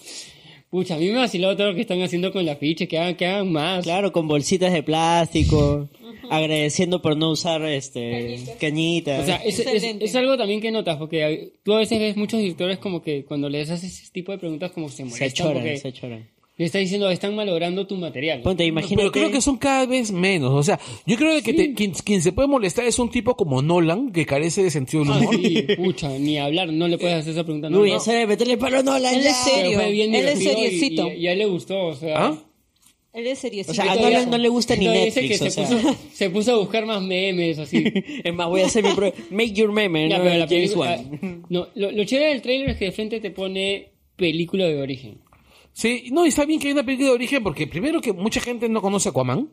Pucha, a mí me ha vacilado todo lo que están haciendo con el afiche, que hagan, que hagan más. Claro, con bolsitas de plástico, agradeciendo por no usar este cañitas. O sea, es, es- Excelente. es algo también que notas, porque hay- tú a veces ves muchos directores como que cuando les haces ese tipo de preguntas como se molestan. se choran, porque- se choran. Le está diciendo, están malogrando tu material. Ponte, imagínate. Pero creo que son cada vez menos. O sea, yo creo que te- quien, quien se puede molestar es un tipo como Nolan, que carece de sentido del Ah, humor. sí, pucha, ni hablar, no le puedes hacer esa pregunta. No, Uy, no. eso de meterle palo no la Él ya. es serio. Pero fue bien Él es divertido y- seriecito. Y, y a él le gustó, o sea. ¿Ah? Él es seriecito. O sea, a Todavía- Nolan no le gusta ni todavía dice Netflix, que o se, sea. puso, se puso a buscar más memes, así. Es más, voy a hacer mi pro- Make your meme, Ya, ¿no? pero la James película- ah, Wan. no, lo, lo chévere del trailer es que de frente te pone película de origen. Sí, no, y está bien que hay una película de origen, porque primero que mucha gente no conoce a Aquaman.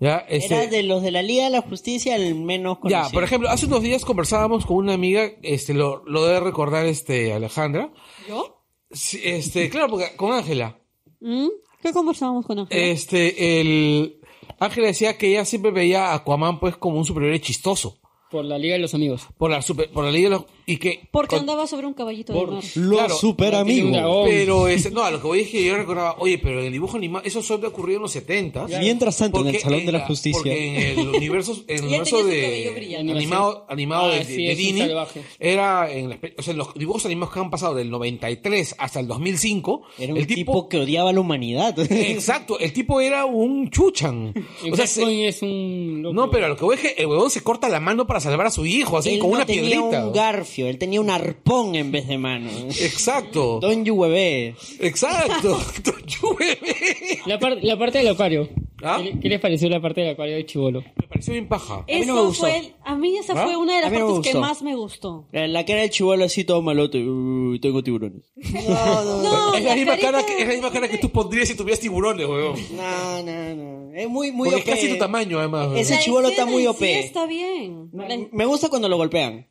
Ya, este, Era de los de la Liga de la Justicia el menos conocido. Ya, por ejemplo, hace unos días conversábamos con una amiga, este, lo, lo debe recordar este Alejandra. ¿Yo? Sí, este, claro, porque con Ángela. ¿Mm? ¿Qué conversábamos con Ángel? Este, el Ángela decía que ella siempre veía a Aquaman pues como un superhéroe chistoso. Por la Liga de los Amigos. Por la super, por la ley de los y que Porque con- andaba sobre un caballito de mar. Los Pero amigo. Un dragón. Pero este, no, a lo que voy es que yo recordaba, oye, pero el dibujo animado, eso solo ocurrió en los 70 Mientras tanto, en el Salón de la Justicia. Porque en el universo, en el Ya universo tenía su de cabello brillante. animado, animado Ah, de, de- sí, de es un Dini, salvaje. era en las pe- o sea, los dibujos animados que han pasado del 93 hasta el 2005, Era un el tipo... que odiaba a la humanidad. exacto, el tipo era un chuchan. Y O sea, Black se- Coin es un loco. no, pero a lo que voy es que el huevón se corta la mano para salvar a su hijo, así él con no una tenía piedrita. un garfio, él tenía un arpón en vez de mano. Exacto, Don you huevé. exacto. La, par- la parte del acuario. ¿Ah? ¿Qué, le- qué les pareció la parte del acuario de Chibolo? Me pareció bien paja. Eso no me gustó. fue, el- a mí esa ¿Ah? fue una de A las mí no me partes que gustó. más me gustó. La, la cara del chivolo así todo malote. Uy, tengo tiburones. No, Es la, la misma carita- cara que, es la misma cara que tú pondrías si tuvieras tiburones, weón. No, no, no. Es muy, muy Porque es OP. casi tu tamaño, además. weón. Ese la chibolo está escena muy en OP. Sí está bien. La- Me- Me gusta cuando lo golpean.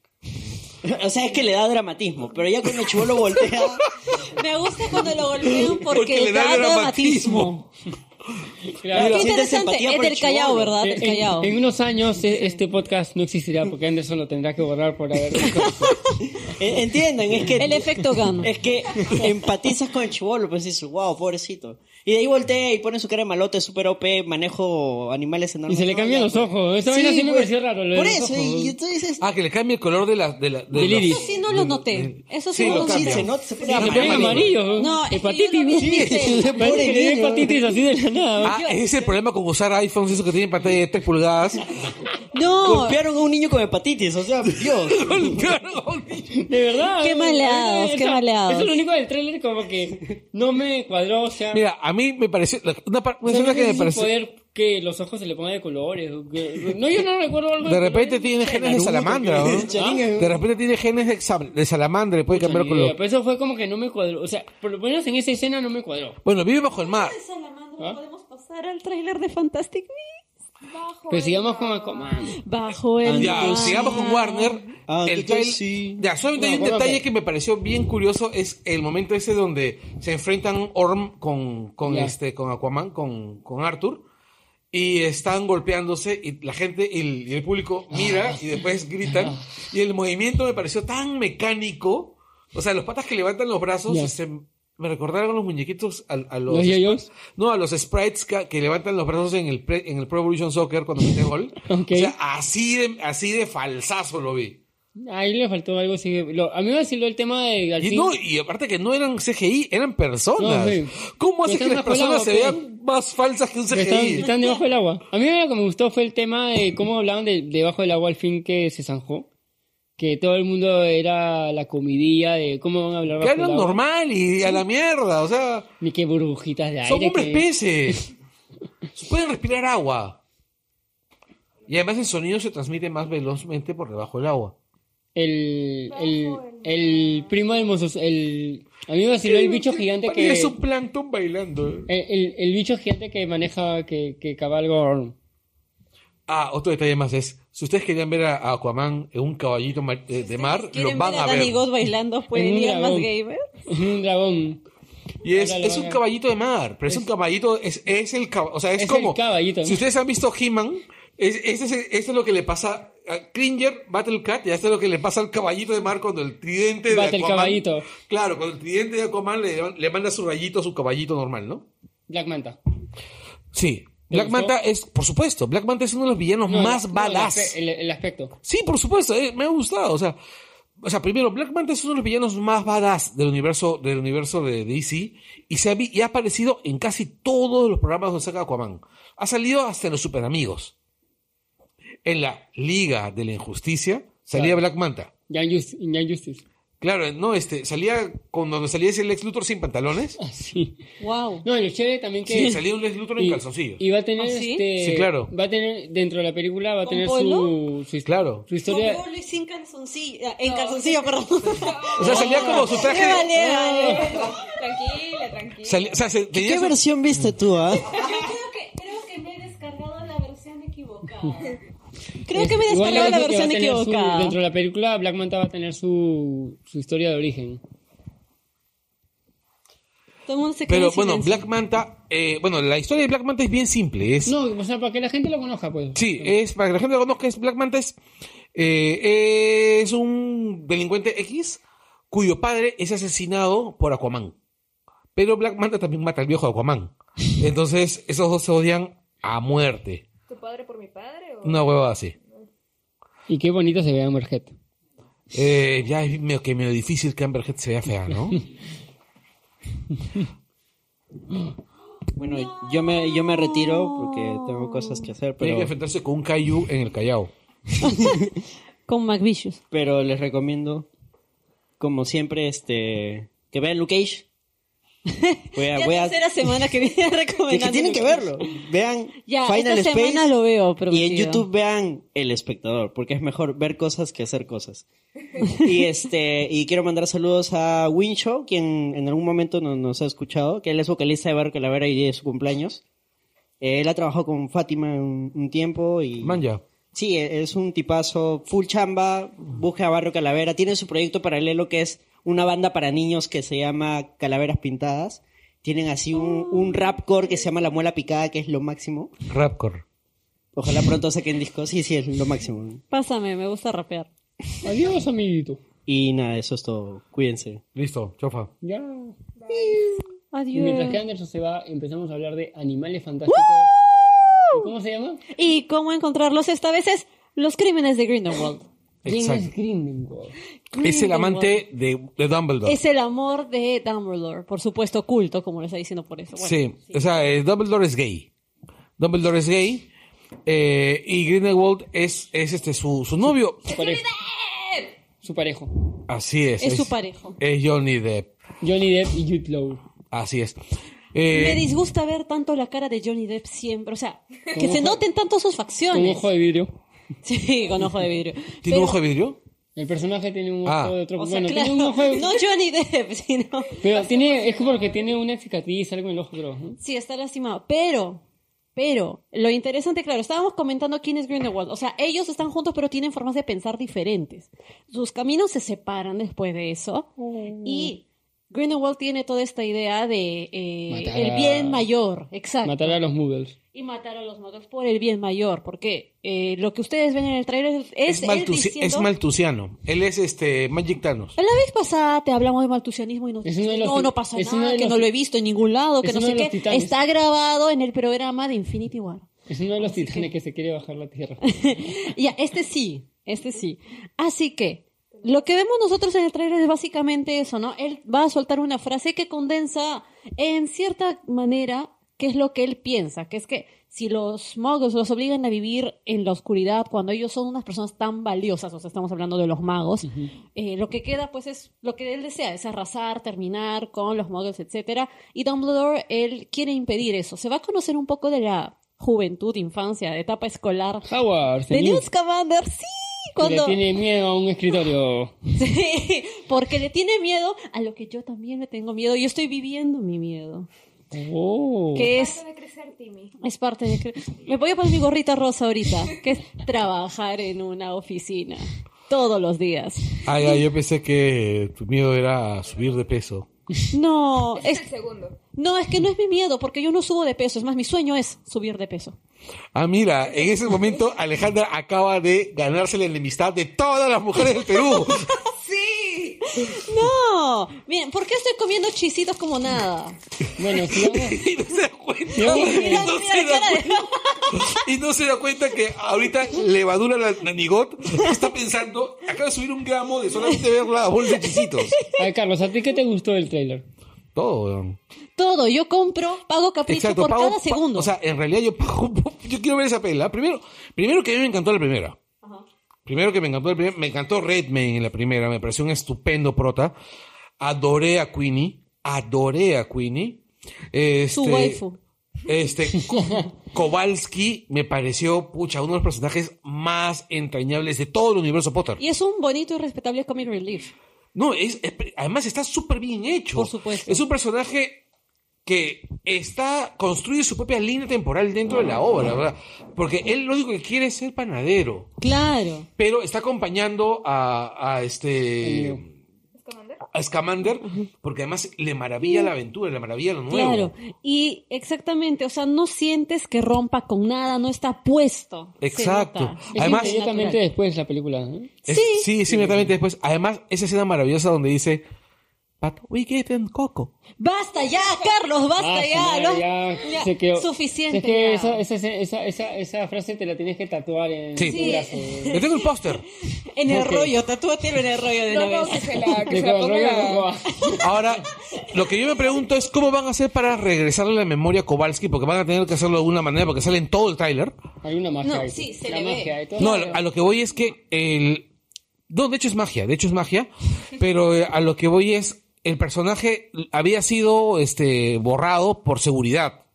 O sea, es que le da dramatismo. Pero ya cuando el chivolo voltea. me gusta cuando lo golpean porque, le da dramatismo. dramatismo. Mira, Qué sientes interesante. empatía Es por el del Callao, chibolo. ¿verdad? Del Callao. Eh, En, en unos años e- este podcast no existirá porque Anderson lo tendrá que borrar por haber. e- Entiendan, es que. El efecto Gun. Es que empatizas con el chivolo, pues dices, wow, pobrecito. Y de ahí voltea y pone su cara de malote, super OP, manejo animales y enormes. se le No, cambian ya, los pues. ojos. Esa vaina sí me pues, pareció raro. lo de Por los eso, ojos. y, y tú dices, Ah, que le cambie el color de la... De la de Del los- iris. Sí, no lo noté. Eso sí, Sí, no lo lo cambia. noté. sí, se nota, se pone Se amarillo. pone amarillo. No, es que hepatitis. yo lo vi, Sí, dice. se parece que tiene hepatitis así de la nada. Ah, ese es el problema con usar iPhones, esos que tienen pantalla de 3 pulgadas. No, Golpearon a un niño con hepatitis, o sea, Dios. De verdad. Qué eh, maleados, esa- qué maleados. Eso es lo único del tráiler como que no me cuadró, o sea... Mira, a mí me pareció... la- Una, par- una ¿sabes escena que me ese pareció... poder que los ojos se le pongan de colores. o que- No, yo no recuerdo algo De colores. repente tiene genes de salamandra, ¿no? De repente tiene genes de, sal- de salamandra y puede cambiar el Ni idea, color. pero eso fue como que no me cuadró. O sea, por lo menos en esa escena no me cuadró. Bueno, vive bajo el mar. Salamandra, ¿podemos pasar al tráiler de Fantastic Beasts? Pero eh. sigamos con Aquaman. Bajo el Ah, Ya, pues, mar. sigamos con Warner. Ah, el entonces trail- sí. Ya, solamente hay un Bueno, detalle bueno. que me pareció bien curioso, es el momento ese donde se enfrentan Orm con, con Ya. este, con Aquaman, con, con Arthur, y están golpeándose, y la gente, y el, y el público mira, Ah. y después gritan, y el movimiento me pareció tan mecánico, o sea, los patas que levantan los brazos, Ya. este, me recordaron a los muñequitos, a, a los... Los yoyos. No, a los sprites ca- que, levantan los brazos en el, pre- en el Pro Evolution Soccer cuando mete gol. Ok. O sea, así de, así de falsazo lo vi. Ahí le faltó algo. sí. Lo- a mí me vaciló el tema de al Y, fin- no, y aparte que no eran CGI, eran ¿Ah, personas. No, sí. Pero ¿Cómo hace que están las bajo el personas agua, se pe. vean más falsas que un que Están, CGI? están debajo del agua. A mí lo que me gustó fue el tema de cómo hablaban de debajo del agua al fin que se zanjó. que todo el mundo era la comidilla de cómo van a hablar Que bajo el hablan agua? normal y a la mierda, o sea, Ni que burbujitas de aire. son hombres que- peces. Pueden respirar agua. Y además el sonido se transmite más velozmente por debajo del agua. El, el, el primo del mozo, el amigo sino el bicho gigante que Es Eh, un plancton bailando. el, el, el bicho gigante que maneja que, que cabalga Ah, otro detalle más es, si ustedes querían ver a Aquaman en un caballito mar- de, de mar, lo van a ver. Danny God bailando pueden En un ir al más dragón. gamer. un dragón. Y es, Ahora lo es van un a- caballito de mar, pero es, un caballito, es, es el caballito, o sea, es, Es el como, caballito, ¿no? si ustedes han visto He-Man, es- este es, este es lo que le pasa a Cringer, Battle Cat, y esto es lo que le pasa al caballito de mar cuando el tridente de Battle Aquaman- caballito. Claro, cuando el tridente de Aquaman le, le manda su rayito a su caballito normal, ¿no? Black Manta. Sí. ¿Te Black gustó? Manta es, por supuesto, Black Manta es uno de los villanos No, más no, badass. el, el aspecto. Sí, por supuesto, eh, me ha gustado. O sea, o sea, primero, Black Manta es uno de los villanos más badass del universo, del universo de DC y, se ha, vi- y ha aparecido en casi todos los programas donde saca Aquaman. Ha salido hasta en los Super Amigos. En la Liga de la Injusticia salía Claro. Black Manta. Young Justice. Young Justice. Claro, no, este, salía con donde salía ese Lex Luthor sin pantalones. Ah, sí. Wow. No, y lo chévere también que Sí, salía un Lex Luthor en y, calzoncillo. y va a tener ¿Ah, sí? este Sí, claro. va a tener dentro de la película va a ¿Con tener polo? su, su Claro. su Con historia polo y sin calzoncillo. En calzoncillo, perdón. O sea, salía como su traje. Vale, vale. Tranquila, tranquila. salía- o sea, se- ¿Qué, tenía su- versión viste tú, ah? Creo que, creo que me he descargado la versión equivocada. Creo que me Este, igual descargaba la creo que va a versión tener su- equivocada. dentro de la película Black Manta va a tener su su historia de origen. Todo el mundo se queda Pero en bueno, silencio. Black Manta, eh, bueno, la historia de Black Manta es bien simple. Es No, o sea, para que la gente lo conozca, pues. Sí, es para que la gente lo conozca, es Black Manta es, eh, es un delincuente X cuyo padre es asesinado por Aquaman. Pero Black Manta también mata al viejo Aquaman. Entonces, esos dos se odian a muerte. ¿Tu padre por mi padre o...? Una hueva así. Y qué bonito se ve Amber Heard. Eh, ya es medio, que medio difícil que Amber Heard se vea fea, ¿no? Bueno, yo me, yo me retiro porque tengo cosas que hacer, Tiene que pero, enfrentarse con un Caillou en el Callao. Con McVicious. pero les recomiendo, como siempre, este que vean Luke Cage. Voy a- Ya voy a- tercera semana que viene recomendando. Es que tienen que verlo. Vean Ya, Final esta Space semana lo veo, y prometido. en YouTube vean El Espectador, porque es mejor ver cosas que hacer cosas. y este y quiero mandar saludos a Winshow, quien en algún momento no- nos ha escuchado, que él es vocalista de Barco Calavera y es su cumpleaños. Él ha trabajado con Fátima un, un tiempo y... Man, ya. Sí, e- es un tipazo, full chamba, busca a Barrio Calavera, tiene su proyecto paralelo que es una banda para niños que se llama Calaveras Pintadas. Tienen así un, un rapcore que se llama La Muela Picada, que es lo máximo. Rapcore. Ojalá pronto saquen discos, sí, sí, es lo máximo. Pásame, me gusta rapear. Adiós, amiguito. Y nada, eso es todo, cuídense. Listo, chofa. Ya. Y mientras que Adiós. Anderson se va, empezamos a hablar de animales fantásticos. ¿Y ¿Cómo se llama? ¿Y cómo encontrarlos esta vez? Es Los Crímenes de Grindelwald. ¿Quién Exacto. es Grindelwald? Es el amante de, de Dumbledore. Es el amor de Dumbledore, por supuesto, oculto, como lo está diciendo por eso. Bueno, sí, o sea, eh, Dumbledore es gay. Dumbledore es gay. eh, y Grindelwald es, es este, su, su novio. Su parejo. Su parejo. Así es. Es su parejo. Es Johnny Depp. Johnny Depp y Jude Law. Así es. Eh, Me disgusta ver tanto la cara de Johnny Depp siempre, o sea, que Con se ojo- noten tanto sus Con facciones. ojo de vidrio. Sí, con ojo de vidrio. ¿Tiene Pero- un ojo de vidrio? El personaje tiene un ojo Ah. de otro. o sea, bueno, claro, tiene un ojo de no Johnny Depp, sino... Pero tiene, es como que tiene una cicatriz, algo en el ojo, creo. ¿no? Sí, está lastimado, pero... Pero lo interesante, claro, estábamos comentando quién es Grindelwald. O sea, ellos están juntos, pero tienen formas de pensar diferentes. Sus caminos se separan después de eso. Y Grindelwald tiene toda esta idea de eh, Matar el a- bien mayor. Exacto. Matar a los Muggles. y matar a los motos por el bien mayor, porque eh, lo que ustedes ven en el trailer es, Es, él maltusi- diciendo- es maltusiano. Él es este Magic Thanos. La vez pasada te hablamos de maltusianismo y nos Es uno de dijiste, los no, ti- no pasa es uno nada, de que los- no lo he visto en ningún lado, que es no uno sé de los qué. titanes. Está grabado en el programa de Infinity War. Es uno de los titanes que... se quiere bajar la tierra. Ya, este sí, este sí. Así que, lo que vemos nosotros en el trailer es básicamente eso, ¿no? Él va a soltar una frase que condensa en cierta manera qué es lo que él piensa, que es que si los magos los obligan a vivir en la oscuridad cuando ellos son unas personas tan valiosas, o sea, estamos hablando de los magos, uh -huh. eh, lo que queda pues es lo que él desea, es arrasar, terminar con los magos, etc. Y Dumbledore, él quiere impedir eso. Se va a conocer un poco de la juventud, infancia, de etapa escolar. Howard, de Newt Scamander, sí. Cuando... Que le tiene miedo a un escritorio. sí, porque le tiene miedo a lo que yo también le tengo miedo. Yo estoy viviendo mi miedo. Oh. Que es... Parte de crecer, Timmy. Es parte de crecer. Me voy a poner mi gorrita rosa ahorita, que es trabajar en una oficina todos los días. Ay, ay, yo pensé que tu miedo era subir de peso. No, Ese es, el segundo. No, es que no es mi miedo, porque yo no subo de peso. Es más, mi sueño es subir de peso. Ah, mira, en ese momento Alejandra acaba de ganarse la enemistad de todas las mujeres del Perú. ¡Sí! No, miren, ¿por qué estoy comiendo chisitos como nada? Bueno, si vamos- Y no se da cuenta. Yo- Y no Mira, se mira da la cara de- cuenta. Y no se da cuenta que ahorita levadura la nanigot está pensando, acaba de subir un gramo de solamente ver la bolsa de chisitos. Ay, Carlos, ¿a ti qué te gustó del trailer? Todo, weón. Todo, yo compro, pago capricho Exacto, por pago- cada pa- segundo. o sea, en realidad yo pago- yo quiero ver esa pela. Primero, primero que a mí me encantó la primera. Primero que me encantó la primera, me encantó Redmayne en la primera, me pareció un estupendo prota. Adoré a Queenie, adoré a Queenie. Este, Su waifu. Este Ko- Kowalski me pareció, pucha, uno de los personajes más entrañables de todo el universo Potter. y es un bonito y respetable comic relief. No, es, es- además está súper bien hecho. Por supuesto. Es un personaje que está construye su propia línea temporal dentro de la obra, ¿verdad? Porque él lo único que quiere es ser panadero, Claro. pero está acompañando a, a este ¿Scamander? a Scamander porque además le maravilla la aventura, le maravilla lo nuevo. Claro, y exactamente, o sea, no sientes que rompa con nada, no está puesto. Se Exacto. nota. Es Además- inmediatamente natural. después la película. ¿eh? Es- Sí. sí, sí, inmediatamente después. Además, esa escena maravillosa donde dice, But we gave them coco. Basta ya, Carlos, basta Ah, ya. su lo- madre, ya, se quedó. Suficiente. Es que ya. esa, esa, esa, esa, esa frase te la tienes que tatuar en tu Sí. Sí. brazo. Yo tengo el póster. En el Ok. rollo, tatúatelo en el rollo de No, una no, vez. que se la, que De se la ponga Covarrubias la- de Coa. Ahora, lo que yo me pregunto es cómo van a hacer para regresarle la memoria a Kowalski, porque van a tener que hacerlo de alguna manera, porque sale en todo el tráiler. Hay una magia. No, ahí, sí, se la le ve. magia de todo. No, a lo que voy es que el... No, de hecho es magia, de hecho es magia, pero eh, a lo que voy es, el personaje había sido este, borrado por seguridad.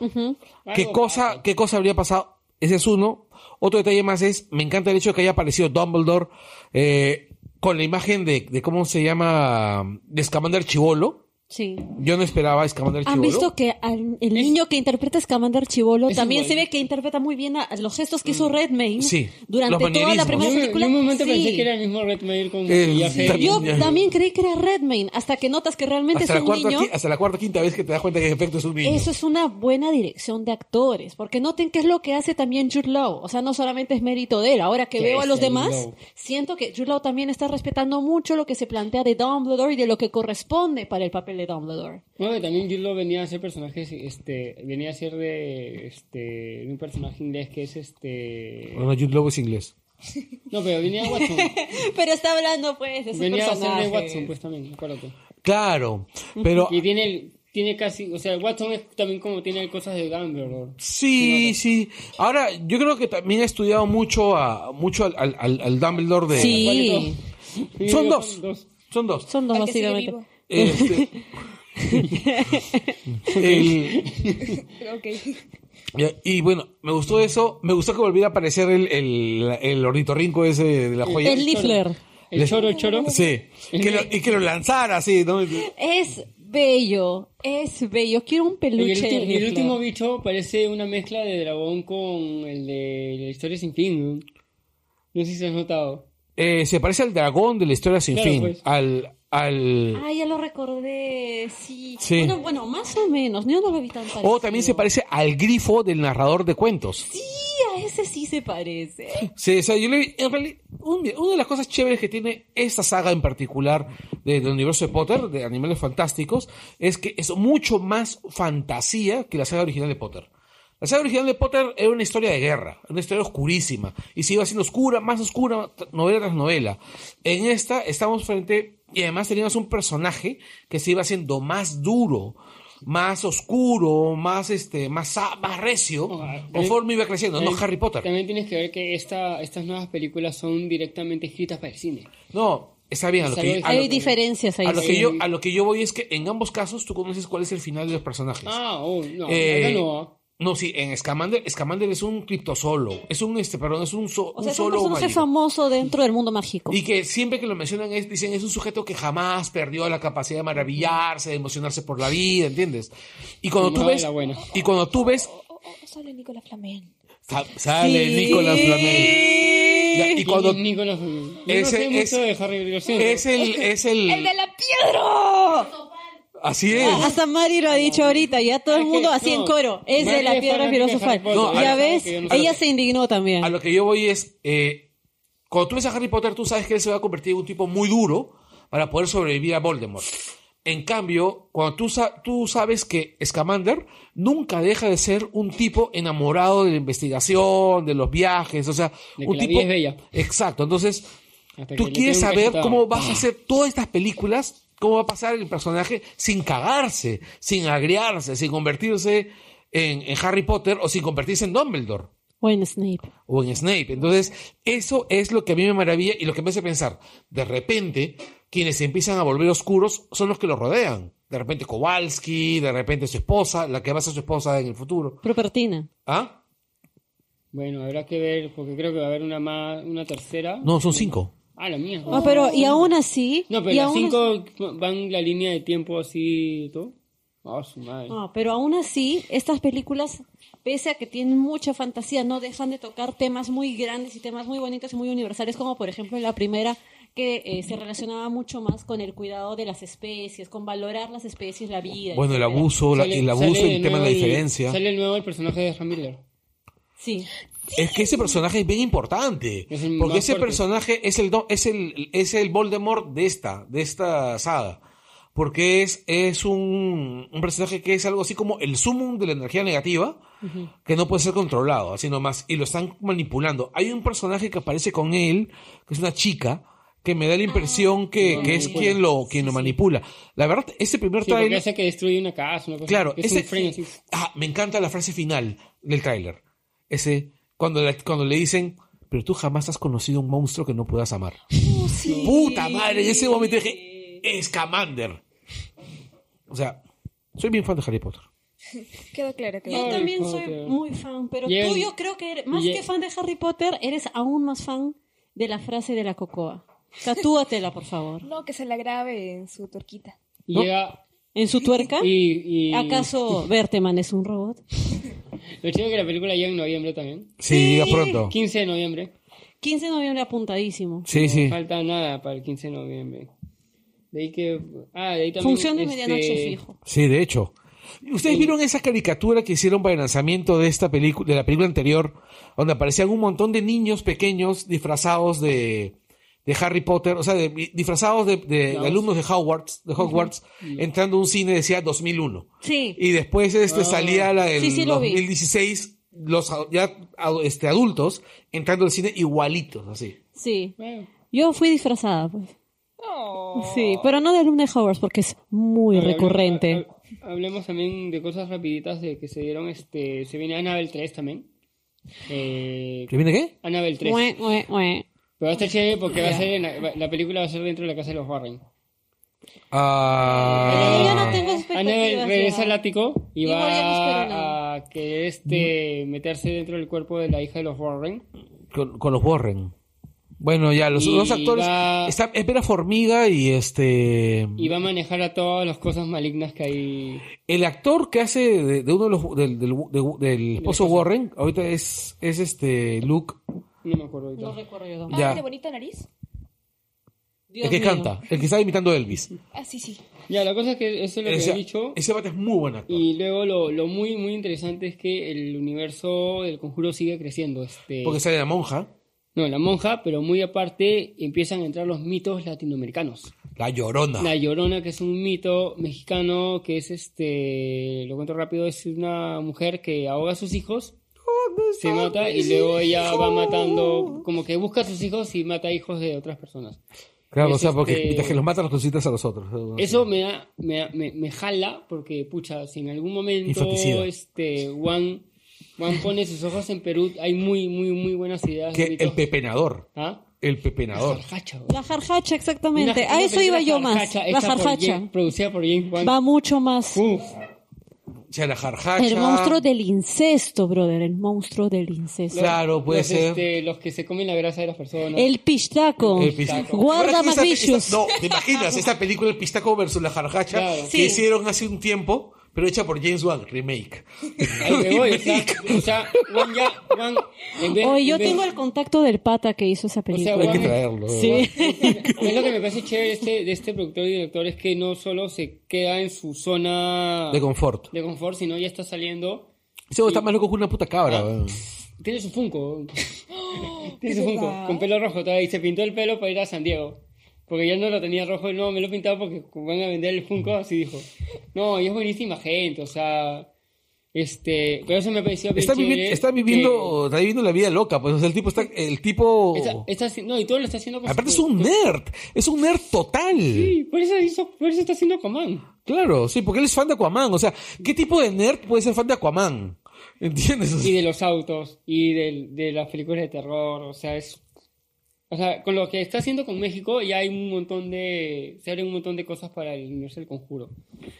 ¿Qué Algo cosa, pasa. ¿Qué cosa habría pasado? Ese es uno. Otro detalle más es, me encanta el hecho de que haya aparecido Dumbledore eh, con la imagen de, de, ¿cómo se llama? De Scamander Chivolo. Sí. Yo no esperaba a Scamander ¿Han Chivolo. visto que al- el niño que interpreta a Scamander Chivolo es también se igual. ve que interpreta muy bien a los gestos que hizo Redmayne Sí, durante los toda la manierismos. primera Yo en- película? En un momento Sí. pensé que era el mismo Red Mail con Eh, viaje. también- Yo también creí que era Redmayne, hasta que notas que realmente hasta es la, un cuarta, niño. qui- hasta la cuarta quinta vez que te das cuenta que en efecto es un niño. Eso es una buena dirección de actores, porque noten qué es lo que hace también Jude Law. O sea, no solamente es mérito de él. Ahora que Qué veo a los bestia, Jude demás, Law. siento que Jude Law también está respetando mucho lo que se plantea de Dumbledore y de lo que corresponde para el papel de Dumbledore. Bueno, también Jude Law venía a ser personajes, este, venía a ser de, este, de un personaje inglés que es este... Bueno, Jude Law es inglés. No, pero venía de Watson. Pero está hablando, pues, de su venía a ser de personaje. Watson, pues también, acuérdate. Claro, pero Y tiene, el- tiene casi, o sea, Watson es también como tiene cosas de Dumbledore. sí, sí. Ahora, yo creo que también ha estudiado mucho a mucho al, al- al- al Dumbledore de... Sí, Sí, Son yo- dos. Son dos. son dos Al que sigue básicamente. vivo. Este, el- Ok. y, y bueno, me gustó eso. Me gustó que volviera a aparecer el, el, el ornitorrinco ese de la joya. El Lifler El Les- choro, choro. Sí. Que lo- y que lo lanzara así, ¿no? es bello, es bello. Quiero un Y el, peluche. ulti- del y el Lifler. último bicho parece una mezcla de dragón con el de la historia sin fin. ¿no? No sé si se has notado. Eh, se parece al dragón de la historia sin Claro, fin. pues. Al, al, Ah, ya lo recordé, sí. Sí. Bueno, bueno, más o menos, yo no lo vi tan Ah, Oh, parecido. o también se parece al grifo del narrador de cuentos. Sí, a ese sí se parece. Sí, o sea, yo le- en realidad, un- una de las cosas chéveres que tiene esta saga en particular de- del universo de Potter, de Animales Fantásticos, es que es mucho más fantasía que la saga original de Potter. La saga original de Potter era una historia de guerra, una historia oscurísima, y se iba haciendo oscura, más oscura, t- novela tras novela. En esta estamos frente, y además teníamos un personaje que se iba haciendo más duro, más oscuro, más este, más, a- más recio, Ah, conforme iba creciendo, no También- Harry Potter. También tienes que ver que esta, estas nuevas películas son directamente escritas para el cine. No, está bien, a lo Es que, algo a que- lo- Hay diferencias ahí. a lo sí. que yo, a lo que yo voy es que en ambos casos tú conoces cuál es el final de los personajes. Ah, oh, no, Eh, acá no. No, sí, en Scamander, Scamander es un criptozoolo. Es un, este, perdón, es un, so- O sea, es un un solo personaje mágico. famoso dentro del mundo mágico. Y que siempre que lo mencionan es, dicen, es un sujeto que jamás perdió la capacidad de maravillarse, de emocionarse por la vida, ¿entiendes? Y cuando No, tú ves, era buena. y cuando tú ves, Oh, oh, oh, sale Nicolás Flamel. sa- sale Nicolás Flamel. Ya, Y cuando Ni- ni conozco- yo Ese- no sé mucho ese- de Harry lo siento. es el, es ¡El el, de la piedra! así es. Ah, Hasta Mari lo ha dicho ahorita, ya todo el Es que, mundo así no, en coro. Es Mari de la es piedra fanática de filosofal. Harry Potter. No, ya a- ves, que yo no sé. ella se indignó también. A lo que yo voy es, eh, cuando tú ves a Harry Potter, tú sabes que él se va a convertir en un tipo muy duro para poder sobrevivir a Voldemort. En cambio, cuando tú, sa- tú sabes que Scamander nunca deja de ser un tipo enamorado de la investigación, de los viajes, o sea, De que un la tipo... vida es bella. Exacto, entonces Hasta que tú le quieres tiene un saber cachetado. cómo vas a hacer todas estas películas, cómo va a pasar el personaje sin cagarse, sin agriarse, sin convertirse en- en Harry Potter o sin convertirse en Dumbledore Bueno, Snape. o en Snape. Entonces, eso es lo que a mí me maravilla y lo que me hace pensar. De repente, quienes se empiezan a volver oscuros son los que los rodean. De repente Kowalski, de repente su esposa, la que va a ser su esposa en el futuro. Propertina. ¿Ah? Bueno, habrá que ver, porque creo que va a haber una más, una tercera. No, son cinco. Ah, la mía. Ah, pero, y aún así. No, pero y las aún cinco van la línea de tiempo así y todo. Ah, su madre. No, pero aún así, estas películas, pese a que tienen mucha fantasía, no dejan de tocar temas muy grandes y temas muy bonitos y muy universales, como por ejemplo la primera que eh, se relacionaba mucho más con el cuidado de las especies, con valorar las especies, la vida. Bueno, el etcétera. abuso, la- Sale- el abuso, sale el tema de la nuevo diferencia. Sale el nuevo el personaje de Ezra Miller. Sí. Es que ese personaje es bien importante. Es el Porque más ese fuerte. personaje es el, do- es el, es el Voldemort de esta, de esta saga. Porque es, es un, un personaje que es algo así como el sumum de la energía negativa, que no puede ser controlado, así nomás. Y lo están manipulando. Hay un personaje que aparece con él, que es una chica, que me da la impresión que, Ah, lo que es manipula. quien lo, quien lo manipula. La verdad, ese primer Sí, porque trailer. hace que destruye una casa, una cosa. Claro, es ese- un frame así. Ah, me encanta la frase final del tráiler. Ese, cuando, la- cuando le dicen, pero tú jamás has conocido un monstruo que no puedas amar. ¡Puta madre! En ese momento dije, Scamander. O sea, soy bien fan de Harry Potter. Queda claro que Yo Harry también soy Potter. muy fan, pero Y tú el- yo creo que eres- más y el- que fan de Harry Potter, eres aún más fan de la frase de la cocoa. Tatúatela, por favor. No, que se la grabe en su turquita. Y llega. ¿En su tuerca? Y, y- ¿Eh? ¿Acaso Berteman es un robot? Lo chido es que la película llega en noviembre también. Sí, llega pronto. 15 de noviembre. 15 de noviembre apuntadísimo. Sí, No sí. falta nada para el 15 de noviembre. De ahí que. Ah, de ahí también. Función de este, medianoche fijo. Sí, de hecho. ¿Ustedes vieron esa caricatura que hicieron para el lanzamiento de esta película, de la película anterior, donde aparecían un montón de niños pequeños disfrazados de, de Harry Potter, o sea, de- disfrazados de, de- de alumnos de Hogwarts, de Hogwarts, entrando a un cine decía 2001. Sí. Ah. Y después este salía la del Sí, sí, lo vi. 2016, los a- ya a- este, adultos entrando al cine igualitos, así. Sí. Bueno, Yo fui disfrazada, pues. Oh. No. Sí, pero no de alumna de Hogwarts porque es muy hable- recurrente. hable- Hablemos también de cosas rapiditas de que se dieron. este Se viene Annabelle 3 también. Eh, ¿Qué viene qué? Annabelle 3. Mue, mue, mue. Pero va a estar chévere porque va a ser en la, va- la película va a ser dentro de la casa de los Warren. Ah, Ah. Eh, yo no tengo Annabelle expectativas. eh, regresa al ya. ático y Igual ya no espero va nada. a querer este, meterse dentro del cuerpo de la hija de los Warren. con, con los Warren. Bueno, ya, los Y dos actores. va- Está, es Vera Formiga y este. Y va a manejar a todas las cosas malignas que hay. El actor que hace de, de uno de los. Del, del, de- del esposo Warren, ahorita es, es este Luke. No me acuerdo ahorita. No recuerdo yo. Ah, Ya. de bonita nariz. Dios el que mío. canta, el que está imitando a Elvis. Ah, sí, sí. Ya, la cosa es que eso es lo que Ese, he dicho. ese bate es muy buen actor. Y luego lo, lo muy, muy interesante es que el universo del conjuro sigue creciendo. Este, Porque sale la monja, No, la monja, pero muy aparte empiezan a entrar los mitos latinoamericanos. la llorona. La Llorona, que es un mito mexicano, que es este, lo cuento rápido, es una mujer que ahoga a sus hijos, se mata y luego ella va matando, como que busca a sus hijos y mata hijos de otras personas. Claro, Es, o sea, porque este, mientras que los matan, los cositas a los otros. Eso me, da- me, da- me, me jala porque, pucha, si en algún momento Infanticida. este Juan, Juan pone sus ojos en Perú, hay muy, muy, muy buenas ideas. Que mitos. el pepenador. ¿Ah? El pepenador. Jarjacha, güey. La jarjacha, exactamente. Una- a una eso iba película yo más. jarjacha La hecha por jarjacha. Jane- producida por James Juan. Va mucho más. O sea, la jarjacha. El monstruo del incesto, brother. El monstruo del incesto. Claro, puede los, ser. este, los que se comen la grasa de las personas. El pistaco. El pistaco. Guarda Ahora que esta- Mavicius. esta- No, te imaginas, esta película El Pistaco versus la Jarjacha Claro. que Sí. hicieron hace un tiempo, pero hecha por James Wan, remake. Ahí me voy, o sea, o sea, Juan ya, Juan, en vez- Oye, yo en vez- tengo el contacto del pata que hizo esa o sea, película. Hay que Juan, traerlo. sí. Es lo que me parece chévere este, de este productor y director es que no solo se queda en su zona De confort. de confort, sino ya está saliendo. Ese güey está más loco que una puta cabra. weón. Tiene su Funko. Tiene su Funko. Con pelo rojo todavía. Y se pintó el pelo para ir a San Diego. Porque ya no lo tenía rojo. No, me lo he pintado porque van a vender el Funko. Así dijo. No, y es buenísima gente. O sea. Este. Pero eso me pareció bien Está, vivi- chévere está que- viviendo, está viviendo la vida loca, pues o sea, el tipo está, el tipo, está- está haci- no, y todo lo está haciendo con su- Oh. aparte es un nerd, es un nerd total. Sí, por eso, hizo- por eso está haciendo Coman. Claro, sí, porque él es fan de Aquaman. O sea, ¿qué tipo de nerd puede ser fan de Aquaman? ¿Entiendes? O sea, y de los autos y del- de, las películas de terror, o sea, es o sea, con lo que está haciendo con México ya hay un montón de se abren un montón de cosas para el universo del conjuro.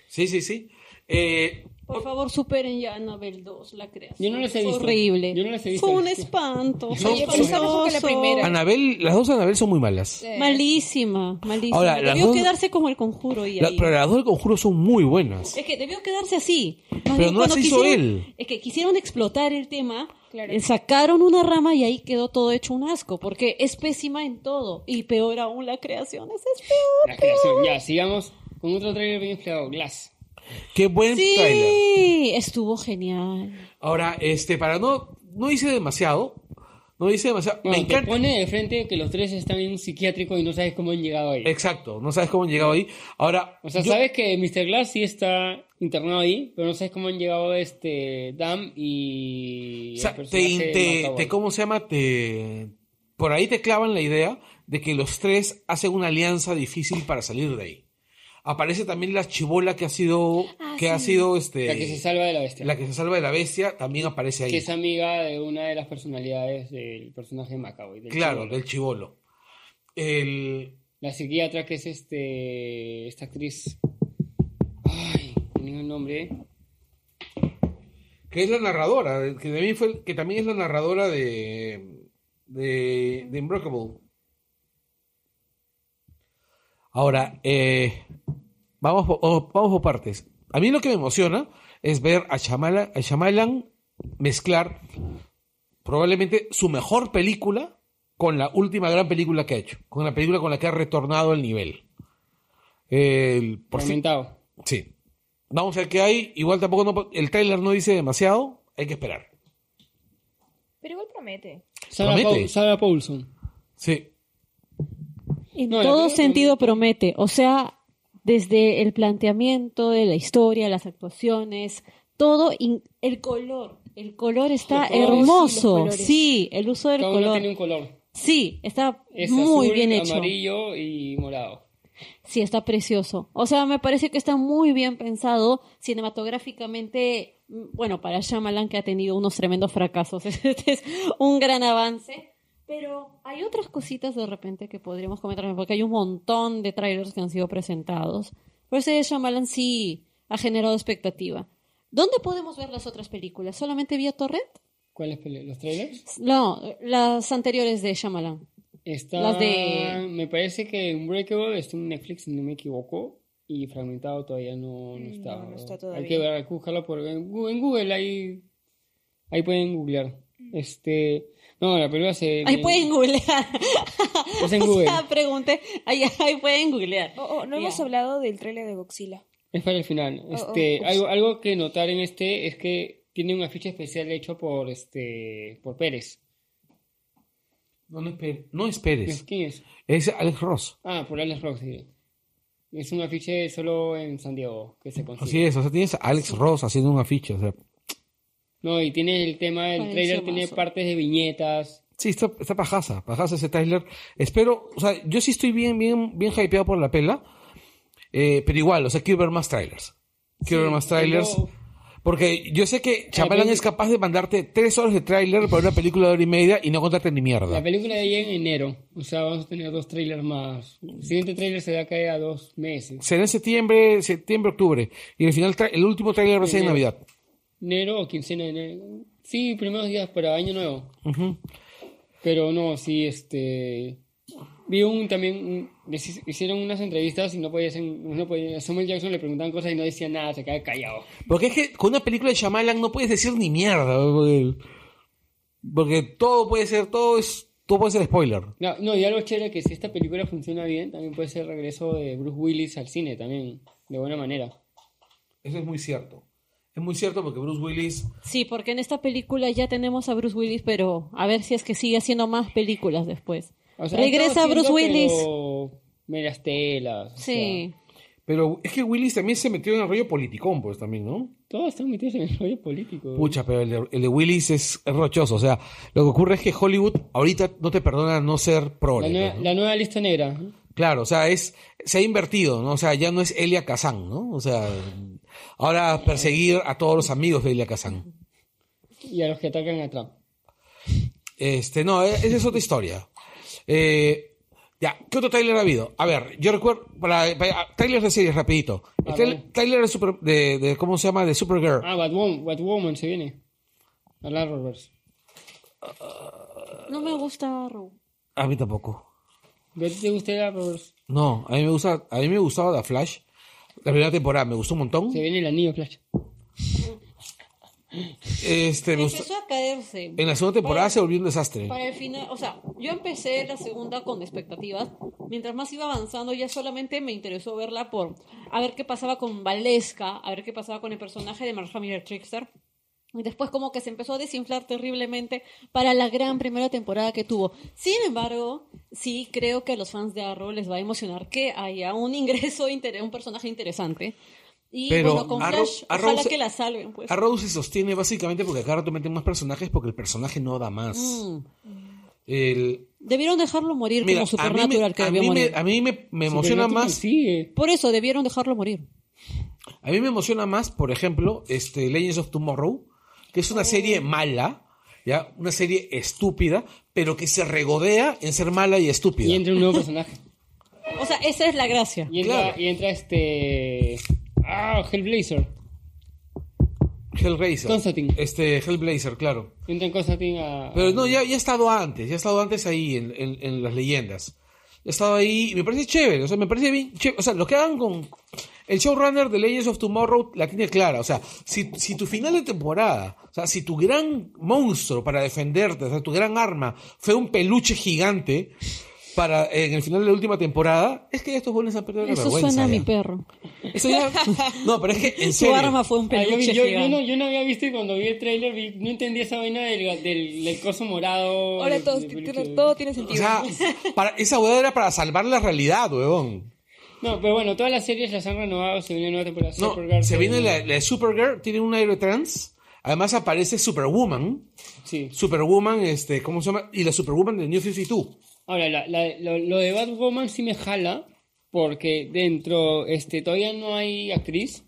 Sí, sí, sí. Eh, Por favor, superen ya Annabelle 2, la creación. Yo no las he visto. Horrible. Yo no las he visto. Fue un espanto. Yo fue no- Empezamos con la espantoso. primera. Anabel, las dos Anabel son muy malas. Sí. Malísima, malísima. Ahora, las debió dos- quedarse como el conjuro y La- ahí. Eh, pero las dos del conjuro son muy buenas. Es que debió quedarse así. Más Pero bien, no las cuando hizo quisieron- él. Es que quisieron explotar el tema, Claro. eh, sacaron una rama y ahí quedó todo hecho un asco, porque es pésima en todo. Y peor aún, la creación es, es peor. La creación. Ya, sigamos con otro trailer bien empleado, Glass. Qué buen Sí, trailer. estuvo genial. Ahora, este, para no, no hice demasiado. No hice demasiado. Bueno, Me te encanta. pone de frente que los tres están en un psiquiátrico y no sabes cómo han llegado ahí. Exacto, no sabes cómo han llegado ahí. Ahora, O sea, yo- sabes que Mr. Glass sí está internado ahí, pero no sabes cómo han llegado este Dam y o el sea, te, personaje de te- Martha te- Wall. ¿cómo se llama? Te, por ahí te clavan la idea de que los tres hacen una alianza difícil para salir de ahí. Aparece también la chibola que ha sido, Ah, que ha sido, este, la que se salva de la bestia. la que se salva de la bestia, también aparece ahí. que es amiga de una de las personalidades del personaje de Macaboy. del claro, chibolo. del chibolo. El, La psiquiatra que es este esta actriz. Ay, tenía un nombre. eh. que es la narradora, que también, fue, que también es la narradora de, de, de Unbreakable. Ahora, eh, vamos, por, oh, vamos por partes. A mí lo que me emociona es ver a Shyamalan, a Shyamalan mezclar probablemente su mejor película con la última gran película que ha hecho, con la película con la que ha retornado el nivel. El, por fin, Fragmentado. Sí. Vamos a ver qué hay. Igual tampoco no, po- el tráiler no dice demasiado. Hay que esperar. Pero igual promete. Sarah, Promete. Paul- Sarah Paulson. Sí. En No, la todo película- sentido promete. O sea, desde el planteamiento de la historia, las actuaciones, todo, in- el color. El color está Los colores, sí, los hermoso. colores. Sí, el uso del Cada uno color. tiene un color. Sí, está Es muy azul, bien hecho. amarillo y morado. Sí, está precioso. O sea, me parece que está muy bien pensado cinematográficamente. mm, Bueno, para Shyamalan que ha tenido unos tremendos fracasos, este es un gran avance. Pero hay otras cositas de repente que podríamos comentar, porque hay un montón de trailers que han sido presentados. Pero ese de Shyamalan sí ha generado expectativa. ¿Dónde podemos ver las otras películas? ¿Solamente vía Torrent? ¿Cuáles pele- los trailers? No, las anteriores de Shyamalan. Está, Las de- Me parece que Unbreakable está en Netflix, si no me equivoco. Y Fragmentado todavía no, no Mm, está. no, no está Hay todavía. que ver, hay que buscarlo por, en Gu- en Google, ahí, ahí pueden googlear. Este, no, la película se... Ahí pueden googlear. Es en o Google. sea, pregunté. Ahí, ahí pueden googlear. Oh, oh, no Ya. hemos hablado del tráiler de Godzilla. Es para el final. Oh, Este, oh, ups. algo, algo que notar en este es que tiene un afiche especial hecho por, este, por Pérez. No, no, esper- no esperes. ¿Quién es? Es Alex Ross. Ah, por Alex Ross, sí. Es un afiche solo en San Diego que se consigue. Así es. O sea, tienes a Alex Ross haciendo un afiche. O sea, No, y tiene el tema del Pareció trailer, tiene mazo. partes de viñetas, Sí, está, está pajasa, pajasa ese Tyler. Espero, o sea, yo sí estoy bien, bien, bien hypeado por la pela. Eh, pero igual, o sea, quiero ver más trailers. Quiero Sí, ver más trailers. pero- Porque yo sé que Chapalan peli- es capaz de mandarte tres horas de trailer para una película de hora y media y no contarte ni mierda. La película de ella en enero. O sea, vamos a tener dos trailers más. El siguiente trailer se da a caer a dos meses. Será en septiembre, septiembre, octubre. Y al final, tra- el último trailer recién en Enero. Navidad. Enero o quincena de enero. Sí, primeros días para año nuevo. Pero no, sí, este. Vi un también. un- les- Hicieron unas entrevistas y no podían. No podían a Samuel Jackson le preguntaban cosas y no decía nada, se quedaba callado. Porque es que con una película de Shyamalan no puedes decir ni mierda. Porque, porque todo puede ser, todo es, todo puede ser spoiler. No, no, y algo chévere que si esta película funciona bien, también puede ser el regreso de Bruce Willis al cine también, de buena manera. Eso es muy cierto. Es muy cierto porque Bruce Willis. Sí, porque en esta película ya tenemos a Bruce Willis, pero a ver si es que sigue haciendo más películas después. O sea, Regresa estaba Bruce haciendo, Willis. pero Medias telas. o Sí. Pero es que Willis también se metió en el rollo politicón, pues también, ¿no? sea, todos están metidos en el rollo político. Pucha, pero el de, el de Willis es es rochoso. O sea, lo que ocurre es que Hollywood ahorita no te perdona no ser La, prole. nueva, pues, ¿no? la nueva lista negra. Claro, o sea, es se ha invertido, ¿no? O sea, ya no es Elia Kazan, ¿no? O sea, ahora perseguir a todos los amigos de Elia Kazan. Y a los que atacan a Trump. Este, no, e- esa es otra historia. Eh, ya, ¿qué otro trailer ha habido? A ver, yo recuerdo, para, para- trailers de series, rapidito. El A trail- ver. trailer de, Super- de- de- ¿cómo se llama? De Supergirl. Ah, Batwoman, Batwoman se viene. A la Roberts. No me gusta Ru. A mí tampoco. ¿Pero a ti te gusta la Roberts? No, a mí me gusta, a mí me gustaba The Flash. La primera temporada me gustó un montón. Se viene el anillo Flash. Este, me gustó- Empezó a caerse. en la segunda temporada se volvió un desastre. Para el final, o sea, yo empecé la segunda con expectativas. Mientras más iba avanzando, ya solamente me interesó verla por a ver qué pasaba con Valesca, a ver qué pasaba con el personaje de Mark Hamill el Trickster. Y después como que se empezó a desinflar terriblemente para la gran primera temporada que tuvo. Sin embargo, sí creo que a los fans de Arrow les va a emocionar que haya un ingreso, inter- un personaje interesante. Y Pero bueno, con Arrow- Flash, Arrow ojalá se- que la salven, pues. Arrow se sostiene básicamente porque acá rato meten más personajes porque el personaje no da más. Mm. El, Debieron dejarlo morir mira, como a mí, Supernatural me, que a debió mí me- morir. a mí me- me emociona más. Sí, Por eso debieron dejarlo morir. A mí me emociona más, por ejemplo, este Legends of Tomorrow, que Oh. es una serie mala, ya, una serie estúpida, pero que se regodea en ser mala y estúpida. y entra un nuevo personaje. O sea, esa es la gracia. Y entra, Claro. y entra este. Ah, Hellblazer. Hellraiser. Constantine. Este Hellblazer, claro. Entra en Constantine a. Pero no, ya, ya ha estado antes, ya ha estado antes ahí en, en- en las leyendas. Ya ha estado ahí y me parece chévere, o sea, me parece bien chévere. O sea, lo que hagan con... El showrunner de Legends of Tomorrow la tiene clara, o sea, si, si tu final de temporada, o sea, si tu gran monstruo para defenderte, o sea, tu gran arma fue un peluche gigante para en el final de la última temporada, es que ya estos goles han perdido la Eso vergüenza. suena a ya. mi perro. Eso ya- No, pero es que en Su serio. arma fue un Ah, yo, vi- peluche yo- yo gigante. no, yo no había visto y cuando vi el trailer vi- no entendí esa vaina del, del, del coso morado. Ahora del- todo, del tiene- peluche. todo tiene O sentido. sea, para, esa hueá era para salvar la realidad, huevón. No, pero bueno, todas las series las han renovado, se viene nueva temporada. No, Supergirl, se viene la, la de Supergirl, tiene un aire trans. Además aparece Superwoman. Sí. Superwoman, este, ¿cómo se llama? Y la Superwoman de New 52. Ahora, la- la- lo, lo de Batwoman sí me jala, porque dentro, este, todavía no hay actriz,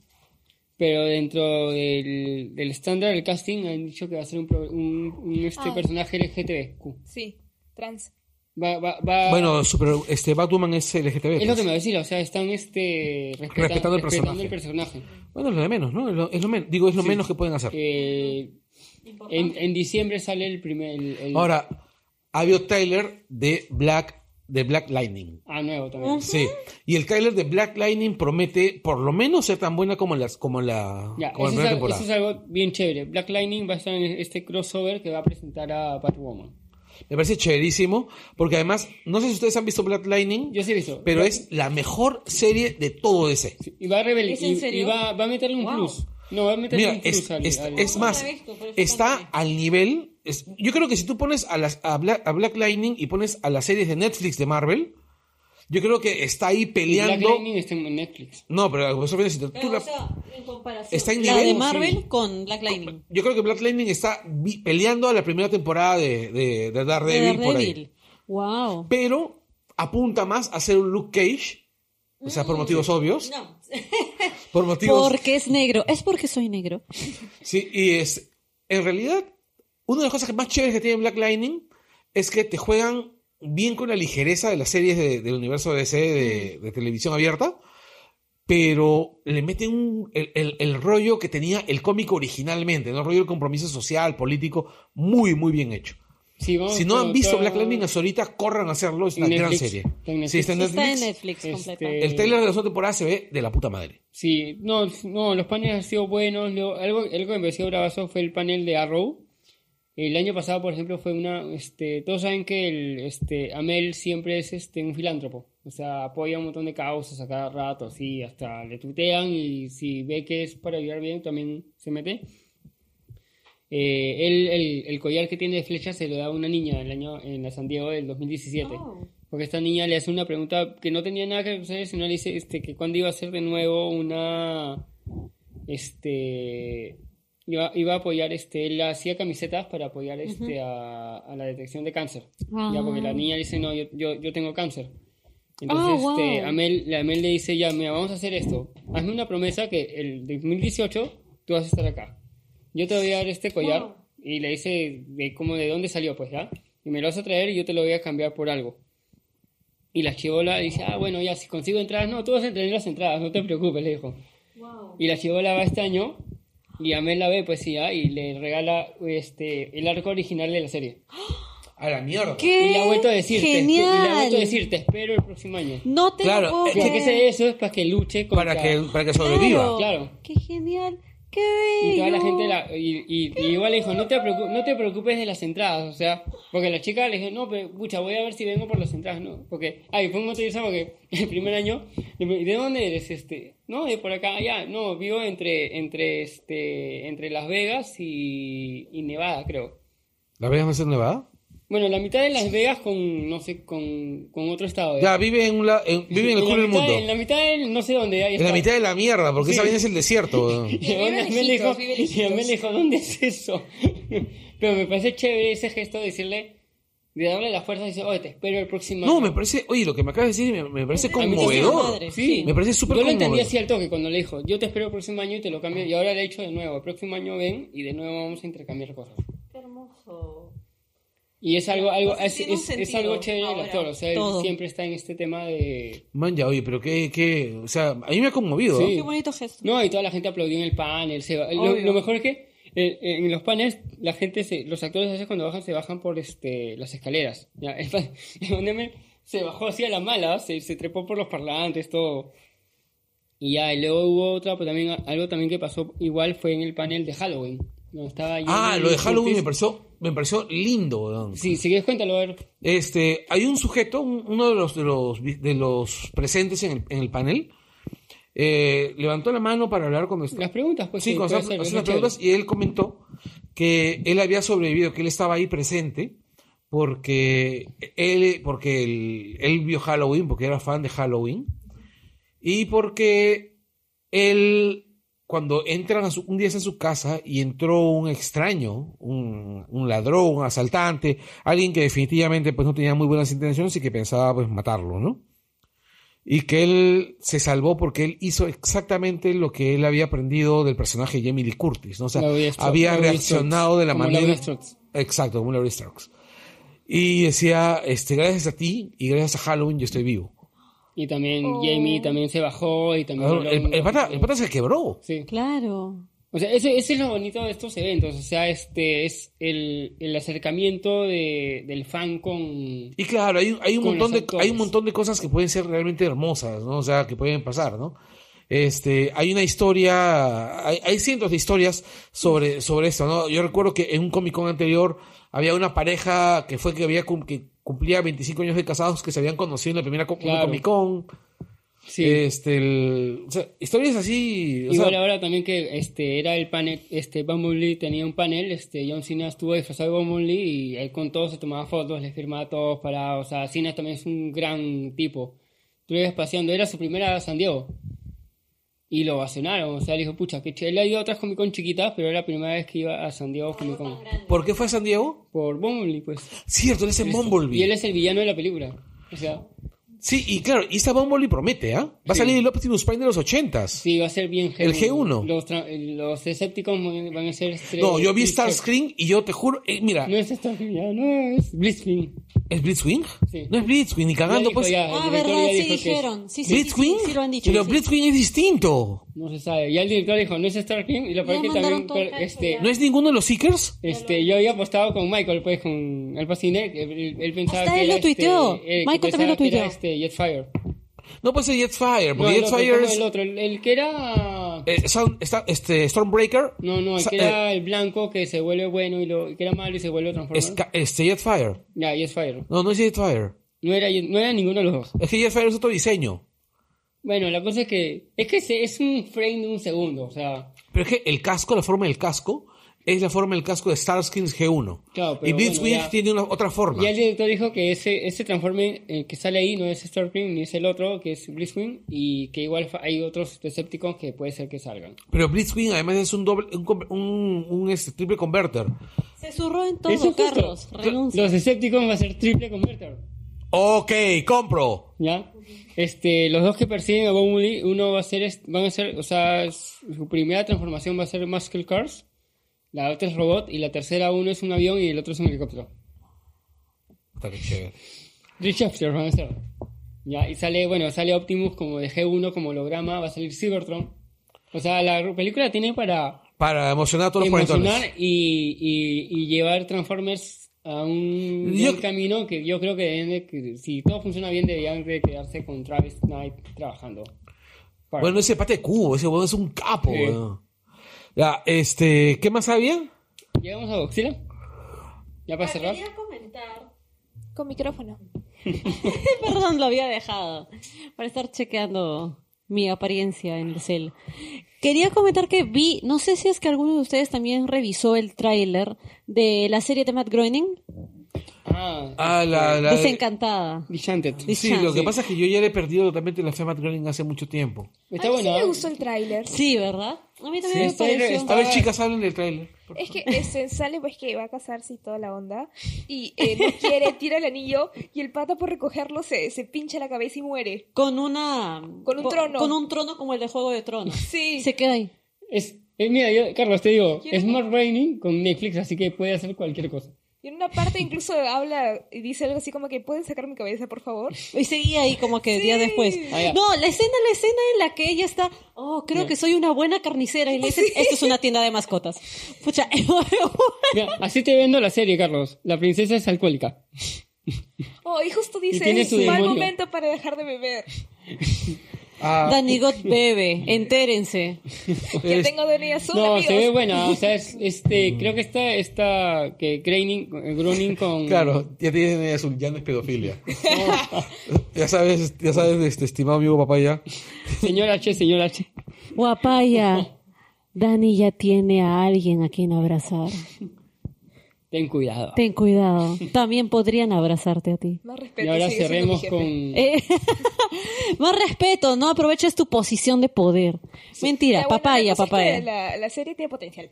pero dentro del, del estándar del casting han dicho que va a ser un, pro- un, un, este Ah. personaje LGTBQ. Sí, trans. Va, va, va- Bueno, super, este, Batwoman es LGTB. Eh. es lo que pues. me decía, o sea, están este, respeta- Respetando el respetando el personaje. Bueno, es lo de menos, ¿no? Es lo, es lo men- digo, es lo menos que pueden hacer. Eh, en, en diciembre sale el primer. El, el- Ahora, ha habido Tyler de Black, de Black Lightning. Ah, nuevo también. Sí. Y el Tyler de Black Lightning promete por lo menos ser tan buena como las, como la, Ya, como eso, es la algo, primera temporada. eso es algo bien chévere. Black Lightning va a estar en este crossover que va a presentar a Batwoman. Me parece chéverísimo, porque además, no sé si ustedes han visto Black Lightning. Yo sí he visto. pero Va- es la mejor serie de todo ese. Y va a revelar. ¿Es en Y, serio? y va, va a meterle un Wow. plus. No, va a meterle Mira, un plus es, al- es- al- es más, No la he visto, pero sí está cuéntame. al nivel. es- yo creo que si tú pones a, las, a, Bla- a Black, Lightning y pones a las series de Netflix de Marvel, Yo creo que está ahí Y Black peleando. Lightning está en Netflix. No, pero la cuestión es, si tú Pero, la- o sea, en comparación, está en la nivel, de sí. Marvel con Black Lightning. Yo creo que Black Lightning está vi- peleando a la primera temporada de, de- de Daredevil por ahí. Daredevil. Wow. Pero apunta más a ser un Luke Cage. O sea, por motivos obvios. Mm. No. Por motivos. Porque es negro. Es porque soy negro. Sí, y es. En realidad, una de las cosas que más chéveres que tiene Black Lightning es que te juegan bien con la ligereza de las series de- del universo DC de, de televisión abierta, pero le meten un- el, el- el rollo que tenía el cómico originalmente, ¿no? El rollo del compromiso social, político, muy, muy bien hecho. Sí, vamos Si no a- han visto a- Black Lightning hasta ahorita, corran a hacerlo, es una En gran Netflix. serie. Está en Sí, está en Está en Netflix. Netflix Este, completo. El trailer de la segunda temporada se ve de la puta madre. Sí, no, no, los paneles han sido buenos. Lo- algo, algo que me pareció bravazo fue el panel de Arrow. El año pasado, por ejemplo, fue una, este, todos saben que el, este, Amel siempre es, este, un filántropo. O sea, apoya un montón de causas a cada rato, así, hasta le tutean y si ve que es para ayudar bien, también se mete. Eh, él, el, el collar que tiene de flecha se lo da a una niña el año, en la San Diego del 2017. Porque esta niña le hace una pregunta que no tenía nada que ver, sino le dice este, que cuando iba a hacer de nuevo una. Este. Iba, iba a apoyar, este. Él hacía camisetas para apoyar este, a, a la detección de cáncer. Ah, Ya, porque la niña dice, no, yo, yo, yo tengo cáncer. Entonces, Ah, este, wow. Amel, la Amel le dice, ya, mira, vamos a hacer esto. Hazme una promesa que el 2018 tú vas a estar acá. Yo te voy a dar este collar. Y le dice, de, como de dónde salió, pues, ¿ya? Y me lo vas a traer y yo te lo voy a cambiar por algo. Y la chivola dice, ah, bueno, ya, si consigo entradas, no, tú vas a tener las entradas, no te preocupes, le dijo. Y la chivola va este año y Amel la ve, pues sí, ah, y le regala este, el arco original de la serie. A la mierda. ¡Qué y le ha vuelto a decir, te- y le ha genial! vuelto a decir, te espero el próximo año. No te Claro, lo puedo eh, Dice creer. que ese- eso es para que luche contra... Para que, para que sobreviva. Claro. Claro. Qué genial. Qué bello. Y toda la gente la- y, y- y igual le dijo, no te, preocu- no te preocupes de las entradas, o sea, porque la chica le dijo, no, pero pucha, voy a ver si vengo por las entradas, ¿no? Porque, ay, fue un montón de eso porque el primer año, le pre- ¿de dónde eres este? No, de por acá, allá, no, vivo entre, entre, este, entre Las Vegas y, y Nevada, creo. ¿La veas más en Nevada? Bueno, la mitad de Las Vegas con, no sé, con, con otro estado. ¿eh? Ya, vive en, un la- en- vive en el la culo del mitad- mundo. En la mitad del, no sé dónde, ahí En la está. mitad de la mierda, porque esa vaina es el desierto. weón. Y aún así me dijo, y aún me dijo, ¿dónde es eso? Pero me parece chévere ese gesto de decirle, de darle la fuerza y decir, oye, te espero el próximo No, año". me parece, oye, lo que me acabas de decir me, me parece A mí conmovedor. también, sí. Me parece súper Yo lo entendí conmovedor. así al toque cuando le dijo, yo te espero el próximo año y te lo cambio. Y ahora le he hecho de nuevo, el próximo año ven y de nuevo vamos a intercambiar cosas. hermoso. Y es algo, algo, Entonces, es, tiene un es- es sentido algo chévere del ahora, actor, o sea, él todo. siempre está en este tema de... Man, ya, oye, pero qué, qué, o sea, a mí me ha conmovido. Sí. ¿eh? Qué bonito gesto. No, y toda la gente aplaudió en el panel. Se, va- lo, Obvio. lo mejor es que eh, en los paneles, la gente, se, los actores a veces cuando bajan, se bajan por este, las escaleras. Ya, el pan- el Oneme se bajó así a la mala, se, se trepó por los parlantes, todo. Y ya, y luego hubo otra, pues también algo también que pasó igual fue en el panel de Halloween. donde estaba Ah, Jamie lo de Curtis. Halloween me pareció, me pareció lindo. weón. Sí, si quieres cuéntalo, a ver. Este, hay un sujeto, un- uno de los, de los, de los presentes en el, en el panel, eh, levantó la mano para hablar cuando Las preguntas, pues Sí, cuando puede estaban ser, es haciendo muy las preguntas chévere. y él comentó que él había sobrevivido, que él estaba ahí presente porque él, porque él, él vio Halloween, porque era fan de Halloween y porque él cuando entran a su, un día está en su casa y entró un extraño, un, un ladrón, un asaltante, alguien que definitivamente pues no tenía muy buenas intenciones y que pensaba pues matarlo, ¿no? y que él se salvó porque él hizo exactamente lo que él había aprendido del personaje Jamie Lee Curtis, ¿no? O sea, Laurie Strode, había Laurie reaccionado Strode, de la como manera... Laurie Strode. Exacto, como Laurie Strode. Y decía, este, gracias a ti y gracias a Halloween yo estoy vivo. Y también Jamie también se bajó y también... Claro, el, el pata, el pata se quebró. Sí. Claro. O sea, eso, eso es lo bonito de estos eventos. O sea, este es el, el acercamiento de, del fan con. Y claro, hay, hay un Con montón los de actores. hay un montón de cosas que pueden ser realmente hermosas, ¿no? O sea, que pueden pasar, ¿no? Este, hay una historia, hay, hay cientos de historias sobre, sobre esto, ¿no? Yo recuerdo que en un Comic Con anterior había una pareja que fue que había cum- que cumplía 25 años de casados que se habían conocido en la primera co- Claro. Comic Con. Sí. Este, el- o sea, historias así. o sea, Igual ahora también que este era el panel, este Bumblebee tenía un panel, este John Cena estuvo disfrazado de Bumblebee y él con todos se tomaba fotos, les firmaba a todos para, o sea, Cena también es un gran tipo. Tú lo ibas paseando, era su primera San Diego. Y lo vacionaron, o sea, le dijo, pucha, que ch- él ha ido a otras Comic Con chiquitas, pero era la primera vez que iba a San Diego Comic Con. ¿Por qué fue a San Diego? Por Bumblebee, pues. Cierto, él es en Y Bumblebee. él es el villano de la película. O sea, Sí, y claro, y esta Bumblebee promete, ¿ah? Va a Sí. salir el Optimus Prime de los 80 sí, va a ser bien El G1. Los, tra- eh, los Decepticons van van a ser... estre- No, yo vi Blitzkrieg. Starscream y yo te juro, eh, mira, No es Starscream, ya, no, es Blitzwing. ¿es Blitzwing? Sí. No es Blitzwing, ni Ya cagando, dijo pues. ya, el Ah, director verdad, ya sí dijo que es- dijeron. Sí, sí, sí, sí, ¿Blitzwing? sí, lo han dicho. Pero sí. Blitzwing es distinto. No se sabe. Ya el director dijo, no es Starcream. Y la verdad que mandaron también todo el per- cacho, este, ya. ¿No es ninguno de los Seekers? este, yo había apostado con Michael, pues, con Al Pacino. Él, él- él pensaba Hasta que él era lo este, tuiteó. eh, que Michael pensaba también lo que era, tuiteó. este, Jetfire. No, pues es Jetfire, No, porque el otro, Jetfire ¿cómo es... el otro, el, el que era... eh, Sound- está- este, Stormbreaker. No, no, el Sa- que era el blanco que se vuelve bueno y lo el que era malo y se vuelve eh, transformado. Ska- este, Jetfire. Ya, Jetfire. No, no es Jetfire. No era, Jet- no era ninguno de los dos. Es que Jetfire es otro diseño. Bueno, la cosa es que... Es que se- es un frame de un segundo, o sea... Pero es que el casco, la forma del casco, es la forma del casco de Starscream G1. Claro, pero y Blitzwing bueno, ya- tiene una, otra forma. Y el director dijo que ese, ese transforme eh, que sale ahí no es Starcream ni es el otro, que es Blitzwing, y que igual fa- hay otros Decepticons que puede ser que salgan. Pero Blitzwing además es un doble, un, com- un- un, este, triple converter. Se zurró en todo, Eso es justo. Carlos. Renuncia. Los Decepticons va a ser triple converter, Ok, compro. ¿ya? Este, los dos que persiguen a Bumblebee, uno va a ser, est- van a ser, o sea, su primera transformación va a ser Muscle Cars, la otra es robot, y la tercera uno es un avión y el otro es un helicóptero. Puta, qué chévere. Rich After van a ser. Ya, y sale, bueno, sale Optimus como de G1, como holograma, va a salir Cybertron. O sea, la película tiene para Para emocionar a todos los cuarentones. emocionar y, y- y llevar Transformers a un Yo- buen camino que yo creo que, deben de- que si todo funciona bien deberían de quedarse con Travis Knight trabajando. Para- Bueno, ese pate cubo, ese huevón es un capo, Sí. weón. Ya, este, ¿qué más había? Llegamos a Godzilla. Ya para cerrar. Quería comentar Con micrófono. Perdón, lo había dejado para estar chequeando mi apariencia en el cel. Quería comentar que vi, no sé si es que alguno de ustedes también revisó el tráiler de la serie de Matt Groening, Ah, Ah, la, la- Desencantada. Enchanted. Ah, Sí, lo que pasa es que yo ya le he perdido totalmente la fe a Matt Groening hace mucho tiempo. Está a mí bueno. sí ¿eh? me gustó el tráiler. Sí, ¿verdad? A mí también Sí, me está- pareció. A está- ver, chicas, hablen del trailer. Es que eh, se sale pues que va a casarse y toda la onda. Y eh, no quiere, tira el anillo y el pata por recogerlo se, se pincha la cabeza y muere. Con una... Con un po- trono. Con un trono como el de Juego de Tronos. Sí. Se queda ahí. Es, eh, mira, yo, Carlos, te digo, es Smart Raining con Netflix, así que puede hacer cualquier cosa. Y en una parte incluso habla y dice algo así como que pueden sacar mi cabeza, por favor. Y seguía ahí como que días después. Ah, ya. No, la escena, la escena en la que ella está, oh, creo que soy una buena carnicera. Y le dicen, esto es una tienda de mascotas. Pucha, Mira, así te vendo la serie, Carlos. La princesa es alcohólica. Oh, y justo Y dice, tiene es su un mal demonio". momento para dejar de beber. Ah, Danny Ah. Got bebe, entérense. Ya tengo DNI azul, Pues, No, amigos. se ve buena. O sea, es, este, Mm. creo que esta, esta que Groening, eh, Groening con. Claro, ya te dicen azul, ya no es pedofilia. ya sabes, ya sabes, este, estimado amigo papá ya. Señor H, señor H. Guapaya, Dani ya tiene a alguien a quien abrazar. Ten cuidado. Ten cuidado, también podrían abrazarte a ti. Más respeto. Y ahora sigue siendo mi cerremos jefe. con. Eh, más respeto, no aproveches tu posición de poder. Mentira, La buena papaya, cosa es que papaya. la, la serie tiene potencial.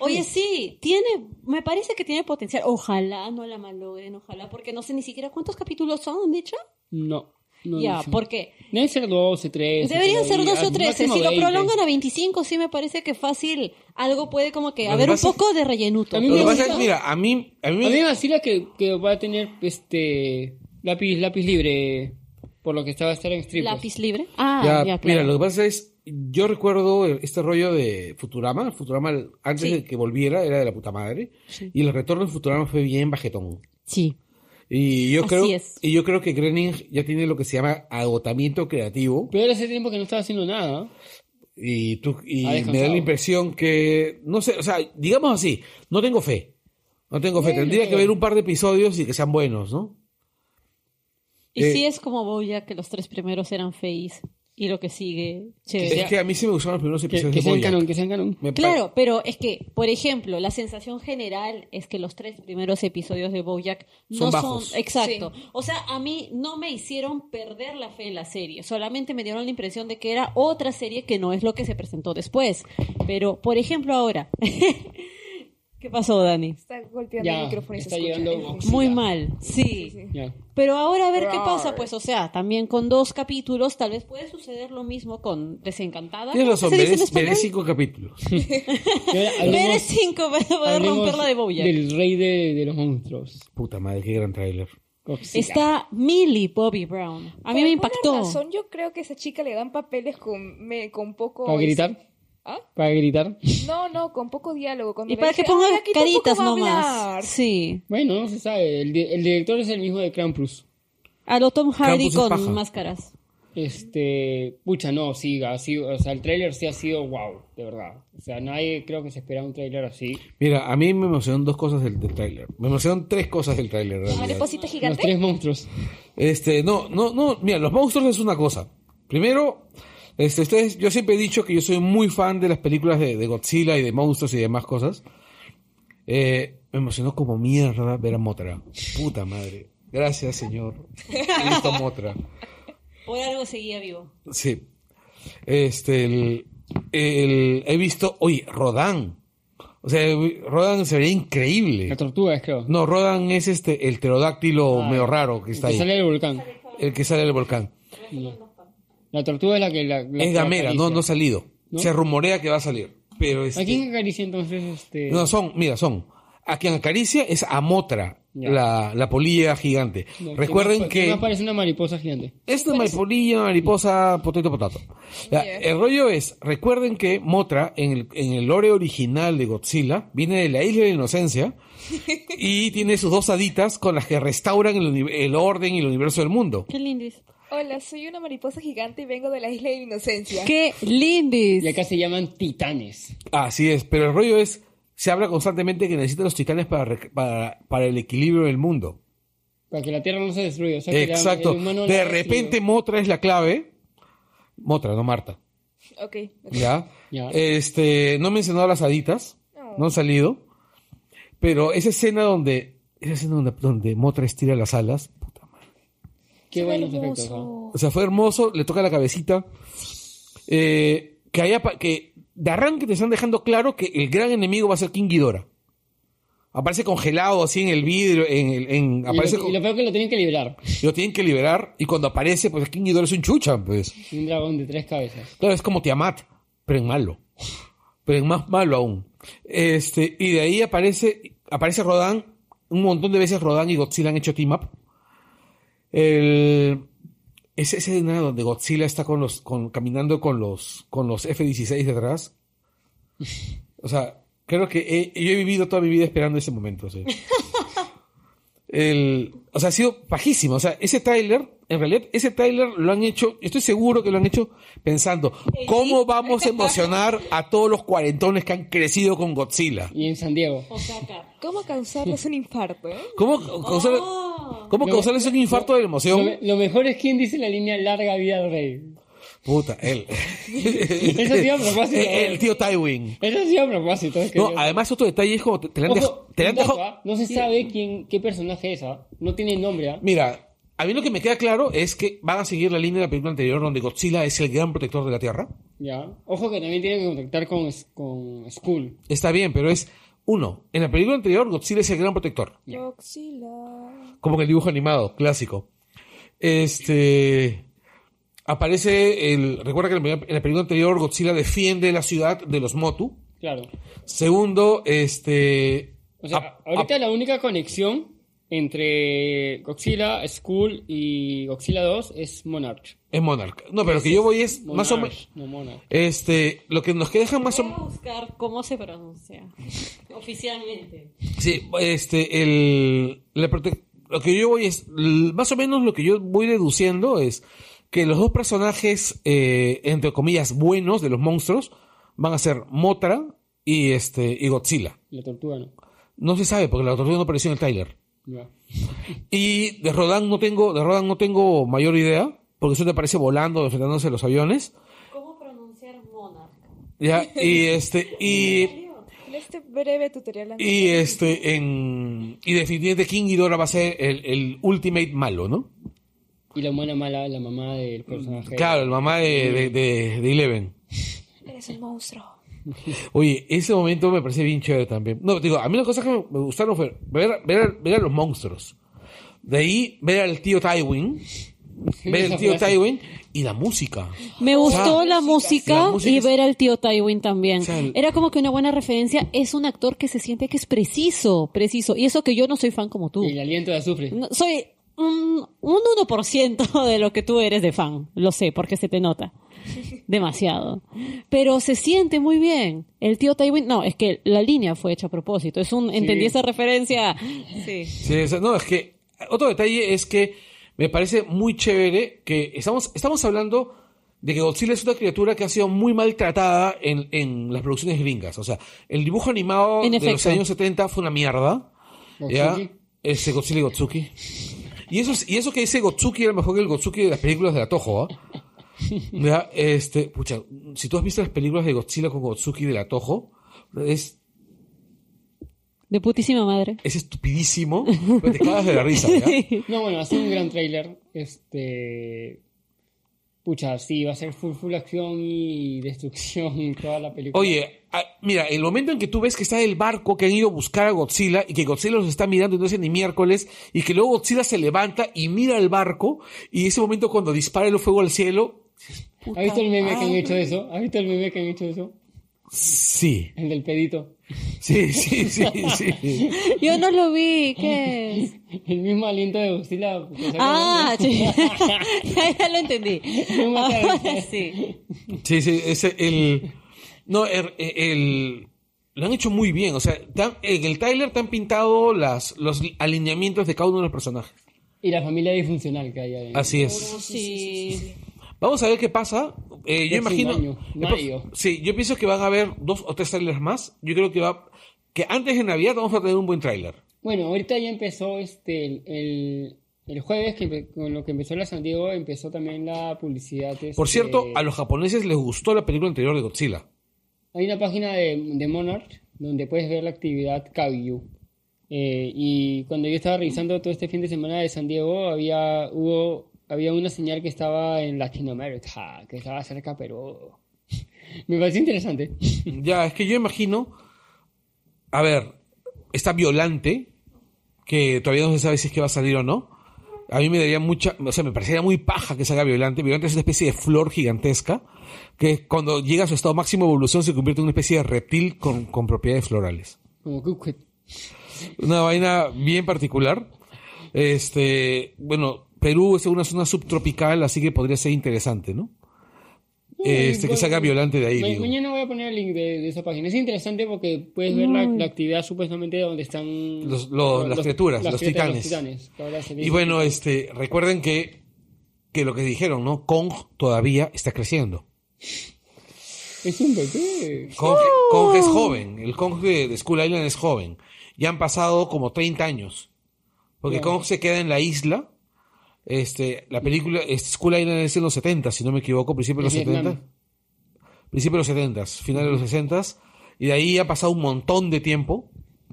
Oye, sí, tiene, me parece que tiene potencial. Ojalá no la malogren, ojalá, porque no sé ni siquiera cuántos capítulos son, ¿han dicho? No. no Ya, dice. porque Deben ser 12, 13. deberían por ser ahí, 12 o al 13. máximo Si lo 20. prolongan a 25, sí me parece que fácil. Algo puede como que Lo que haber un pasa es- poco de rellenuto. A mí Lo me que pasa gusta- es, mira, a mí, a mí A mí me- me vacila que, que va a tener este. Lápiz, lápiz libre. Por lo que estaba a estar en strip. pues. Lápiz libre. Ah, ya, ya, claro. mira, lo que pasa es, yo recuerdo este rollo de Futurama, Futurama el- antes de que volviera era de la puta madre, y el retorno de Futurama fue bien bajetón. Sí. Y yo Así creo, es. y yo creo que Groening ya tiene lo que se llama agotamiento creativo. Pero era hace tiempo que no estaba haciendo nada. Y, tú, y Ha me da descansado. la impresión que, no sé, o sea, digamos así, no tengo fe. No tengo fe. Tendría que ver un par de episodios y que sean buenos, ¿no? Y Eh, sí es como Boya, que los tres primeros eran feis. y lo que sigue, Es chévere. que a mí sí me gustaron los primeros Que, episodios que de sean Bojack. canon, que sean canon. Me pa- Claro, pero es que, por ejemplo, la sensación general es que los tres primeros episodios de BoJack Son no son, bajos. exacto. O sea, a mí no me hicieron perder la fe en la serie, solamente me dieron la impresión de que era otra serie que no es lo que se presentó después. Pero, por ejemplo, ahora, ¿qué pasó, Dani? Está golpeando Ya, el micrófono y se está escucha. llegando- Es Muy ya. mal, sí. Sí, sí. Ya. Pero ahora a ver qué pasa, pues, o sea, también con dos capítulos tal vez puede suceder lo mismo con Desencantada. Tienes ¿Cómo razón, se dice en veré, veré español? cinco capítulos. Y ahora Veré hablemos- cinco para poder hablemos romper la de Bojack. Del rey de, de los monstruos. Puta madre, qué gran tráiler. Godzilla. Está Millie Bobby Brown. A mí Por me alguna impactó. razón, yo creo que a esa chica le dan papeles con, me- con poco... ¿Para gritar? ¿Ah? ¿Para gritar? No, no, con poco diálogo. Cuando Y le para que dije, "Ah, pongan aquí tampoco caritas va a hablar". nomás. Sí. Bueno, no se sabe. El, di- el director es el mismo de Krampus. A lo Tom Hardy Campus pues, es paja. con máscaras. Este, pucha, no, sí, ha sido, o sea, el tráiler sí ha sido wow, de verdad. O sea, nadie creo que se esperaba un tráiler así. Mira, a mí me emocionan dos cosas del, del tráiler. Me emocionan tres cosas del tráiler. en realidad. Mariposita Los gigante. tres monstruos. Este, no, no, no, mira, los monstruos es una cosa. Primero, este, ustedes, yo siempre he dicho que yo soy muy fan de las películas de, de Godzilla y de monstruos y demás cosas. Eh, me emocionó como mierda ver a Motra. Puta madre. Gracias, señor. Listo, Motra. Por algo seguía vivo. Sí. Este, el, el- he visto, oye, Rodan. O sea, Rodan se veía increíble. La tortuga, es, creo. No, Rodan es este, el pterodáctilo Ah, medio raro que El está que ahí. sale del volcán. El que sale del volcán. La tortuga es la que la, la es que gamera, no, acaricia. no ha salido. ¿No? Se rumorea que va a salir. Pero este, ¿A quién acaricia entonces este? No, son, mira, son. A quien acaricia es a Motra, Ya. la, la polilla gigante. No, Recuerden más- que. más parece una mariposa gigante. Esto es maripolilla, mariposa, potato, potato. Ya, El rollo es, recuerden que Motra, en el, en el lore original de Godzilla, viene de la Isla de la Inocencia y tiene sus dos haditas con las que restauran el, uni- el orden y el universo del mundo. Qué lindis. Hola, soy una mariposa gigante y vengo de la isla de la inocencia. Qué Y lindis. acá se llaman titanes. Así es, pero el rollo es, se habla constantemente que necesitan los titanes para, rec- para, para el equilibrio del mundo. Para que la tierra no se destruya. O sea, que la- Exacto. el humano la De destruye. repente Motra es la clave. Motra, no Marta. Ok. ok. ¿Ya? Ya. Este, no mencionó a las haditas, No. no han salido, pero esa escena donde, esa escena donde, donde Motra estira las alas, puta madre. Qué Qué buenos efectos. ¿no? hermoso. o sea, fue hermoso, le toca la cabecita, Eh, que haya, pa- que de arranque te están dejando claro que el gran enemigo va a ser King Ghidorah. Aparece congelado así en el vidrio, en, el- en- Y lo, aparece, y con- lo peor que lo tienen que liberar. lo tienen que liberar y cuando aparece, pues King Ghidorah es un chucha, pues. Un dragón de tres cabezas. Claro, es como Tiamat, pero en malo. Pero en más malo aún. Este, y de ahí aparece, aparece Rodan. Un montón de veces Rodan y Godzilla han hecho team up. El, esa escena donde Godzilla está con los, con, caminando con los, con los F-16 detrás. O sea, creo que he- yo he vivido toda mi vida esperando ese momento. sí. El, o sea, ha sido pajísimo. O sea, ese tráiler, en realidad, ese tráiler lo han hecho, estoy seguro que lo han hecho pensando, ¿cómo vamos a emocionar a todos los cuarentones que han crecido con Godzilla? Y en San Diego. Osaka. ¿Cómo causarles un infarto? eh? ¿Cómo, causar- cómo Lo- causarles un infarto de Lo, emoción? me- lo mejor es quien dice la línea larga vida al rey. Puta, él. Eso sí, a propósito. eh. El tío Tywin. Eso sí a propósito. Es que No, yo- además otro detalle es como te, te la han Ojo, dejado... te la han un dato, dejado- ¿ah? No se sabe quién, qué personaje es. ¿ah? No tiene nombre. ¿ah? Mira, a mí lo que me queda claro es que van a seguir la línea de la película anterior donde Godzilla es el gran protector de la Tierra. Ya. Ojo que también tiene que contactar con, con Skull. Está bien, pero es... Uno, en la película anterior Godzilla es el gran protector. Godzilla. como que el dibujo animado, clásico. Este aparece el. Recuerda que en la primera- en la película anterior Godzilla defiende la ciudad de los Motu. Claro. Segundo, este. O sea, ap- ahorita ap- la única conexión entre Godzilla, Skull y Godzilla 2 es Monarch. es Monarch. No, pero lo que yo voy es Monarch más o menos. No, Monarch. Este, lo que nos queda más o Voy a menos. buscar cómo se pronuncia oficialmente. Sí, este, el. la prote- lo que yo voy es. l- Más o menos lo que yo voy deduciendo es que los dos personajes, eh, entre comillas, buenos de los monstruos van a ser Motra y, este, y Godzilla. La tortuga no. No se sabe porque la tortuga no apareció en el Tyler. Ya. Y de Rodan no tengo, de Rodan no tengo mayor idea. porque eso te parece volando, enfrentándose a los aviones. ¿Cómo pronunciar monarca? Ya, y este, y, En este breve tutorial. y este, en, y definitivamente King Ghidorah va a ser el, el ultimate malo, ¿no? Y la humana mala, la mamá del personaje. Claro, el mamá de, de, de, de Eleven. Eres un monstruo. Oye, ese momento me parece bien chévere también. No, digo, a mí las cosas que me me gustaron fue ver, ver, ver a los monstruos. De ahí, ver al tío Tywin. Ver al tío Tywin y la música. Me gustó la, música La música y es- ver al tío Tywin también. O sea, el- Era como que una buena referencia. Es un actor que se siente que es preciso, preciso. Y eso que yo no soy fan como tú. Y el aliento de azufre. No, soy un, un 1% de lo que tú eres de fan. Lo sé, porque se te nota. Demasiado. Pero se siente muy bien. El tío Tywin, no, es que la línea fue hecha a propósito. Es un, entendí esa referencia. Sí. Sí, o sea, no, es que otro detalle es que me parece muy chévere que estamos, estamos hablando de que Godzilla es una criatura que ha sido muy maltratada en, en las producciones gringas. O sea, el dibujo animado En de los efecto. años 70 fue una mierda. ¿ya? Gotsuki. Ese Godzilla y Gotsuki. Y eso, es- y eso que ese Gotsuki era mejor que el Gotsuki de las películas de Atojo, ¿ah? Ya, este, pucha, si tú has visto las películas de Godzilla con Gotsuki del Atojo, es De putísima madre. es estupidísimo, pero te cagas de la risa, ¿ya? No, bueno, ha sido un gran trailer. Este. Pucha, sí, va a ser full, full acción y destrucción en toda la película. Oye, ah, mira, el momento en que tú ves que está el barco que han ido a buscar a Godzilla y que Godzilla los está mirando y no hace ni miércoles y que luego Godzilla se levanta y mira al barco y ese momento cuando dispara el fuego al cielo, ¿Has visto el meme que han hecho de eso? ¿Has visto el meme que han hecho de eso? sí, El del pedito. sí, sí, sí, sí. Yo no lo vi. ¿Qué es? El mismo aliento de Godzilla. porque saca Ah, el- sí. ya, ya lo entendí. Ahora sí. Sí, sí, ese, el... No, el, el- Lo han hecho muy bien, o sea, tan- en el Tyler te han pintado las, los alineamientos de cada uno de los personajes. Y la familia disfuncional que hay ahí. Así es. Sí. Vamos a ver qué pasa. Eh, yo Próximo imagino. año, el pro- mayo. Sí, yo pienso que van a haber dos o tres trailers más. Yo creo que va. Que antes de Navidad vamos a tener un buen trailer. Bueno, ahorita ya empezó este el, el- el jueves que empe- con lo que empezó la San Diego empezó también la publicidad. este, Por cierto, a los japoneses les gustó la película anterior de Godzilla. hay una página de, de Monarch donde puedes ver la actividad Kaiju. Eh, y cuando yo estaba revisando todo este fin de semana de San Diego había hubo había una señal que estaba en Latinoamérica, que estaba cerca pero me pareció interesante. ya, es que yo imagino. A ver, está Violante, que todavía no se sabe si es que va a salir o no. A mí me daría mucha. O sea, me parecería muy paja que salga Violante. Violante es una especie de flor gigantesca que cuando llega a su estado máximo de evolución se convierte en una especie de reptil con- con propiedades florales. Como Eh, Cuphead. una vaina bien particular. Este, bueno, Perú es una zona subtropical, así que podría ser interesante, ¿no? Este, que salga violante de ahí. Ma- digo. mañana voy a poner el link de, de esa página. Es interesante porque puedes ver la, la actividad supuestamente donde están Los- los- las criaturas, los titanes. que ahora se Y dice. bueno, este, recuerden que, que lo que dijeron, ¿no? Kong todavía está creciendo. es un bebé. Kong, Kong es joven, el Kong de, de Skull Island es joven. Ya han pasado como 30 años. Porque Claro. Kong se queda en la isla. Este, la película, es- Skull Island es en los 70, si no me equivoco, En principios de los 70. Vietnam. Principios de los 70, final de los 60. Y de ahí ha pasado un montón de tiempo.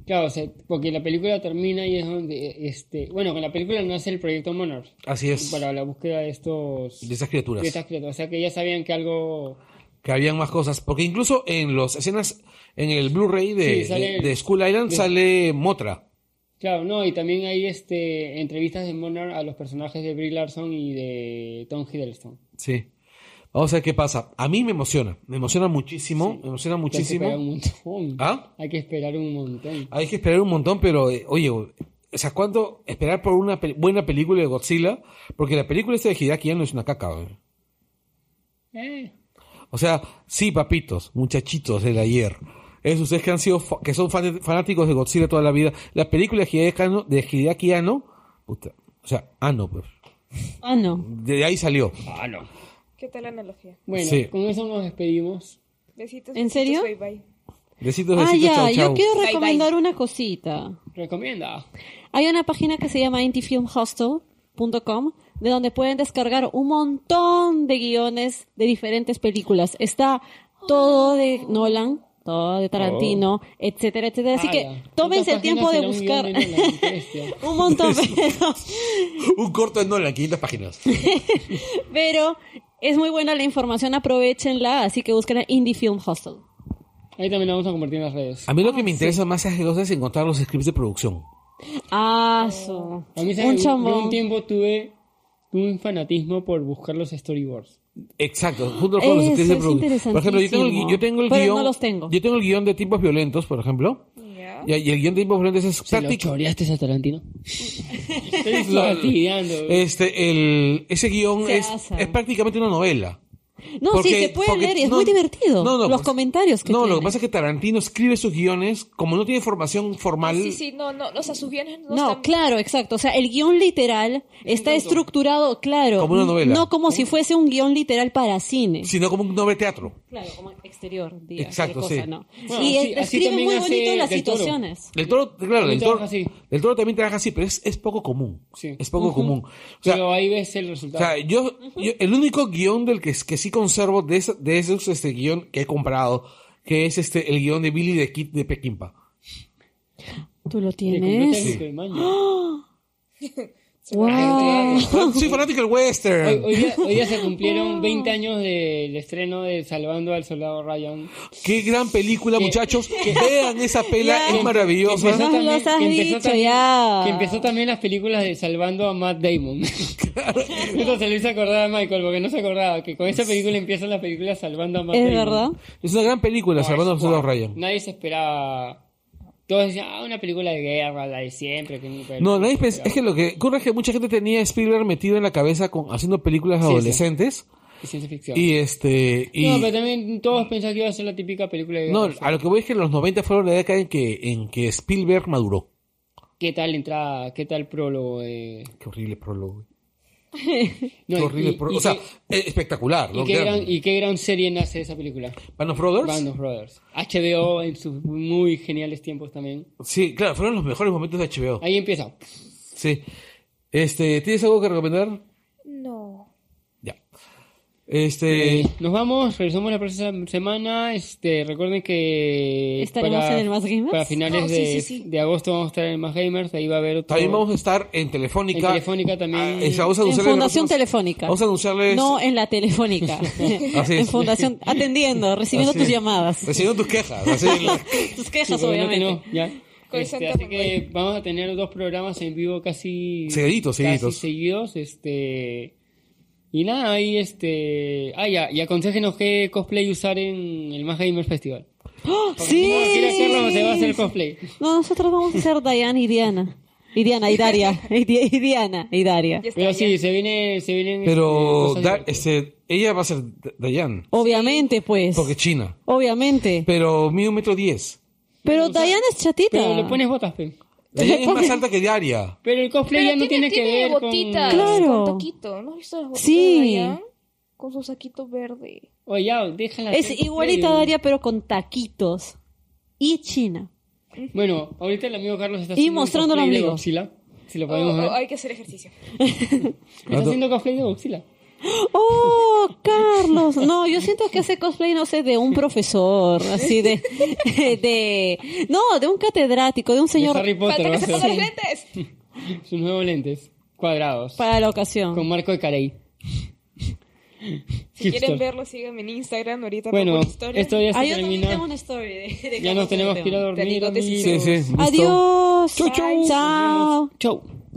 Claro, o sea, porque la película termina y es donde eh, este, bueno, con la película nace el proyecto Monarch Así es. para la búsqueda de estos De esas criaturas. de estas criaturas, o sea que ya sabían que algo Que habían más cosas. Porque incluso en las escenas, en el Blu-ray de, Sí, sale de- el- de Skull Island de- sale Motra. Claro, no, y también hay este entrevistas de Monarch a los personajes de Brie Larson y de Tom Hiddleston. Sí. Vamos a ver qué pasa. A mí me emociona. Me emociona muchísimo. Me emociona muchísimo. Hay que esperar un montón. ¿Ah? Hay que esperar un montón. Hay que esperar un montón, pero eh, oye, o sea, ¿cuánto esperar por una pe- buena película de Godzilla? Porque la película esta de Hideaki ya no es una caca. ¿eh? Eh, O sea, sí, papitos, muchachitos del ayer. Es ustedes que han sido fa- que son fan- fanáticos de Godzilla toda la vida. La película de Hideaki Anno, de Hideaki Anno, puta, o sea, Anno, pues. Ah, no. De ahí salió. ah, no. ¿Qué tal la analogía? Bueno, Sí. con eso nos despedimos. Besitos. ¿En besitos, serio? Bye bye. Besitos, Ah, besitos, ya. chau, Yo chau. quiero bye. recomendar una cosita. Recomienda. Hay una página que se llama IndieFilmHostel.com de donde pueden descargar un montón de guiones de diferentes películas. Está todo de Nolan, todo de Tarantino, Oh. etcétera, etcétera. Así Ah, que ya. tómense el ¿Cuántas tiempo de páginas será buscar un guion de Nolan? Qué bestia. un montón, pero, Un corto en Nolan, 500 páginas. pero es muy buena la información, aprovechenla, así que busquen el Indie Film Hostel. Ahí también lo vamos a compartir en las redes. A mí lo que me interesa más es que cosas es encontrar los scripts de producción. Ah, su. A mí, un ¿sabes? Yo un chambón. tiempo tuve tuve un fanatismo por buscar los storyboards. Exacto, junto con los Eso scripts de es producción. Por ejemplo, yo tengo el, gui- yo tengo el Pero guión. no los tengo. Yo tengo el guión de tipos violentos, por ejemplo. Ya. Y, y el guión de tipos violentos es ¿Se lo práctico- choreaste a Tarantino? Estoy Lo- fastidiando. Eh, Este, el, ese guión Se es, asa. es prácticamente una novela. No, sí, Porque- se puede porque- leer y es no, muy divertido. no, no, los pues- comentarios que No, lo tiene. que pasa es que Tarantino escribe sus guiones, como no tiene formación formal. Sí, sí, no, no, o sea, sus guiones no, No, están- claro, exacto. O sea, el guión literal está estructurado, claro. Como una novela. No como si fuese un guión literal para cine. sino como un novel teatro. Claro, como exterior, digamos. Exacto, cosa, sí. ¿no? Bueno, y sí, es- así describe también muy hace bonito las Del Toro. situaciones. Del toro, claro, También del toro, trabaja así. del toro también trabaja así, pero es, es poco común. Sí. Es poco Ujú. común. O sea, Pero ahí ves el o resultado. sea, yo, yo- el único guión del que, que sí conservo de, esa- de esos este, guión que he comprado, que es este el guión de Billy the Kid de Pequimpa. Tú lo Le compró tienes. técnico el man. Wow. Soy fanático del western. Hoy, hoy día, hoy día se cumplieron 20 años del estreno de Salvando al Soldado Ryan. Qué gran película, Que- muchachos. Vean esa pela, Ya. es maravillosa. Nos los has dicho ya. que empezó también las películas de Salvando a Matt Damon. Esto se lo hizo acordar a Michael, porque no se acordaba que con esa película empieza la película Salvando a Matt Es Damon. Eh, verdad. Es una gran película, Salvando a los Soldados Ryan. Nadie se esperaba. Todos decían, ah, una película de guerra, la de siempre. Que nunca No, nadie pens- es que lo que ocurre es que mucha gente tenía a Spielberg metido en la cabeza con haciendo películas Sí, sí. adolescentes Y ciencia ficción. y este y No, pero también todos pensaban que iba a ser la típica película de guerra. no, a lo que voy es que los 90 fueron la década en que en que Spielberg maduró. ¿Qué tal la entrada? ¿Qué tal el prólogo? de- Qué horrible prólogo. No, qué y- horrible y- prólogo. y O sea, qué- eh, espectacular, ¿Y ¿no? qué, Gran- gran, ¿Y qué gran serie nace esa película? Band of Brothers. Band of Brothers. HBO en sus muy geniales tiempos también. Sí, claro, fueron los mejores momentos de HBO. Ahí empieza. Sí. Este, ¿tienes algo que recomendar? No. Ya. Este, Eh, Nos vamos, regresamos la próxima semana. Este, recuerden que Estaremos en el Más Gamers. para finales Ah, sí, de, sí, sí. de agosto vamos a estar en el Más Gamers. Ahí va a haber otro. También vamos a estar en Telefónica. En Telefónica también. Ah, es- vamos a En anunciarles- Fundación vamos a- Telefónica. Vamos a anunciarles. No en la telefónica. Así es. En fundación, atendiendo, recibiendo Así tus es. llamadas. Recibiendo tus quejas. así es. Tus Pues, Sí, quejas, porque no obviamente. tenemos- ya. Con Este, Santa así María. que vamos a tener dos programas en vivo casi Seguiditos, casi seguiditos. seguidos, este y nada, ahí este ah ya, y aconsejenos qué cosplay usar en el Más Gamer Festival. Sí. No, si la Carlos se va a hacer cosplay. No, nosotros vamos a ser Diana y Diana. Y Diana, y Daria. Y, Di- y Diana, y Daria. Ya está, Pero ya. sí, se viene se vienen Pero este, cosas Da- divertidas. este, ella va a ser D- Dayan, Obviamente, pues. porque es china. Obviamente. Pero mide un metro diez. Pero Diana es chatita. Pero le pones botas, pe. Dayan es más alta que Daria. Pero el cosplay Pero ya no tiene, que ver botitas, con Claro. con taquito. ¿No has visto las botitas Sí. de Dayan? Con su saquito verde. Oye, ya, déjala Es hacer igualita a cosplay. Daria, pero con taquitos. Y China. Bueno, ahorita el amigo Carlos está Y haciendo un mostrando el cosplay de ombligo. Godzilla, si lo Oh, podemos oh, ver. hay que hacer ejercicio. Está haciendo cosplay de Godzilla. ¡Oh, Carlos! No, yo siento que hace cosplay, no sé, de un profesor, así de... de no, de un catedrático, de un De señor Harry Potter, va Falta que a se ser. pongan los lentes. Sus nuevos lentes, cuadrados, para la ocasión. con marco de Carey. Si quieren Hipster. verlo, síganme en Instagram. Ahorita Bueno, pongo una historia. esto ya se Ah, yo también tengo termina. una story de, de Ya cómo nos se tenemos llama. que ir a Te dormir. digo, te amigos. Sí, sí. listo. Adiós. Chau, chau. Chao. Chau.